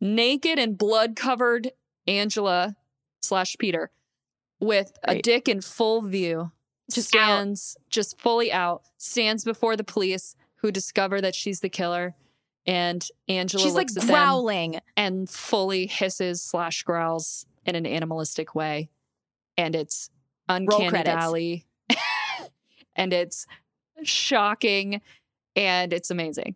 Speaker 3: naked and blood covered Angela slash Peter with a
Speaker 2: Great.
Speaker 3: dick in full view,
Speaker 2: Just
Speaker 3: stands just fully out, stands before the police who discover that she's the killer. And Angela
Speaker 2: She's like
Speaker 3: looks at them
Speaker 2: growling.
Speaker 3: and fully hisses slash growls in an animalistic way. And it's uncanny
Speaker 2: credits.
Speaker 3: alley. *laughs* and it's shocking and it's amazing.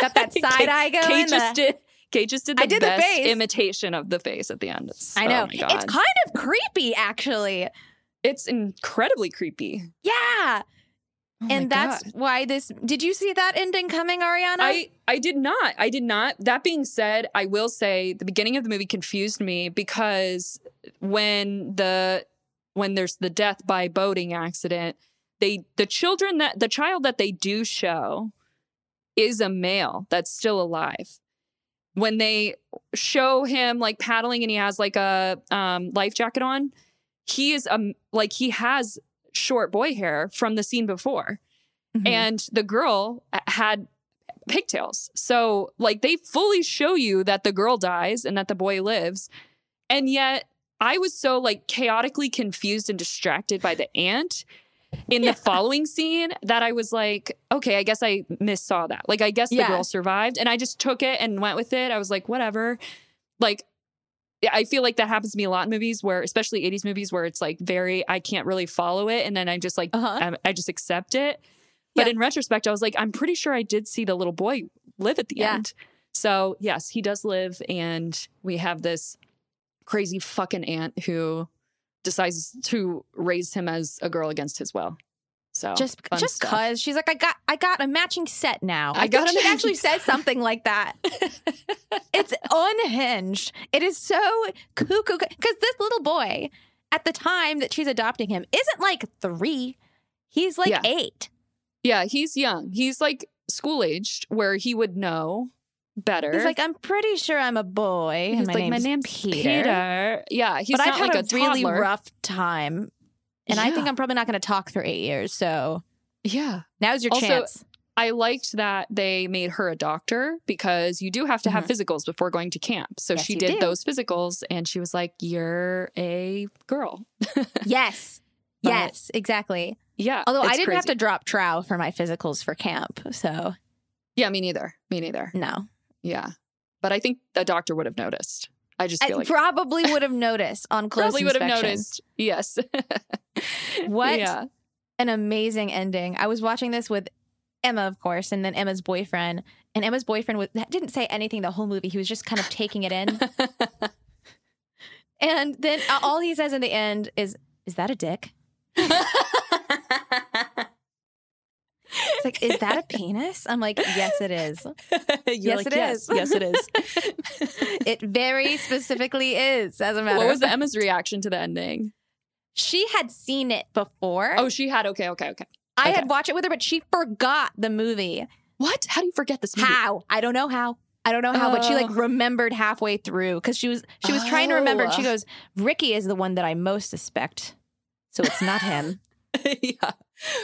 Speaker 2: Got
Speaker 3: *laughs*
Speaker 2: that side eye going.
Speaker 3: Kate
Speaker 2: the-
Speaker 3: just did Kate just did the
Speaker 2: I did the
Speaker 3: best
Speaker 2: face.
Speaker 3: imitation of the face at the end. It's-
Speaker 2: I
Speaker 3: oh
Speaker 2: know.
Speaker 3: my God.
Speaker 2: it's kind of creepy, actually.
Speaker 3: It's incredibly creepy.
Speaker 2: Yeah.
Speaker 3: Oh my
Speaker 2: and that's
Speaker 3: God.
Speaker 2: why this. Did you see that ending coming, Ariana?
Speaker 3: I, I did not. I did not. That being said, I will say the beginning of the movie confused me because when the when there's the death by boating accident, they the children that the child that they do show is a male that's still alive. When they show him like paddling and he has like a um, life jacket on, he is um like he has short boy hair from the scene before
Speaker 2: Mhm.
Speaker 3: and the girl uh, had pigtails. So like they fully show you that the girl dies and that the boy lives. And yet I was so like chaotically confused and distracted by the aunt in
Speaker 2: Yeah. *laughs*
Speaker 3: the following scene that I was like, okay, I guess I missaw that. Like I guess
Speaker 2: Yeah.
Speaker 3: the girl survived and I just took it and went with it. I was like, whatever. Like I feel like that happens to me a lot in movies where, especially 80s movies, where it's like very, I can't really follow it. And then I'm just like,
Speaker 2: Uh-huh.
Speaker 3: I'm- I just accept it. But
Speaker 2: Yeah.
Speaker 3: in retrospect, I was like, I'm pretty sure I did see the little boy live at the
Speaker 2: Yeah.
Speaker 3: end. So, yes, he does live. And we have this crazy fucking aunt who decides to raise him as a girl against his will. So,
Speaker 2: just
Speaker 3: fun
Speaker 2: just
Speaker 3: stuff.
Speaker 2: cause she's like, I got I got a matching set now.
Speaker 3: I
Speaker 2: I, got
Speaker 3: got a
Speaker 2: she
Speaker 3: matching-
Speaker 2: actually said something like that. it's unhinged. It is so cuckoo because this little boy at the time that she's adopting him isn't like three. He's like
Speaker 3: Yeah.
Speaker 2: eight.
Speaker 3: *laughs* yeah, he's young. He's like school aged, where he would know better.
Speaker 2: He's like, I'm pretty sure I'm a boy. and
Speaker 3: He's
Speaker 2: my
Speaker 3: like,
Speaker 2: name's
Speaker 3: my name's
Speaker 2: Peter.
Speaker 3: Yeah, he's
Speaker 2: but I've
Speaker 3: not
Speaker 2: had
Speaker 3: like
Speaker 2: a, really
Speaker 3: toddler.
Speaker 2: rough time. And I think I'm probably not going to talk for eight years. So
Speaker 3: Yeah,
Speaker 2: now's your
Speaker 3: Also, *laughs*
Speaker 2: chance.
Speaker 3: I liked that they made her a doctor because you do have to have
Speaker 2: Mhm.
Speaker 3: physicals before going to camp. So
Speaker 2: Yes,
Speaker 3: she
Speaker 2: you
Speaker 3: did
Speaker 2: do.
Speaker 3: those physicals, and she was like, "You're a girl."
Speaker 2: Yes.
Speaker 3: But-
Speaker 2: Yes, exactly.
Speaker 3: Yeah.
Speaker 2: Although I
Speaker 3: it's
Speaker 2: didn't have
Speaker 3: crazy.
Speaker 2: to drop trow for my physicals for camp. So
Speaker 3: Yeah, me neither. Me neither.
Speaker 2: no.
Speaker 3: Yeah, but I think a doctor would have noticed. I just
Speaker 2: I
Speaker 3: feel like
Speaker 2: probably would have noticed on close
Speaker 3: probably would have
Speaker 2: inspection.
Speaker 3: noticed. Yes. *laughs*
Speaker 2: What? *laughs*
Speaker 3: Yeah.
Speaker 2: An amazing ending. I was watching this with Emma, of course, and then Emma's boyfriend. And Emma's boyfriend was, that didn't say anything the whole movie. He was just kind of taking it
Speaker 3: *laughs*
Speaker 2: in. and then uh, all he says in the end is, "Is that a dick?" It's like, "Is
Speaker 3: *laughs*
Speaker 2: that a penis?" I'm like, "Yes, it is."
Speaker 3: You're
Speaker 2: Yes,
Speaker 3: like,
Speaker 2: it
Speaker 3: yes,
Speaker 2: is.
Speaker 3: Yes, it is.
Speaker 2: *laughs* It very specifically is. As a matter,
Speaker 3: what
Speaker 2: of
Speaker 3: was
Speaker 2: fact.
Speaker 3: Emma's reaction to the ending?
Speaker 2: She had seen it before.
Speaker 3: Oh, she had. Okay, okay, okay.
Speaker 2: I
Speaker 3: okay.
Speaker 2: had watched it with her, but she forgot the movie.
Speaker 3: What? How do you forget this movie?
Speaker 2: How? I don't know how. I don't know how, but she like
Speaker 3: Oh.
Speaker 2: remembered halfway through because she was she was trying to remember, and she
Speaker 3: Oh.
Speaker 2: goes, "Ricky is the one that I most suspect, so it's not
Speaker 3: *laughs*
Speaker 2: him."
Speaker 3: yeah.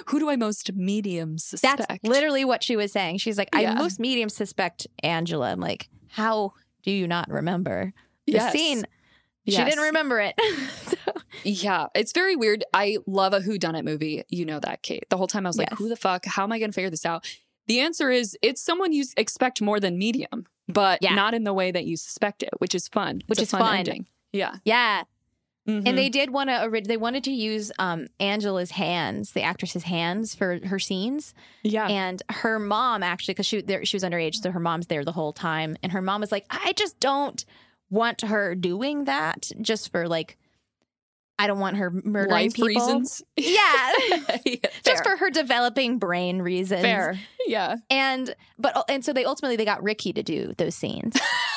Speaker 3: Who do I most medium suspect?
Speaker 2: That's literally what she was saying. She's like, "I
Speaker 3: Yeah.
Speaker 2: most medium suspect Angela." I'm like, "How do you not remember the
Speaker 3: Yes.
Speaker 2: scene?" She
Speaker 3: Yes.
Speaker 2: didn't remember it. *laughs* So-
Speaker 3: Yeah, it's very weird. I love a Who Done It movie. You know that, Kate. The whole time I was like,
Speaker 2: Yes.
Speaker 3: "Who the fuck? How am I going to figure this out?" The answer is it's someone you expect more than medium, but
Speaker 2: Yeah.
Speaker 3: not in the way that you suspect it, which is fun. It's
Speaker 2: Which
Speaker 3: a
Speaker 2: is fun.
Speaker 3: ending. Yeah,
Speaker 2: yeah,
Speaker 3: Mhm.
Speaker 2: and they did want to. They wanted to use um, Angela's hands, the actress's hands, for her scenes.
Speaker 3: yeah,
Speaker 2: And her mom actually, because she there, she was underage, so her mom's there the whole time, and her mom was like, "I just don't want her doing that, just for like, I don't want her murdering
Speaker 3: life
Speaker 2: people.
Speaker 3: reasons.
Speaker 2: *laughs*
Speaker 3: *laughs*
Speaker 2: Yeah,
Speaker 3: yeah,
Speaker 2: just for
Speaker 3: fair.
Speaker 2: her developing brain reasons.
Speaker 3: fair. Yeah,
Speaker 2: And but and so they ultimately they got Ricky to do those
Speaker 3: *laughs*
Speaker 2: scenes.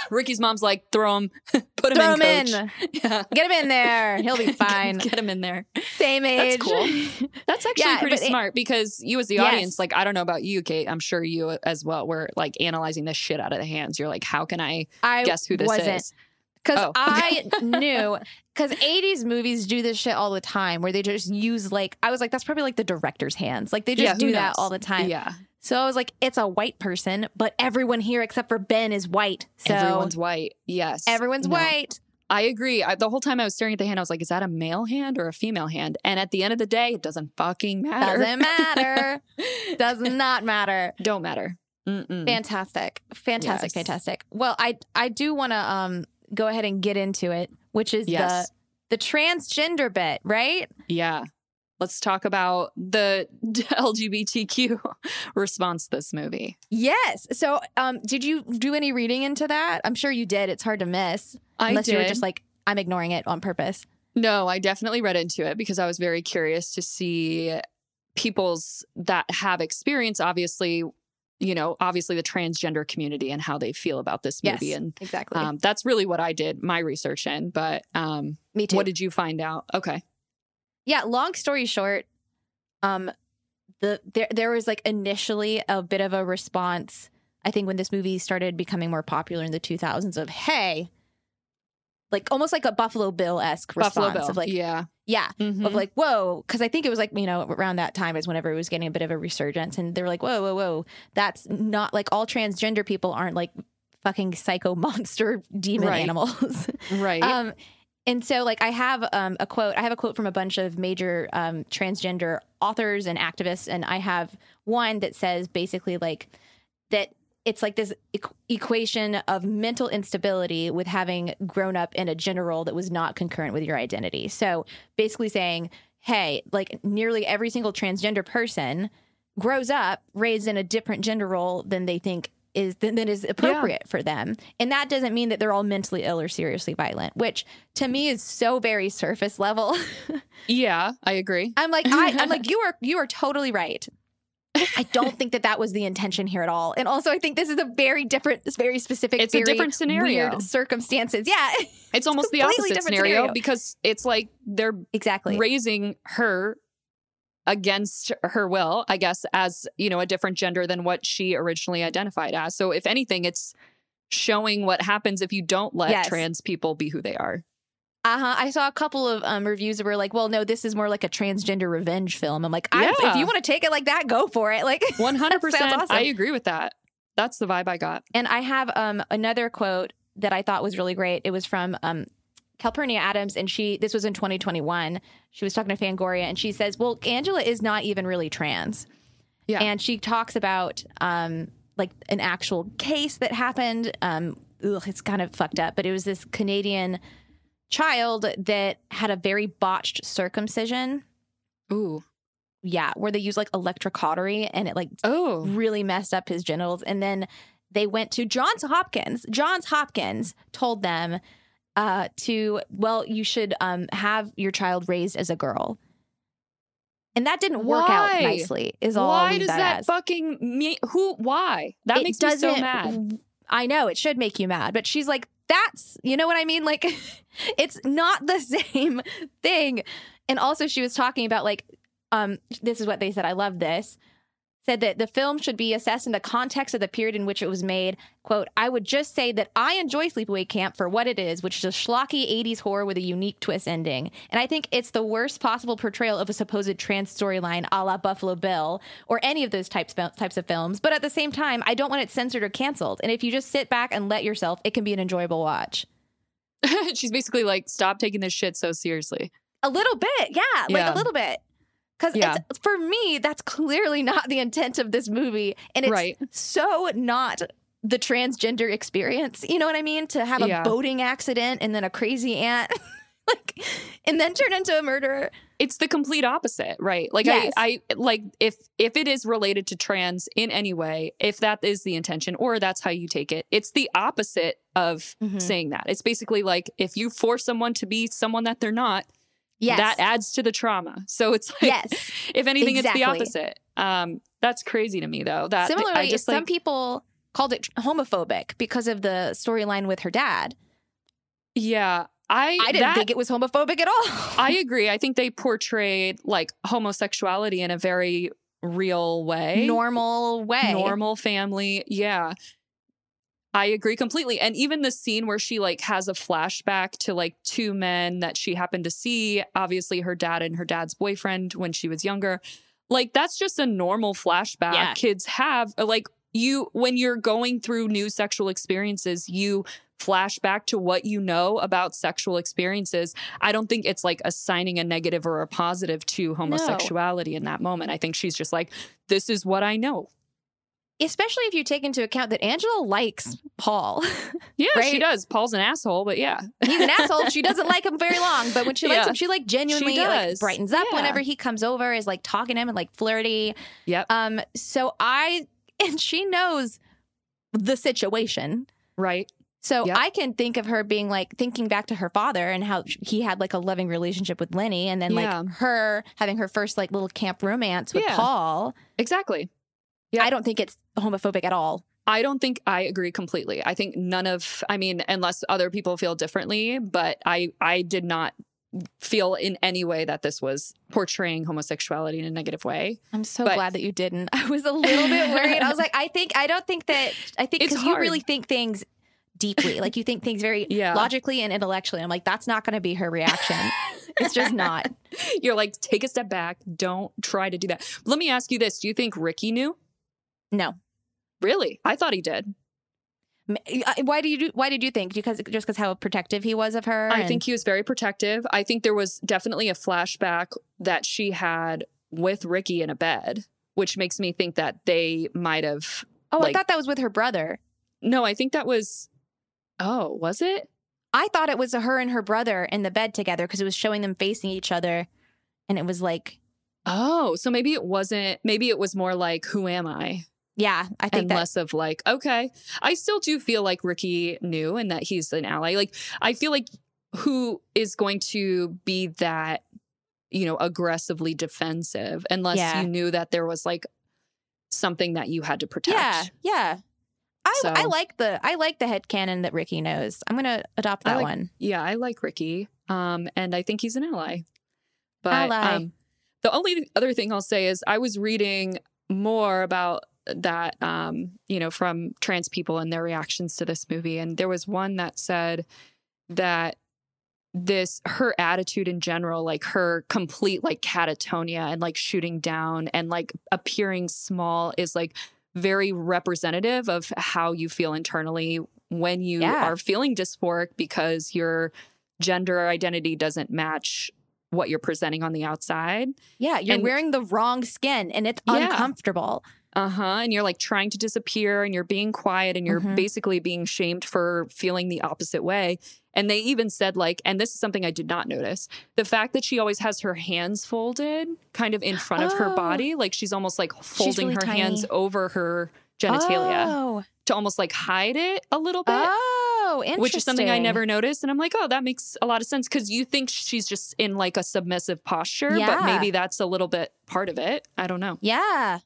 Speaker 3: Ricky's mom's like, throw him, *laughs* put him
Speaker 2: Throw him
Speaker 3: in, coach. *laughs*
Speaker 2: in,
Speaker 3: Yeah.
Speaker 2: get him in there. He'll be fine.
Speaker 3: *laughs* Get him in there.
Speaker 2: Same
Speaker 3: That's
Speaker 2: age.
Speaker 3: cool. That's actually
Speaker 2: Yeah,
Speaker 3: pretty
Speaker 2: but it-
Speaker 3: smart because you, as the
Speaker 2: Yes.
Speaker 3: audience, like, I don't know about you, Kate. I'm sure you as well were like analyzing the shit out of the hands. You're like, how can I
Speaker 2: I
Speaker 3: guess who this
Speaker 2: wasn't.
Speaker 3: is?
Speaker 2: Because
Speaker 3: Oh, okay. *laughs*
Speaker 2: I knew, because 80s movies do this shit all the time where they just use, like, I was like, that's probably like the director's hands. Like, they just
Speaker 3: Yeah, who
Speaker 2: do that
Speaker 3: knows?
Speaker 2: all the time.
Speaker 3: Yeah.
Speaker 2: So I was like, it's a white person, but everyone here except for Ben is white. So
Speaker 3: everyone's
Speaker 2: everyone's,
Speaker 3: white. Yes. No.
Speaker 2: white.
Speaker 3: I agree. I, the whole time I was staring at the hand, I was like, is that a male hand or a female hand? And at the end of the day, it doesn't fucking matter.
Speaker 2: Doesn't
Speaker 3: *laughs*
Speaker 2: matter. Does not matter.
Speaker 3: don't matter. Mm-mm.
Speaker 2: Fantastic. Fantastic.
Speaker 3: Mm. Yes.
Speaker 2: Fantastic. Well, I, I do want to um go ahead and get into it, which is
Speaker 3: Yes.
Speaker 2: the, the transgender bit, right?
Speaker 3: Yeah. Let's talk about the *laughs* LGBTQ *laughs* response to this movie.
Speaker 2: Yes. So, um, did you do any reading into that? I'm sure you did. It's hard to miss
Speaker 3: I
Speaker 2: unless you were
Speaker 3: did.
Speaker 2: just like, I'm ignoring it on purpose.
Speaker 3: No, I definitely read into it because I was very curious to see people's that have experience, obviously, you know, obviously the transgender community and how they feel about this movie.
Speaker 2: Yes.
Speaker 3: And
Speaker 2: Exactly.
Speaker 3: um, that's really what I did my research in. But um,
Speaker 2: Me too.
Speaker 3: what did you find out? Okay.
Speaker 2: yeah. Long story short, um, the there there was like initially a bit of a response. I think when this movie started becoming more popular in the 2000s, of hey, like almost like a Buffalo Bill esque response
Speaker 3: Buffalo Bill.
Speaker 2: of like, yeah,
Speaker 3: yeah. Mm-hmm.
Speaker 2: of like whoa because i think it was like you know around that time is whenever it was getting a bit of a resurgence and they were like whoa whoa whoa that's not like all transgender people aren't like fucking psycho *laughs* monster demon
Speaker 3: Right.
Speaker 2: animals
Speaker 3: Mhm. *laughs* Right.
Speaker 2: um and so like i have um, a quote i have a quote from a bunch of major um, transgender authors and activists and i have one that says basically like that it's like this equ- equation of mental instability with having grown up in a gender role that was not concurrent with your identity. So basically saying, hey, like nearly every single transgender person grows up raised in a different gender role than they think is than, than is appropriate for them. And that doesn't mean that they're all mentally ill or seriously violent, which to me is so very surface level. *laughs*
Speaker 3: Yeah, I agree.
Speaker 2: I'm like, I, I'm *laughs* like, you are, you are totally right. I don't think that that was the intention here at all. And also, I think this is a very different, this very specific.
Speaker 3: It's a
Speaker 2: very
Speaker 3: different scenario.
Speaker 2: Weird circumstances. Yeah, *laughs*
Speaker 3: It's almost the
Speaker 2: completely
Speaker 3: opposite
Speaker 2: different
Speaker 3: scenario,
Speaker 2: scenario.
Speaker 3: because it's like they're
Speaker 2: exactly.
Speaker 3: raising her against her will, I guess, as, you know, a different gender than what she originally identified as. So if anything, it's showing what happens if you don't let
Speaker 2: Yes.
Speaker 3: trans people be who they are.
Speaker 2: Uh huh. I saw a couple of um, reviews that were like, "Well, no, this is more like a transgender revenge film." I'm like, I,
Speaker 3: Yeah.
Speaker 2: if you want to take it like *laughs* that, go for it. Like,
Speaker 3: 100%.
Speaker 2: Sounds awesome.
Speaker 3: I agree with that. That's the vibe I got.
Speaker 2: And I have um, another quote that I thought was really great. It was from um, Calpurnia Adams, and she this was in 2021. She was talking to Fangoria, and she says, "Well, Angela is not even really trans."
Speaker 3: Yeah.
Speaker 2: and she talks about um, like an actual case that happened. Um, ugh, it's kind of fucked up, but it was this Canadian child that had a very botched circumcision.
Speaker 3: Ooh.
Speaker 2: Yeah, where they use like electric cautery and it like
Speaker 3: Oh.
Speaker 2: really messed up his genitals. And then they went to Johns Hopkins. Johns Hopkins told them uh, to, well, you should um, have your child raised as a girl. And that didn't work
Speaker 3: Why?
Speaker 2: out nicely, is all I'll
Speaker 3: Why
Speaker 2: leave
Speaker 3: does
Speaker 2: that,
Speaker 3: that
Speaker 2: as.
Speaker 3: fucking me who why? That
Speaker 2: It
Speaker 3: makes me so
Speaker 2: doesn't-
Speaker 3: mad. *laughs*
Speaker 2: I know it should make you mad, but she's like, that's, you know what I mean? Like, *laughs* it's not the *laughs* same thing. And also, she was talking about, like, um, this is what they said. I love this. Said that the film should be assessed in the context of the period in which it was made. Quote, I would just say that I enjoy Sleepaway Camp for what it is, which is a schlocky 80s horror with a unique twist ending. And I think it's the worst possible portrayal of a supposed trans storyline a la Buffalo Bill or any of those types, types of films. But at the same time, I don't want it censored or canceled. And if you just sit back and let yourself, it can be an enjoyable watch.
Speaker 3: She's basically like, stop taking this shit so seriously.
Speaker 2: A little bit, yeah,
Speaker 3: Yeah.
Speaker 2: like a little bit. Because
Speaker 3: Yeah.
Speaker 2: it's for me, that's clearly not the intent of this movie, and it's
Speaker 3: Right.
Speaker 2: so not the transgender experience. You know what I mean? To have a
Speaker 3: Yeah.
Speaker 2: boating accident and then a crazy aunt, *laughs* like, and then turn into a murderer.
Speaker 3: it's the complete opposite right like
Speaker 2: Yes.
Speaker 3: I, I like if if it is related to trans in any way if that is the intention or that's how you take it it's the opposite of
Speaker 2: Mhm.
Speaker 3: saying that it's basically like if you force someone to be someone that they're not
Speaker 2: Yes,
Speaker 3: that adds to the trauma so it's
Speaker 2: *laughs*
Speaker 3: like
Speaker 2: yes.
Speaker 3: if anything
Speaker 2: Exactly.
Speaker 3: it's the opposite um that's crazy to me though that
Speaker 2: Similarly,
Speaker 3: i just
Speaker 2: some
Speaker 3: like
Speaker 2: people called it homophobic because of the storyline with her dad.
Speaker 3: yeah i
Speaker 2: I didn't
Speaker 3: that,
Speaker 2: think it was homophobic at all.
Speaker 3: *laughs* I agree. I think they portrayed like homosexuality in a very real way.
Speaker 2: normal way.
Speaker 3: normal family. Yeah. I agree completely. And even the scene where she like has a flashback to like two men that she happened to see, obviously her dad and her dad's boyfriend when she was younger. Like that's just a normal flashback
Speaker 2: Yeah.
Speaker 3: kids have. uh, Like you when you're going through new sexual experiences, you flash back to what you know about sexual experiences. I don't think it's like assigning a negative or a positive to homosexuality in that moment. I think she's just like this is what I know.
Speaker 2: especially if you take into account that Angela likes
Speaker 3: *laughs*
Speaker 2: Paul.
Speaker 3: Yeah, she
Speaker 2: right?
Speaker 3: does. Paul's an asshole, but yeah.
Speaker 2: He's an asshole. She doesn't like him very long, but when she likes
Speaker 3: Yeah.
Speaker 2: him, she like genuinely
Speaker 3: She
Speaker 2: like,
Speaker 3: does.
Speaker 2: brightens up
Speaker 3: Yeah.
Speaker 2: whenever he comes over, is like talking to him and like flirty.
Speaker 3: Yep.
Speaker 2: Um, so I *laughs* and she knows the situation.
Speaker 3: Right.
Speaker 2: So
Speaker 3: Yep.
Speaker 2: I can think of her being like thinking back to her father and how he had like a loving relationship with Lenny and then
Speaker 3: Yeah.
Speaker 2: like her having her first like little camp romance with
Speaker 3: Yeah.
Speaker 2: Paul.
Speaker 3: Exactly. Yeah.
Speaker 2: I don't think it's homophobic at all.
Speaker 3: I don't think I agree completely. I think none of I mean, unless other people feel differently, but I I did not feel in any way that this was portraying homosexuality in a negative way.
Speaker 2: I'm so
Speaker 3: But-
Speaker 2: glad that you didn't. *laughs* I was a little bit worried. I was like, I think I don't think that I think
Speaker 3: It's
Speaker 2: because you
Speaker 3: hard.
Speaker 2: really think things deeply, like you think things very
Speaker 3: *laughs* Yeah.
Speaker 2: logically and intellectually. I'm like, that's not going to be her reaction. it's just
Speaker 3: *laughs*
Speaker 2: not.
Speaker 3: You're like, take a step back. Don't try to do that. Let me ask you this. Do you think Ricky knew?
Speaker 2: No.
Speaker 3: Really? I thought he did.
Speaker 2: M- I- Why do you do? Why did you think? Because just because how protective he was of her.
Speaker 3: I
Speaker 2: and-
Speaker 3: think he was very protective. I think there was definitely a flashback that she had with Ricky in a bed, which makes me think that they might have
Speaker 2: Oh,
Speaker 3: Like-
Speaker 2: I thought that was with her brother.
Speaker 3: No, I think that was. Oh, was it?
Speaker 2: I thought it was her and her brother in the bed together because it was showing them facing each other, and it was like,
Speaker 3: Oh, so maybe it wasn't. Maybe it was more like, "Who am I?"
Speaker 2: yeah, I think
Speaker 3: and
Speaker 2: that.
Speaker 3: less of like, "Okay." I still do feel like Ricky knew and that he's an ally. Like, I feel like who is going to be that, you know, aggressively defensive unless
Speaker 2: Yeah.
Speaker 3: you knew that there was like something that you had to protect.
Speaker 2: Yeah, yeah. I,
Speaker 3: So-
Speaker 2: I like the I like the headcanon that Ricky knows. I'm gonna adopt
Speaker 3: I
Speaker 2: that
Speaker 3: like-
Speaker 2: one.
Speaker 3: Yeah, I like Ricky. Um, and I think he's an ally. But
Speaker 2: Ally.
Speaker 3: um the only other thing I'll say is I was reading more about that um, you know, from trans people and their reactions to this movie. And there was one that said that this her attitude in general, like her complete like catatonia and like shooting down and like appearing small is like very representative of how you feel internally when you
Speaker 2: Yeah.
Speaker 3: are feeling dysphoric because your gender identity doesn't match what you're presenting on the outside.
Speaker 2: Yeah, you're
Speaker 3: And-
Speaker 2: wearing the wrong skin and it's
Speaker 3: Yeah.
Speaker 2: uncomfortable.
Speaker 3: Uh huh. And you're like trying to disappear and you're being quiet and you're
Speaker 2: Mhm.
Speaker 3: basically being shamed for feeling the opposite way. And they even said, like, and this is something I did not notice the fact that she always has her hands folded kind of in front of her
Speaker 2: Oh.
Speaker 3: body. Like she's almost like folding
Speaker 2: really
Speaker 3: her hands
Speaker 2: tiny.
Speaker 3: over her genitalia
Speaker 2: Oh,
Speaker 3: to almost like hide it a little bit.
Speaker 2: oh interesting.
Speaker 3: which is something I never noticed. And I'm like, oh, that makes a lot of sense because you think she's just in like a submissive posture, but
Speaker 2: Yeah.
Speaker 3: maybe that's a little bit part of it. I don't know.
Speaker 2: Yeah.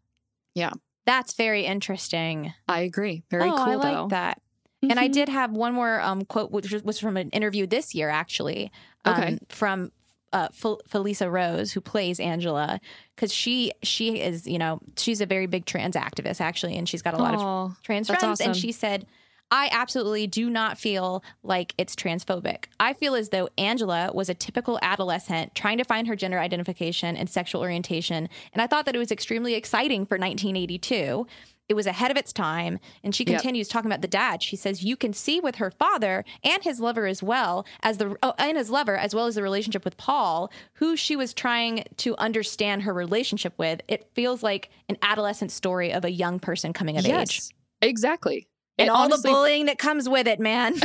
Speaker 3: Yeah.
Speaker 2: That's very interesting.
Speaker 3: I agree. Very
Speaker 2: oh,
Speaker 3: cool
Speaker 2: I like
Speaker 3: though.
Speaker 2: that. And I
Speaker 3: Mhm.
Speaker 2: did have one more um, quote, which was- was from an interview this year, actually, um,
Speaker 3: Okay.
Speaker 2: from uh, Fel- Felisa Rose, who plays Angela, because she she is you know she's a very big trans activist actually, and she's got a lot of
Speaker 3: Aw.
Speaker 2: trans
Speaker 3: That's
Speaker 2: friends, and
Speaker 3: awesome.
Speaker 2: she said. I absolutely do not feel like it's transphobic. I feel as though Angela was a typical adolescent trying to find her gender identification and sexual orientation. And I thought that it was extremely exciting for 1982. It was ahead of its time. And she
Speaker 3: Yep.
Speaker 2: continues talking about the dad. She says, You can see with her father and his lover as well as the, oh, and his lover, as well as the relationship with Paul, who she was trying to understand her relationship with. It feels like an adolescent story of a young person coming of age
Speaker 3: Yes, exactly.
Speaker 2: and
Speaker 3: It
Speaker 2: all
Speaker 3: honestly-
Speaker 2: the bullying that comes with it,
Speaker 3: *laughs*
Speaker 2: man.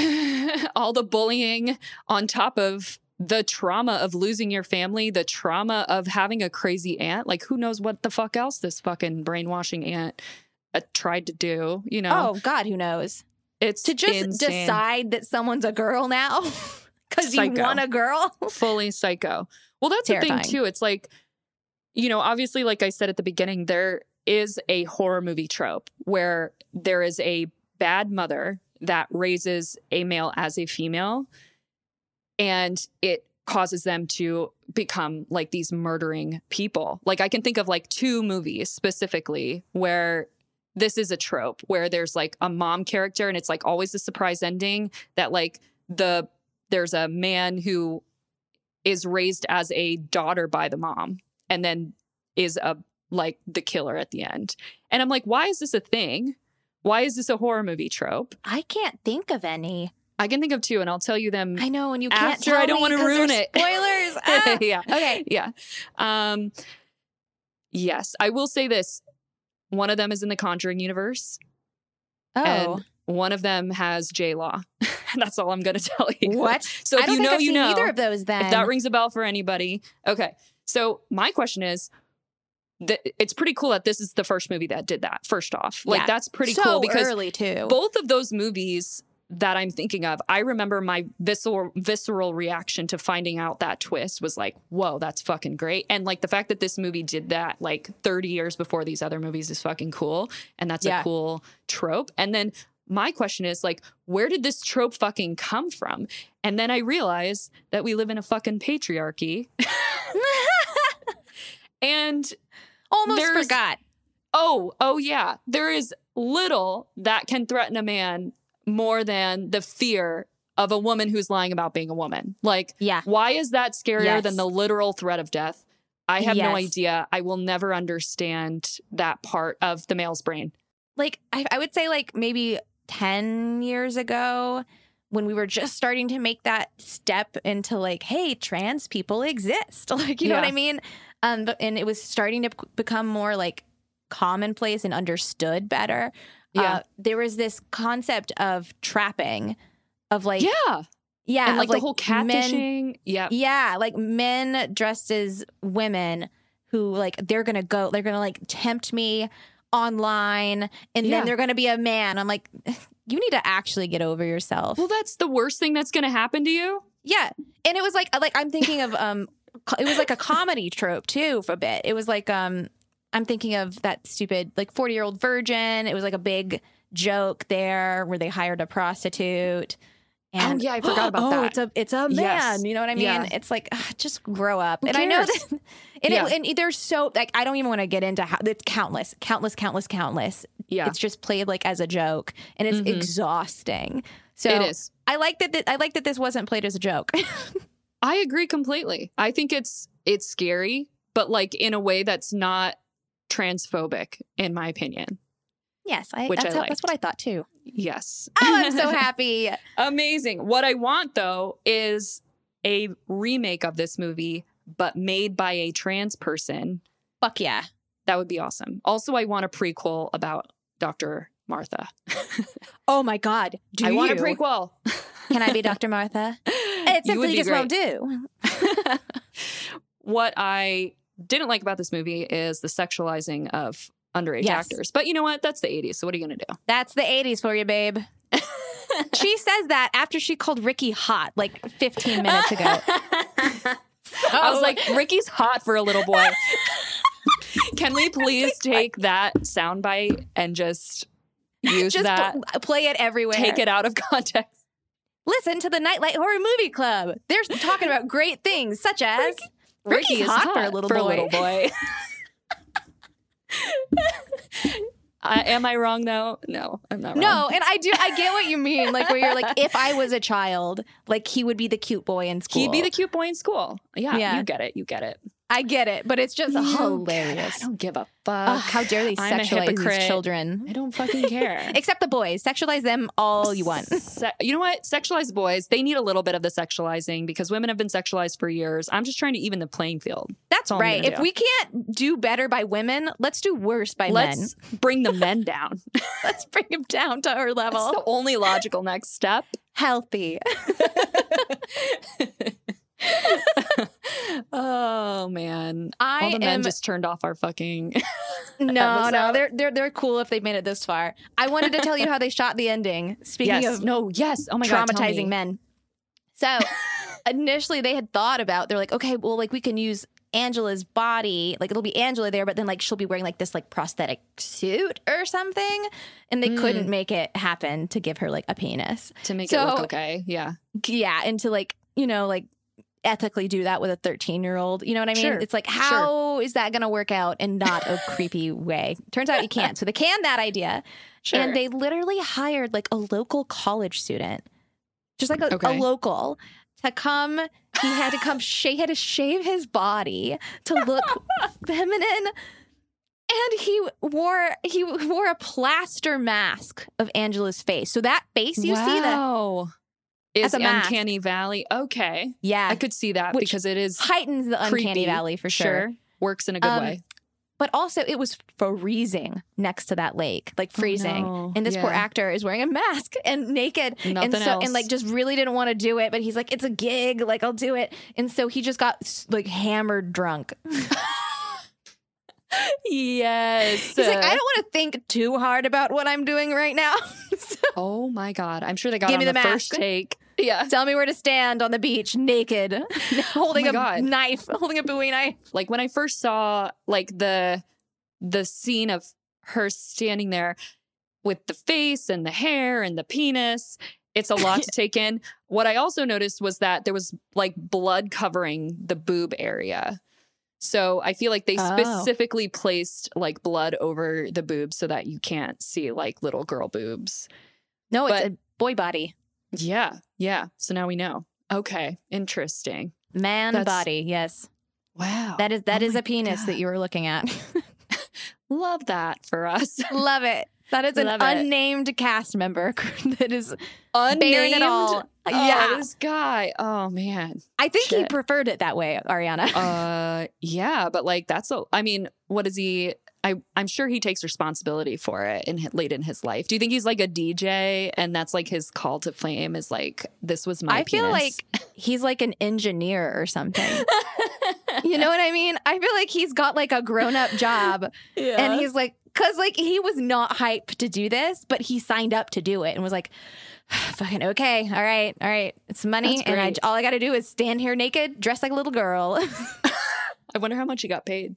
Speaker 3: all the bullying on top of the trauma of losing your family, the trauma of having a crazy aunt. Like, who knows what the fuck else this fucking brainwashing aunt uh, tried to do? You know,
Speaker 2: Oh God, who knows?
Speaker 3: it's
Speaker 2: To just
Speaker 3: insane.
Speaker 2: decide that someone's a girl now *laughs* because you
Speaker 3: Psycho.
Speaker 2: want a
Speaker 3: *laughs*
Speaker 2: girl.
Speaker 3: fully psycho. Well, that's the
Speaker 2: Terrifying.
Speaker 3: thing too. It's like, you know, obviously, like I said at the beginning, there is a horror movie trope where there is a bad mother that raises a male as a female, and it causes them to become like these murdering people. Like I can think of like two movies specifically where this is a trope where there's like a mom character and it's like always a surprise ending that like the there's a man who is raised as a daughter by the mom and then is a like the killer at the end. And I'm like, why is this a thing? Why is this a horror movie trope?
Speaker 2: I can't think of any.
Speaker 3: I can think of two and I'll tell you them
Speaker 2: I know, and you can't.
Speaker 3: after
Speaker 2: tell
Speaker 3: I don't
Speaker 2: me
Speaker 3: want to
Speaker 2: 'cause
Speaker 3: ruin
Speaker 2: there's
Speaker 3: it. *laughs*
Speaker 2: Spoilers. Ah.
Speaker 3: yeah.
Speaker 2: Okay.
Speaker 3: Yeah. Um yes, I will say this. One of them is in the Conjuring universe. *laughs*
Speaker 2: Oh,
Speaker 3: And one of them has J Law. *laughs* That's all I'm going to tell you.
Speaker 2: what?
Speaker 3: So if
Speaker 2: I don't
Speaker 3: you
Speaker 2: think
Speaker 3: know,
Speaker 2: I've
Speaker 3: you
Speaker 2: seen
Speaker 3: know.
Speaker 2: either of those. Then
Speaker 3: If that rings a bell for anybody. Okay. So my question is that it's pretty cool that this is the first movie that did that, first off. Like
Speaker 2: Yeah.
Speaker 3: that's pretty
Speaker 2: so
Speaker 3: cool because
Speaker 2: early too.
Speaker 3: both of those movies that I'm thinking of, I remember my visceral visceral reaction to finding out that twist was like, whoa, that's fucking great. And like the fact that this movie did that like 30 years before these other movies is fucking cool. And that's a
Speaker 2: Yeah.
Speaker 3: cool trope. And then my question is like, where did this trope fucking come from? And then I realized that we live in a fucking patriarchy. and
Speaker 2: *laughs* Almost
Speaker 3: there's-
Speaker 2: forgot.
Speaker 3: oh, oh yeah, there is little that can threaten a man more than the fear of a woman who's lying about being a woman. Like,
Speaker 2: Yeah.
Speaker 3: why is that scarier
Speaker 2: Yes.
Speaker 3: than the literal threat of death? I have no
Speaker 2: Yes.
Speaker 3: idea. I will never understand that part of the male's brain.
Speaker 2: like I, I would say like maybe 10 years ago when we were just starting to make that step into like hey trans people exist *laughs* like you know what
Speaker 3: Yeah.
Speaker 2: i mean um but, and it was starting to p- become more like commonplace and understood better
Speaker 3: Yeah.
Speaker 2: uh, there was this concept of trapping, of like
Speaker 3: yeah.
Speaker 2: yeah,
Speaker 3: And
Speaker 2: of,
Speaker 3: like, the whole
Speaker 2: men,
Speaker 3: catfishing. Yeah.
Speaker 2: yeah, like men dressed as women who like they're gonna go, they're gonna like tempt me online, and
Speaker 3: Yeah.
Speaker 2: then they're gonna be a man. I'm like, *sighs* you need to actually get over yourself.
Speaker 3: Well, that's the worst thing that's going to happen to you.
Speaker 2: Yeah, and it was like like I'm thinking of um, co- it was like a comedy trope too for a bit. It was like um, I'm thinking of that stupid like 40 year old virgin. It was like a big joke there where they hired a prostitute. And,
Speaker 3: yeah, I forgot about
Speaker 2: *gasps* oh,
Speaker 3: that.
Speaker 2: It's a it's a man.
Speaker 3: Yes.
Speaker 2: You know what I mean?
Speaker 3: Yeah.
Speaker 2: It's like ugh, just grow up.
Speaker 3: Who
Speaker 2: and I know
Speaker 3: cares?
Speaker 2: that. *laughs* And,
Speaker 3: Yeah.
Speaker 2: it, and there's so like I don't even want to get into how it's countless, countless, countless, countless.
Speaker 3: Yeah.
Speaker 2: It's just played like as a joke, and it's
Speaker 3: Mhm.
Speaker 2: exhausting. So
Speaker 3: it is.
Speaker 2: I like that. Th- I like that this wasn't played as a joke.
Speaker 3: I agree completely. I think it's it's scary, but like in a way that's not transphobic in my opinion.
Speaker 2: yes, I,
Speaker 3: Which
Speaker 2: that's,
Speaker 3: I
Speaker 2: how- that's what I thought too.
Speaker 3: Yes.
Speaker 2: *laughs* Oh, I'm *laughs*
Speaker 3: *laughs*
Speaker 2: so happy.
Speaker 3: Amazing. What I want though is a remake of this movie but made by a trans person.
Speaker 2: Fuck yeah.
Speaker 3: That would be awesome. Also, I want a prequel about Dr. Martha.
Speaker 2: Oh my god. Do
Speaker 3: I
Speaker 2: you
Speaker 3: want a prequel.
Speaker 2: Can I be Dr. *laughs* Martha? It
Speaker 3: You
Speaker 2: simply
Speaker 3: would be
Speaker 2: just
Speaker 3: great.
Speaker 2: won't do.
Speaker 3: what I didn't like about this movie is the sexualizing of underage
Speaker 2: Yes.
Speaker 3: actors. But you know what? That's the 80s. So what are you going to do?
Speaker 2: That's the 80s for you, *laughs* babe. she says that after she called Ricky hot like 15 minutes ago.
Speaker 3: *laughs* I was like, Ricky's hot for a
Speaker 2: *laughs*
Speaker 3: little boy. Can we please take that soundbite and just
Speaker 2: *laughs*
Speaker 3: use
Speaker 2: just
Speaker 3: that?
Speaker 2: pl- play it everywhere.
Speaker 3: Take it out of context.
Speaker 2: Listen to the Nightlight Horror Movie Club. They're talking about great things such as Ricky's
Speaker 3: Ricky is
Speaker 2: hot for a little boy. *laughs*
Speaker 3: boy. I- am I wrong though? No, I'm not wrong.
Speaker 2: No, and I do I get what you mean. Like where you're like, if I was a child, like he would be the cute boy in school.
Speaker 3: He'd be the cute boy in school. Yeah,
Speaker 2: Yeah.
Speaker 3: you get it. You get it.
Speaker 2: I get it, but it's just
Speaker 3: You get it.
Speaker 2: hilarious.
Speaker 3: I don't give a
Speaker 2: Ugh,
Speaker 3: fuck.
Speaker 2: how dare they
Speaker 3: I'm a
Speaker 2: sexualize
Speaker 3: hypocrite.
Speaker 2: these children?
Speaker 3: I don't fucking *laughs* care.
Speaker 2: *laughs* Except the boys. Sexualize them all you want.
Speaker 3: Se- you know what? Sexualized boys, they need a little bit of the sexualizing because women have been sexualized for years. I'm just trying to even the playing field.
Speaker 2: That's
Speaker 3: all I'm
Speaker 2: right.
Speaker 3: gonna
Speaker 2: If
Speaker 3: do.
Speaker 2: we can't do better by women, let's do worse by men.
Speaker 3: Let's bring the men down.
Speaker 2: *laughs* Let's bring them down to our
Speaker 3: That's
Speaker 2: level.
Speaker 3: the only logical next step. *laughs*
Speaker 2: Healthy.
Speaker 3: oh man. All
Speaker 2: I
Speaker 3: the men
Speaker 2: am
Speaker 3: just turned off our fucking
Speaker 2: no,
Speaker 3: *laughs* episode.
Speaker 2: no. They're they're they're cool if they've made it this far. I wanted to tell you how they shot the ending. Speaking
Speaker 3: yes.
Speaker 2: of
Speaker 3: no, yes. Oh my god. tell
Speaker 2: traumatizing men.
Speaker 3: me. *laughs*
Speaker 2: So initially they had thought about they're like, okay, well, like we can use Angela's body, like it'll be Angela there, but then like she'll be wearing like this like prosthetic suit or something. And they
Speaker 3: Mm.
Speaker 2: couldn't make it happen to give her like a penis.
Speaker 3: to make it
Speaker 2: So-
Speaker 3: look okay. Yeah.
Speaker 2: Yeah. And to like, you know, like ethically do that with a 13 year old. You know what I mean?
Speaker 3: Sure.
Speaker 2: It's like, how is that gonna work out in not
Speaker 3: *laughs*
Speaker 2: a creepy way? Turns out you can't. So they canned that idea.
Speaker 3: Sure.
Speaker 2: And they literally hired like a local college student, just like a,
Speaker 3: Okay.
Speaker 2: a local, to come. He had to come. Sh- he had to shave his body to
Speaker 3: *laughs*
Speaker 2: look feminine, and he wore he wore a plaster mask of Angela's face. So that face you see that,
Speaker 3: wow. Is
Speaker 2: as a mask.
Speaker 3: uncanny valley. Okay. I
Speaker 2: yeah,
Speaker 3: could see that
Speaker 2: Which-
Speaker 3: because it is
Speaker 2: heightens the uncanny
Speaker 3: creepy,
Speaker 2: valley for sure.
Speaker 3: sure works in a good
Speaker 2: Um,
Speaker 3: way.
Speaker 2: But also, it was freezing next to that lake, like freezing.
Speaker 3: Oh, no.
Speaker 2: And this poor
Speaker 3: Yeah.
Speaker 2: actor is wearing a mask *laughs* and naked
Speaker 3: Nothing
Speaker 2: and so
Speaker 3: else.
Speaker 2: and like just really didn't want to do it but he's like it's a gig like i'll do it and so he just got s- like hammered drunk *laughs*
Speaker 3: yes.
Speaker 2: he's like i
Speaker 3: *laughs*
Speaker 2: don't want to think too hard about what i'm doing right now *laughs* So
Speaker 3: Oh my god! I'm sure they got
Speaker 2: Give
Speaker 3: on
Speaker 2: me
Speaker 3: the,
Speaker 2: the
Speaker 3: first
Speaker 2: mask.
Speaker 3: take. Yeah,
Speaker 2: tell me where to stand on the beach
Speaker 3: *laughs*
Speaker 2: naked *laughs* holding
Speaker 3: Oh my
Speaker 2: a
Speaker 3: God.
Speaker 2: knife *laughs* holding a bowie knife
Speaker 3: like when I first saw like the the scene of her standing there with the face and the hair and the penis. It's a lot to *laughs* take in. What I also noticed was that there was like blood covering the boob area. So I feel like they
Speaker 2: Oh.
Speaker 3: specifically placed like blood over the boobs so that you can't see like little girl boobs.
Speaker 2: no it's
Speaker 3: But-
Speaker 2: a boy body
Speaker 3: Yeah. Yeah. So now we know. Okay. Interesting.
Speaker 2: man
Speaker 3: That's-
Speaker 2: body yes
Speaker 3: Wow.
Speaker 2: that is that
Speaker 3: Oh
Speaker 2: is
Speaker 3: my
Speaker 2: a penis
Speaker 3: God.
Speaker 2: that you were looking at *laughs*
Speaker 3: Love that for us. *laughs*
Speaker 2: love it that is an
Speaker 3: Love it.
Speaker 2: unnamed cast member *laughs* that is bearing
Speaker 3: Unnamed-
Speaker 2: it
Speaker 3: *laughs*
Speaker 2: all
Speaker 3: Oh,
Speaker 2: yeah
Speaker 3: This guy. Oh man.
Speaker 2: i think he
Speaker 3: shit. Oh,
Speaker 2: *laughs* preferred it that way ariana
Speaker 3: Uh yeah, but like that's a I mean, what is he I, I'm sure he takes responsibility for it in hi- late in his life. Do you think he's like a DJ and that's like his call to fame is like this was my
Speaker 2: I feel
Speaker 3: penis?
Speaker 2: like he's like an engineer or something.
Speaker 3: *laughs*
Speaker 2: you know what I mean? I feel like he's got like a grown up job
Speaker 3: *laughs*
Speaker 2: and he's like, cause like he was not hyped to do this, but he signed up to do it and was like, *sighs* fucking okay, all right, all right, it's money,
Speaker 3: That's
Speaker 2: and I,
Speaker 3: great.
Speaker 2: all I got to do is stand here naked, dress like a little girl. *laughs*
Speaker 3: I wonder how much he got paid.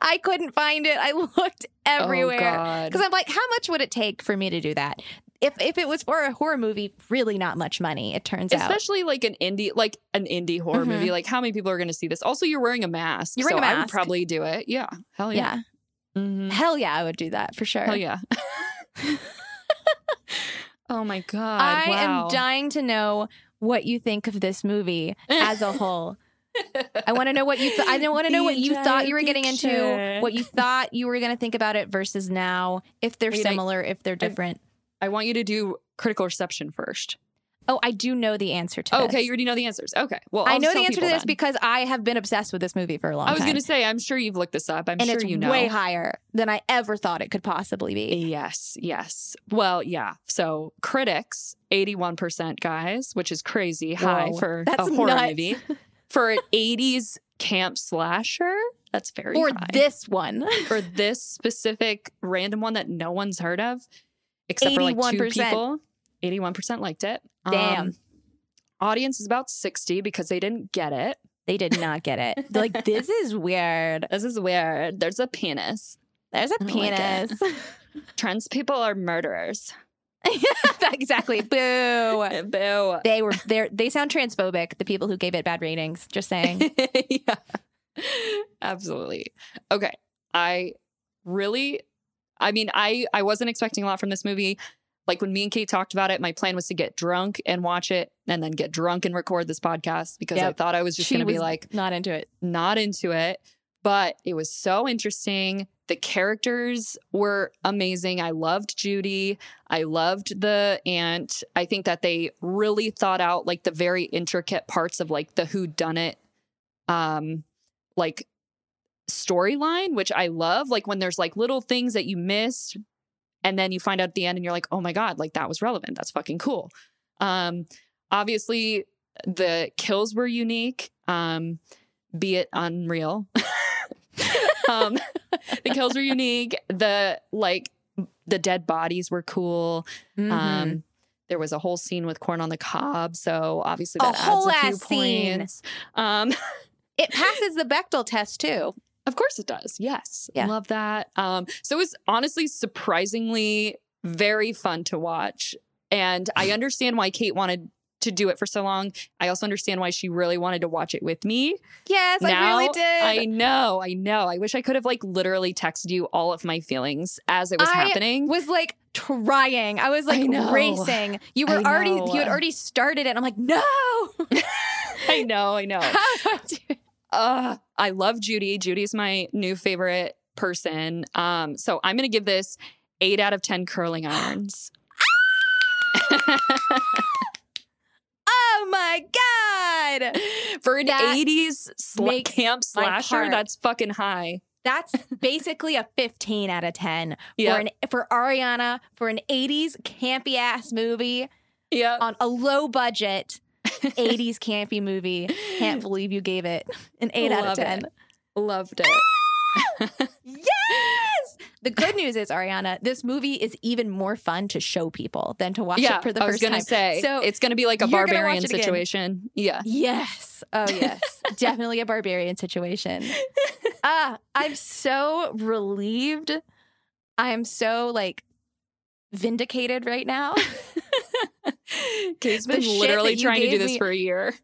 Speaker 2: I couldn't find it. I looked
Speaker 3: Oh,
Speaker 2: everywhere
Speaker 3: God.
Speaker 2: because I'm like, how much would it take for me to do that? If if it was for a horror movie, really not much money. It turns out.
Speaker 3: Especially like an indie, like an indie horror
Speaker 2: Mhm.
Speaker 3: movie. Like how many people are going to see this? Also, you're wearing a mask.
Speaker 2: You're wearing
Speaker 3: so
Speaker 2: a
Speaker 3: I would
Speaker 2: mask.
Speaker 3: probably do it. Yeah. Hell yeah.
Speaker 2: Yeah.
Speaker 3: Mhm.
Speaker 2: *laughs* Hell yeah, I would do that for sure. *laughs*
Speaker 3: Hell yeah. oh my God.
Speaker 2: I
Speaker 3: wow.
Speaker 2: am dying to know what you think of this
Speaker 3: *laughs*
Speaker 2: movie as a whole. I want to know what you. Th- I want to know
Speaker 3: The
Speaker 2: what you thought you were
Speaker 3: entire
Speaker 2: getting into,
Speaker 3: picture.
Speaker 2: what you thought you were going to think about it versus now. If they're
Speaker 3: Wait, I-
Speaker 2: similar, if they're
Speaker 3: I-
Speaker 2: different.
Speaker 3: I want you to do critical reception first.
Speaker 2: oh, I do know the answer to.
Speaker 3: Oh,
Speaker 2: this.
Speaker 3: okay. You already know the answers. Okay. Well, I'll
Speaker 2: I know the
Speaker 3: just tell
Speaker 2: answer to
Speaker 3: people
Speaker 2: this
Speaker 3: then.
Speaker 2: because I have been obsessed with this movie for a long
Speaker 3: I was
Speaker 2: time.
Speaker 3: going to say, I'm sure you've looked this up. I'm
Speaker 2: and
Speaker 3: sure
Speaker 2: it's
Speaker 3: you know.
Speaker 2: way higher than I ever thought it could possibly be.
Speaker 3: Yes, yes. Well, yeah. So critics, 81%, guys, which is crazy high
Speaker 2: Whoa,
Speaker 3: for
Speaker 2: that's
Speaker 3: a horror
Speaker 2: nuts.
Speaker 3: movie. For an 80s camp slasher, that's very
Speaker 2: Or
Speaker 3: high.
Speaker 2: this one,
Speaker 3: for this specific random one that no one's heard of, except for like two
Speaker 2: 81%.
Speaker 3: people. 81% liked it. Um,
Speaker 2: Damn.
Speaker 3: audience is about 60 because they didn't get it.
Speaker 2: *laughs* they did not get it.
Speaker 3: *laughs*
Speaker 2: They're like, this is weird.
Speaker 3: This is weird. There's a penis.
Speaker 2: There's a
Speaker 3: I don't like it.
Speaker 2: penis.
Speaker 3: Trans people are murderers. *laughs*
Speaker 2: *laughs* exactly. Boo.
Speaker 3: Boo.
Speaker 2: They were they they sound transphobic. The people who gave it bad ratings. Just
Speaker 3: *laughs*
Speaker 2: saying.
Speaker 3: yeah. Absolutely. Okay. I really I mean, I I wasn't expecting a lot from this movie. Like when me and Kate talked about it, my plan was to get drunk and watch it and then get drunk and record this podcast because I
Speaker 2: Yep.
Speaker 3: thought I was just
Speaker 2: She
Speaker 3: going to be
Speaker 2: was-
Speaker 3: like
Speaker 2: Not into it.
Speaker 3: not into it, but it was so interesting. The characters were amazing. I loved Judy. I loved the aunt. I think that they really thought out like the very intricate parts of like the who done it um like storyline, which I love. Like when there's like little things that you missed and then you find out at the end and you're like, "Oh my god, like that was relevant. That's fucking cool." Um obviously the kills were unique. Um be it unreal. *laughs* um, *laughs* the kills were unique. The like the dead bodies were cool.
Speaker 2: Mhm.
Speaker 3: Um, there was a whole scene with corn on the cob, so obviously
Speaker 2: A
Speaker 3: that adds
Speaker 2: whole
Speaker 3: a few
Speaker 2: ass scene.
Speaker 3: points. Um, *laughs*
Speaker 2: it passes the Bechtel test too.
Speaker 3: of course it does. Yes,
Speaker 2: Yeah.
Speaker 3: love that. Um, so it's honestly surprisingly very fun to watch, and
Speaker 2: *sighs*
Speaker 3: I understand why Kate wanted to do it for so long. I also understand why she really wanted to watch it with me.
Speaker 2: Yes, I
Speaker 3: now,
Speaker 2: really did.
Speaker 3: I know, I know. I wish I could have like literally texted you all of my feelings as it was
Speaker 2: I
Speaker 3: happening.
Speaker 2: was like trying. I was like
Speaker 3: I know.
Speaker 2: racing. You were
Speaker 3: I
Speaker 2: already
Speaker 3: know.
Speaker 2: you had already started it. And I'm like, no.
Speaker 3: *laughs* I know,
Speaker 2: *laughs*
Speaker 3: I know.
Speaker 2: How do I do it?
Speaker 3: Uh, I love Judy. Judy's my new favorite person. Um, so I'm gonna give this eight out of ten
Speaker 2: *gasps*
Speaker 3: curling irons.
Speaker 2: Oh my god.
Speaker 3: For an
Speaker 2: That
Speaker 3: 80s sla-
Speaker 2: makes
Speaker 3: camp
Speaker 2: my
Speaker 3: slasher,
Speaker 2: heart-
Speaker 3: that's fucking high.
Speaker 2: That's
Speaker 3: *laughs*
Speaker 2: basically a 15 out of 10
Speaker 3: Yeah.
Speaker 2: for an for Ariana for an 80s campy ass movie
Speaker 3: yeah.
Speaker 2: on a low
Speaker 3: *laughs*
Speaker 2: budget 80s campy movie. Can't believe you gave it an 8 out of
Speaker 3: Love
Speaker 2: 10.
Speaker 3: it. *laughs* Loved it.
Speaker 2: Yes! The good news is, Ariana, this movie is even more fun to show people than to *laughs* watch
Speaker 3: yeah.
Speaker 2: it for the
Speaker 3: I was
Speaker 2: first
Speaker 3: gonna
Speaker 2: time.
Speaker 3: say
Speaker 2: So-
Speaker 3: it's gonna be like a
Speaker 2: You're gonna watch
Speaker 3: barbarian
Speaker 2: it again.
Speaker 3: situation. Yeah.
Speaker 2: Yes. Oh, yes.
Speaker 3: *laughs*
Speaker 2: Definitely a barbarian situation. Ah, I'm so relieved. I am so like vindicated right
Speaker 3: *laughs*
Speaker 2: now. *laughs*
Speaker 3: Kate's
Speaker 2: The
Speaker 3: been
Speaker 2: shit
Speaker 3: literally
Speaker 2: that you
Speaker 3: trying to
Speaker 2: gave
Speaker 3: do this
Speaker 2: me-
Speaker 3: for a year.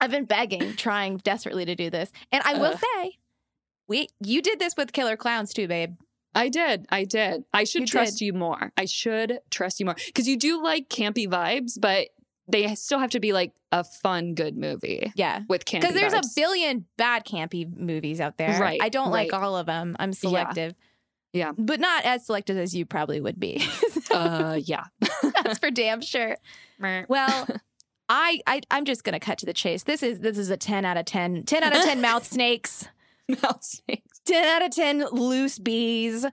Speaker 2: I've been begging, trying desperately to do this. And I will
Speaker 3: Ugh.
Speaker 2: say, we you did this with Killer Clowns too, babe.
Speaker 3: I did. I did. I should
Speaker 2: You
Speaker 3: trust
Speaker 2: did.
Speaker 3: you more. I should trust you more because you do like campy vibes, but they still have to be like a fun, good movie
Speaker 2: Yeah.
Speaker 3: with campy.
Speaker 2: Because there's a
Speaker 3: vibes.
Speaker 2: billion bad campy movies out there.
Speaker 3: Right,
Speaker 2: I don't like
Speaker 3: right.
Speaker 2: all of them. I'm selective.
Speaker 3: Yeah.
Speaker 2: But not as selective as you probably would
Speaker 3: *laughs*
Speaker 2: be. *laughs*
Speaker 3: uh, yeah.
Speaker 2: That's for damn sure.
Speaker 3: *laughs*
Speaker 2: Well, I, I I'm just gonna cut to the chase. This is this is a 10 out of 10. 10 out of 10 mouth snakes.
Speaker 3: Mouth snakes.
Speaker 2: 10 out of 10 loose bees,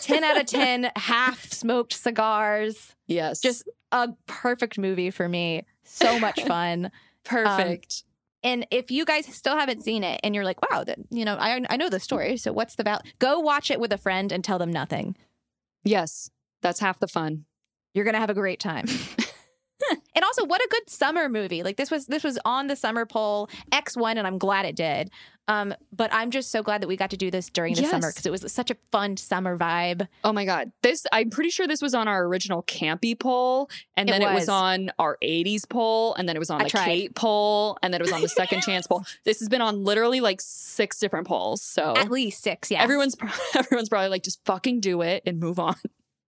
Speaker 2: 10 out of 10 half smoked cigars.
Speaker 3: Yes.
Speaker 2: Just a perfect movie for me. So much fun. Um,
Speaker 3: Um, perfect.
Speaker 2: And if you guys still haven't seen it and you're like, wow, that, you know, I, I know the story. So what's the val? Go watch it with a friend and tell them nothing.
Speaker 3: yes. That's half the fun.
Speaker 2: You're going to have a great
Speaker 3: *laughs*
Speaker 2: time. and also what a good summer movie. Like this was, this was on the summer poll X one and I'm glad it did. Um, but I'm just so glad that we got to do this during the
Speaker 3: Yes.
Speaker 2: summer because it was such a fun summer vibe.
Speaker 3: Oh my God. This, I'm pretty sure this was on our original campy poll. And
Speaker 2: It
Speaker 3: then it was
Speaker 2: was.
Speaker 3: on our 80s poll. And then it was on
Speaker 2: I
Speaker 3: the
Speaker 2: tried.
Speaker 3: Kate poll. And then it was on
Speaker 2: *laughs*
Speaker 3: the second chance poll. This has been on literally like six different polls. So
Speaker 2: At least six. Yeah.
Speaker 3: everyone's, pro- *laughs* everyone's probably like, just fucking do it and move on. *laughs*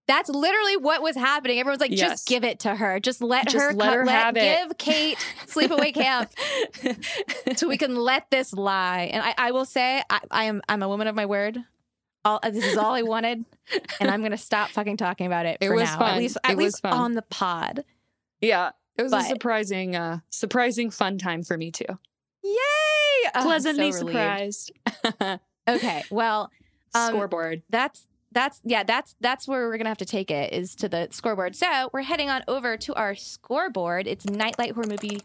Speaker 2: That's literally what was happening. Everyone's like,
Speaker 3: Yes.
Speaker 2: just give it to her. Just let
Speaker 3: Just
Speaker 2: her
Speaker 3: let
Speaker 2: co-
Speaker 3: her have it."
Speaker 2: give
Speaker 3: *laughs*
Speaker 2: Kate sleepaway camp so we can let this lie. And I, I will say I, I am I'm a woman of my word. All this is all I wanted. And I'm gonna stop fucking talking about it.
Speaker 3: It
Speaker 2: for
Speaker 3: was
Speaker 2: now. At
Speaker 3: fun.
Speaker 2: least at
Speaker 3: It was
Speaker 2: least
Speaker 3: fun.
Speaker 2: on the pod.
Speaker 3: yeah. It was
Speaker 2: But-
Speaker 3: a surprising, uh, surprising fun time for me too.
Speaker 2: Yay! Oh, I'm so
Speaker 3: Pleasantly
Speaker 2: relieved.
Speaker 3: surprised.
Speaker 2: Okay. Well, Um,
Speaker 3: *laughs* Scoreboard.
Speaker 2: that's that's yeah, that's that's where we're gonna have to take it is to the scoreboard. So we're heading on over to our scoreboard. It's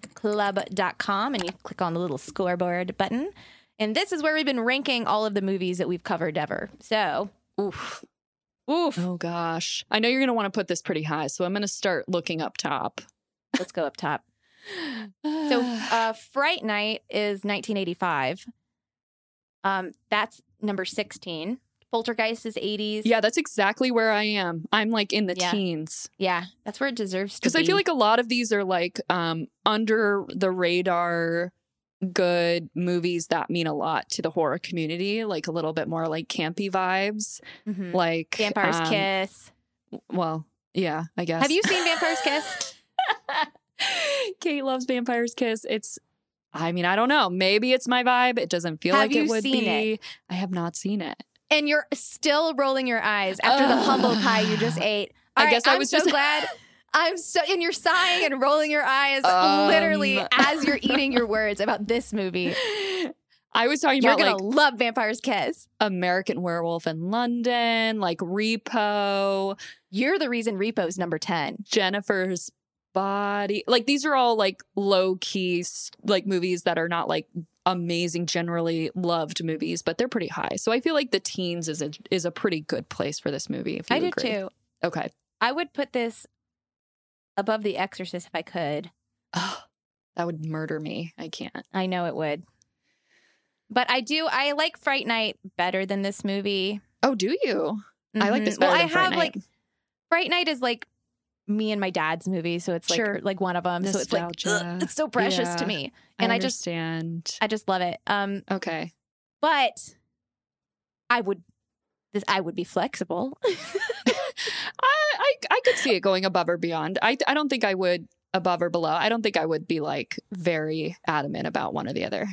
Speaker 2: nightlighthorrormovieclub.com and you click on the little scoreboard button. And this is where we've been ranking all of the movies that we've covered ever. So
Speaker 3: Oof.
Speaker 2: oof.
Speaker 3: Oh gosh. I know you're going to want to put this pretty high, so I'm going to start looking up top.
Speaker 2: Let's go up
Speaker 3: *sighs*
Speaker 2: top. So uh Fright Night is nineteen eighty five. Um that's number sixteen. Poltergeist is eighties.
Speaker 3: yeah, that's exactly where I am. I'm like in the
Speaker 2: Yeah.
Speaker 3: teens.
Speaker 2: Yeah. That's where it deserves to be.
Speaker 3: Cuz I feel like a lot of these are like um under the radar good movies that mean a lot to the horror community, like a little bit more like campy vibes,
Speaker 2: Mhm.
Speaker 3: like
Speaker 2: Vampire's
Speaker 3: um,
Speaker 2: Kiss.
Speaker 3: Well, yeah, I guess.
Speaker 2: Have you seen Vampire's Kiss?
Speaker 3: *gasps* Kate loves Vampire's Kiss. It's I mean, I don't know. Maybe it's my vibe. It doesn't feel
Speaker 2: Have
Speaker 3: like it
Speaker 2: you
Speaker 3: would
Speaker 2: seen
Speaker 3: be. I have not seen it.
Speaker 2: and you're still rolling your eyes after the
Speaker 3: Ugh. *sighs*
Speaker 2: humble pie you just ate.
Speaker 3: I
Speaker 2: All right,
Speaker 3: guess I
Speaker 2: I'm
Speaker 3: was
Speaker 2: so
Speaker 3: just- *laughs*
Speaker 2: glad. I'm so, and you're sighing and rolling your eyes
Speaker 3: Um.
Speaker 2: literally as
Speaker 3: *laughs*
Speaker 2: you're eating your words about this movie.
Speaker 3: I was talking
Speaker 2: You're
Speaker 3: about
Speaker 2: gonna
Speaker 3: like
Speaker 2: love Vampire's Kiss.
Speaker 3: American Werewolf in London, like Repo,
Speaker 2: You're the reason Repo's number ten.
Speaker 3: Jennifer's Body. Like these are all like low key like movies that are not like amazing generally loved movies, but they're pretty high. So I feel like the teens is a is a pretty good place for this movie. If you
Speaker 2: I do
Speaker 3: agree.
Speaker 2: too.
Speaker 3: Okay.
Speaker 2: I would put this above The Exorcist if I could.
Speaker 3: Ugh, that would murder me. I can't.
Speaker 2: I know it would, but I do. I like Fright Night better than this movie.
Speaker 3: Oh, do you? I like
Speaker 2: Mhm.
Speaker 3: this
Speaker 2: Well,
Speaker 3: better
Speaker 2: I
Speaker 3: than Fright
Speaker 2: have like
Speaker 3: Night.
Speaker 2: Fright Night is like me and my dad's movie, so it's like
Speaker 3: Sure.
Speaker 2: like one of them. So it's like
Speaker 3: Nostalgia.
Speaker 2: ugh, *laughs* it's so precious to
Speaker 3: Yeah.
Speaker 2: me, and I, just
Speaker 3: understand.
Speaker 2: I just love it. Um,
Speaker 3: okay.
Speaker 2: but I would this I would be flexible. *laughs*
Speaker 3: I, I I could see it going above or beyond. I I don't think I would above or below. I don't think I would be like very adamant about one or the other.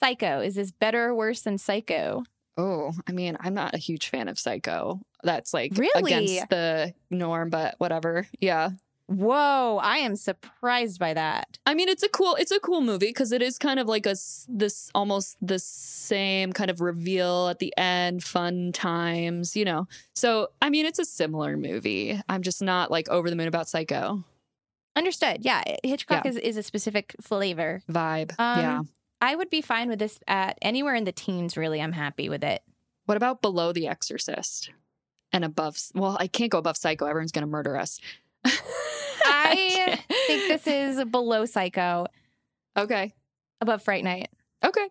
Speaker 2: Psycho is this better or worse than Psycho?
Speaker 3: Oh, I mean, I'm not a huge fan of Psycho. That's like
Speaker 2: Really?
Speaker 3: against the norm, but whatever. Yeah.
Speaker 2: Whoa, I am surprised by that.
Speaker 3: I mean, it's a cool it's a cool movie because it is kind of like a s- this almost the same kind of reveal at the end, fun times, you know. So, I mean, it's a similar movie. I'm just not like over the moon about Psycho
Speaker 2: Understood. Yeah, Hitchcock is is a specific flavor.
Speaker 3: vibe.
Speaker 2: Um,
Speaker 3: yeah.
Speaker 2: I would be fine with this at anywhere in the teens. Really, I'm happy with *laughs* it.
Speaker 3: What about below The Exorcist and above? Well, I can't go above Psycho. Everyone's going to murder us. *laughs*
Speaker 2: I
Speaker 3: can't.
Speaker 2: I think this is below Psycho,
Speaker 3: Okay.
Speaker 2: above Fright Night.
Speaker 3: Okay.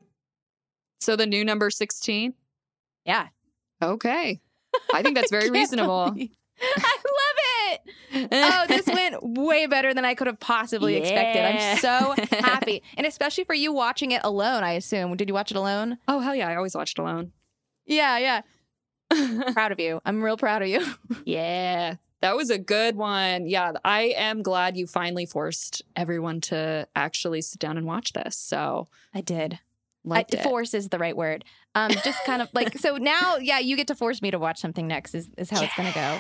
Speaker 3: So the new number 16?
Speaker 2: Yeah. *laughs*
Speaker 3: Okay. I think that's very
Speaker 2: Can't
Speaker 3: reasonable. *laughs*
Speaker 2: believe- I love *laughs* it. *laughs* Oh, this went way better than I could have possibly expected. I'm *laughs* so happy. And especially for you watching it alone, I assume. Did you watch it alone?
Speaker 3: Oh, hell yeah. I always watched alone. *laughs*
Speaker 2: Yeah, yeah. Proud of you. I'm real proud of you.
Speaker 3: yeah. That was a good one. Yeah. I am glad you finally forced everyone to actually sit down and watch this. So,
Speaker 2: I did.
Speaker 3: liked
Speaker 2: I,
Speaker 3: it.
Speaker 2: force is the right word. Um, just kind of like so now, yeah, you get to force me to watch something next is, is how it's gonna go.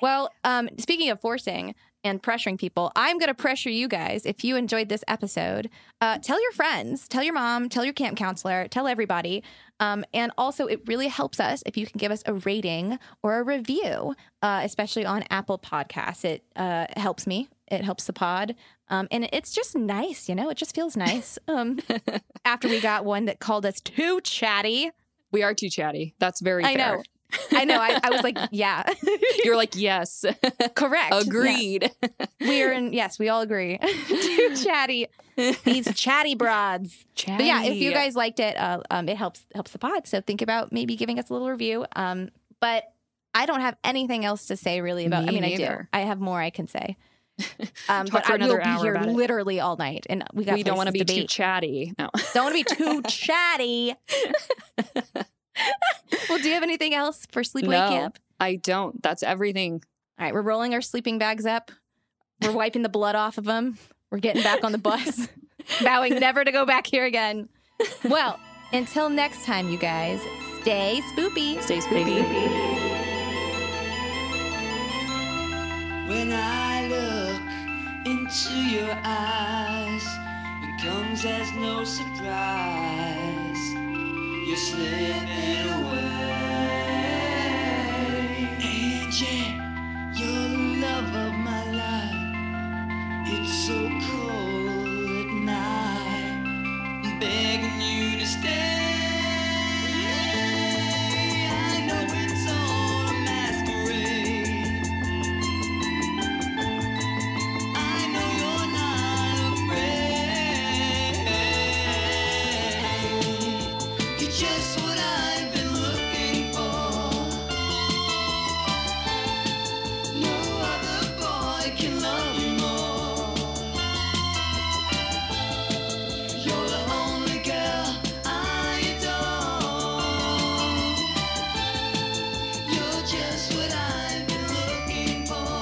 Speaker 2: Well, um, speaking of forcing, and pressuring people, I'm going to pressure you guys. If you enjoyed this episode, uh, tell your friends, tell your mom, tell your camp counselor, tell everybody. Um, and also, it really helps us if you can give us a rating or a review, uh, especially on Apple Podcasts. It uh, helps me, it helps the pod. Um, and it's just nice, you know, it just feels
Speaker 3: *laughs*
Speaker 2: nice. Um, after we got one that called us too chatty.
Speaker 3: We are too chatty. That's very
Speaker 2: I
Speaker 3: fair.
Speaker 2: know. *laughs* I know. I, I was
Speaker 3: *laughs*
Speaker 2: like, yeah, *laughs*
Speaker 3: You're like, yes,
Speaker 2: correct. *laughs* Yeah.
Speaker 3: agreed. *laughs*
Speaker 2: We are in, yes, we all agree. *laughs* too chatty. These chatty broads.
Speaker 3: Chatty.
Speaker 2: But yeah, if you guys liked it, uh, um, it helps helps the pod. So think about maybe giving us a little review. Um, but I don't have anything else to say really about.
Speaker 3: Me
Speaker 2: I mean,
Speaker 3: neither.
Speaker 2: I do. I have more I can
Speaker 3: *laughs*
Speaker 2: say. Um,
Speaker 3: Talk
Speaker 2: but
Speaker 3: for
Speaker 2: I will
Speaker 3: another
Speaker 2: be
Speaker 3: hour
Speaker 2: here
Speaker 3: about it.
Speaker 2: literally all night, and we got
Speaker 3: we don't
Speaker 2: want to
Speaker 3: be too
Speaker 2: debate.
Speaker 3: chatty. No. *laughs*
Speaker 2: don't want to be *laughs* too chatty. well, do you have anything else for sleepaway
Speaker 3: No.
Speaker 2: camp?
Speaker 3: I don't. That's everything.
Speaker 2: All right, we're rolling our sleeping bags up. We're wiping the blood off of them. We're getting back on the *laughs* bus, vowing never to go back here again. Well, until next time, you guys, stay spoopy.
Speaker 3: Stay spooky.
Speaker 1: When I look into your eyes, it comes as no surprise. You're slipping away. Angie, you're the love of my life. It's so cold at night. I'm begging you to stay. I know it's all a masquerade. I know you're not afraid. You're just what I've been looking for. No other boy can love you more. You're the only girl I adore. You're just what I've been looking for.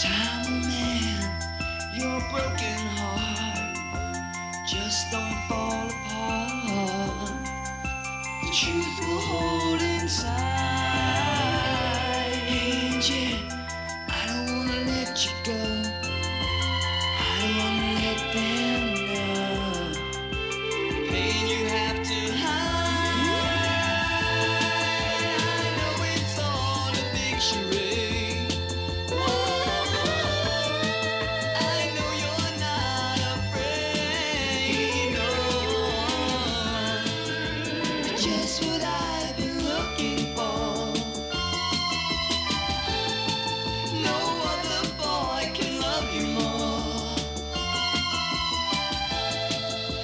Speaker 1: Time will mend your broken heart. Just don't fall apart. The truth will hold inside. Angel, I don't wanna let you go. I don't wanna let them know. The pain you have to hide. I know it's all a big charade. I know you're not afraid, no. You're just what I've been looking for. No other boy can love you more.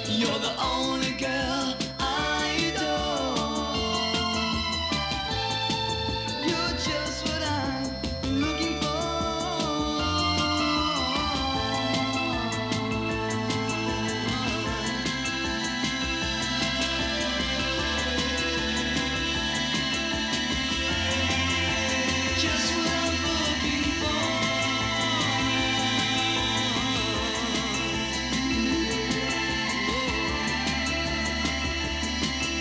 Speaker 1: You're the only girl I adore. You're just what I'm looking for. Just what I'm looking for. Just what I'm looking for.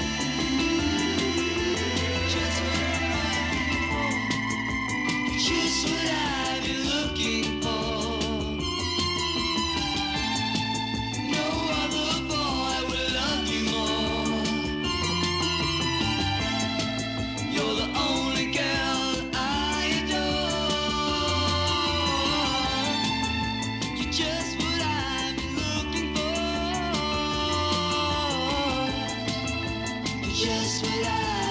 Speaker 1: Just what I've been looking for. No other boy will love you more. You're the only girl I adore. You're just what I've been looking for. You're just what I.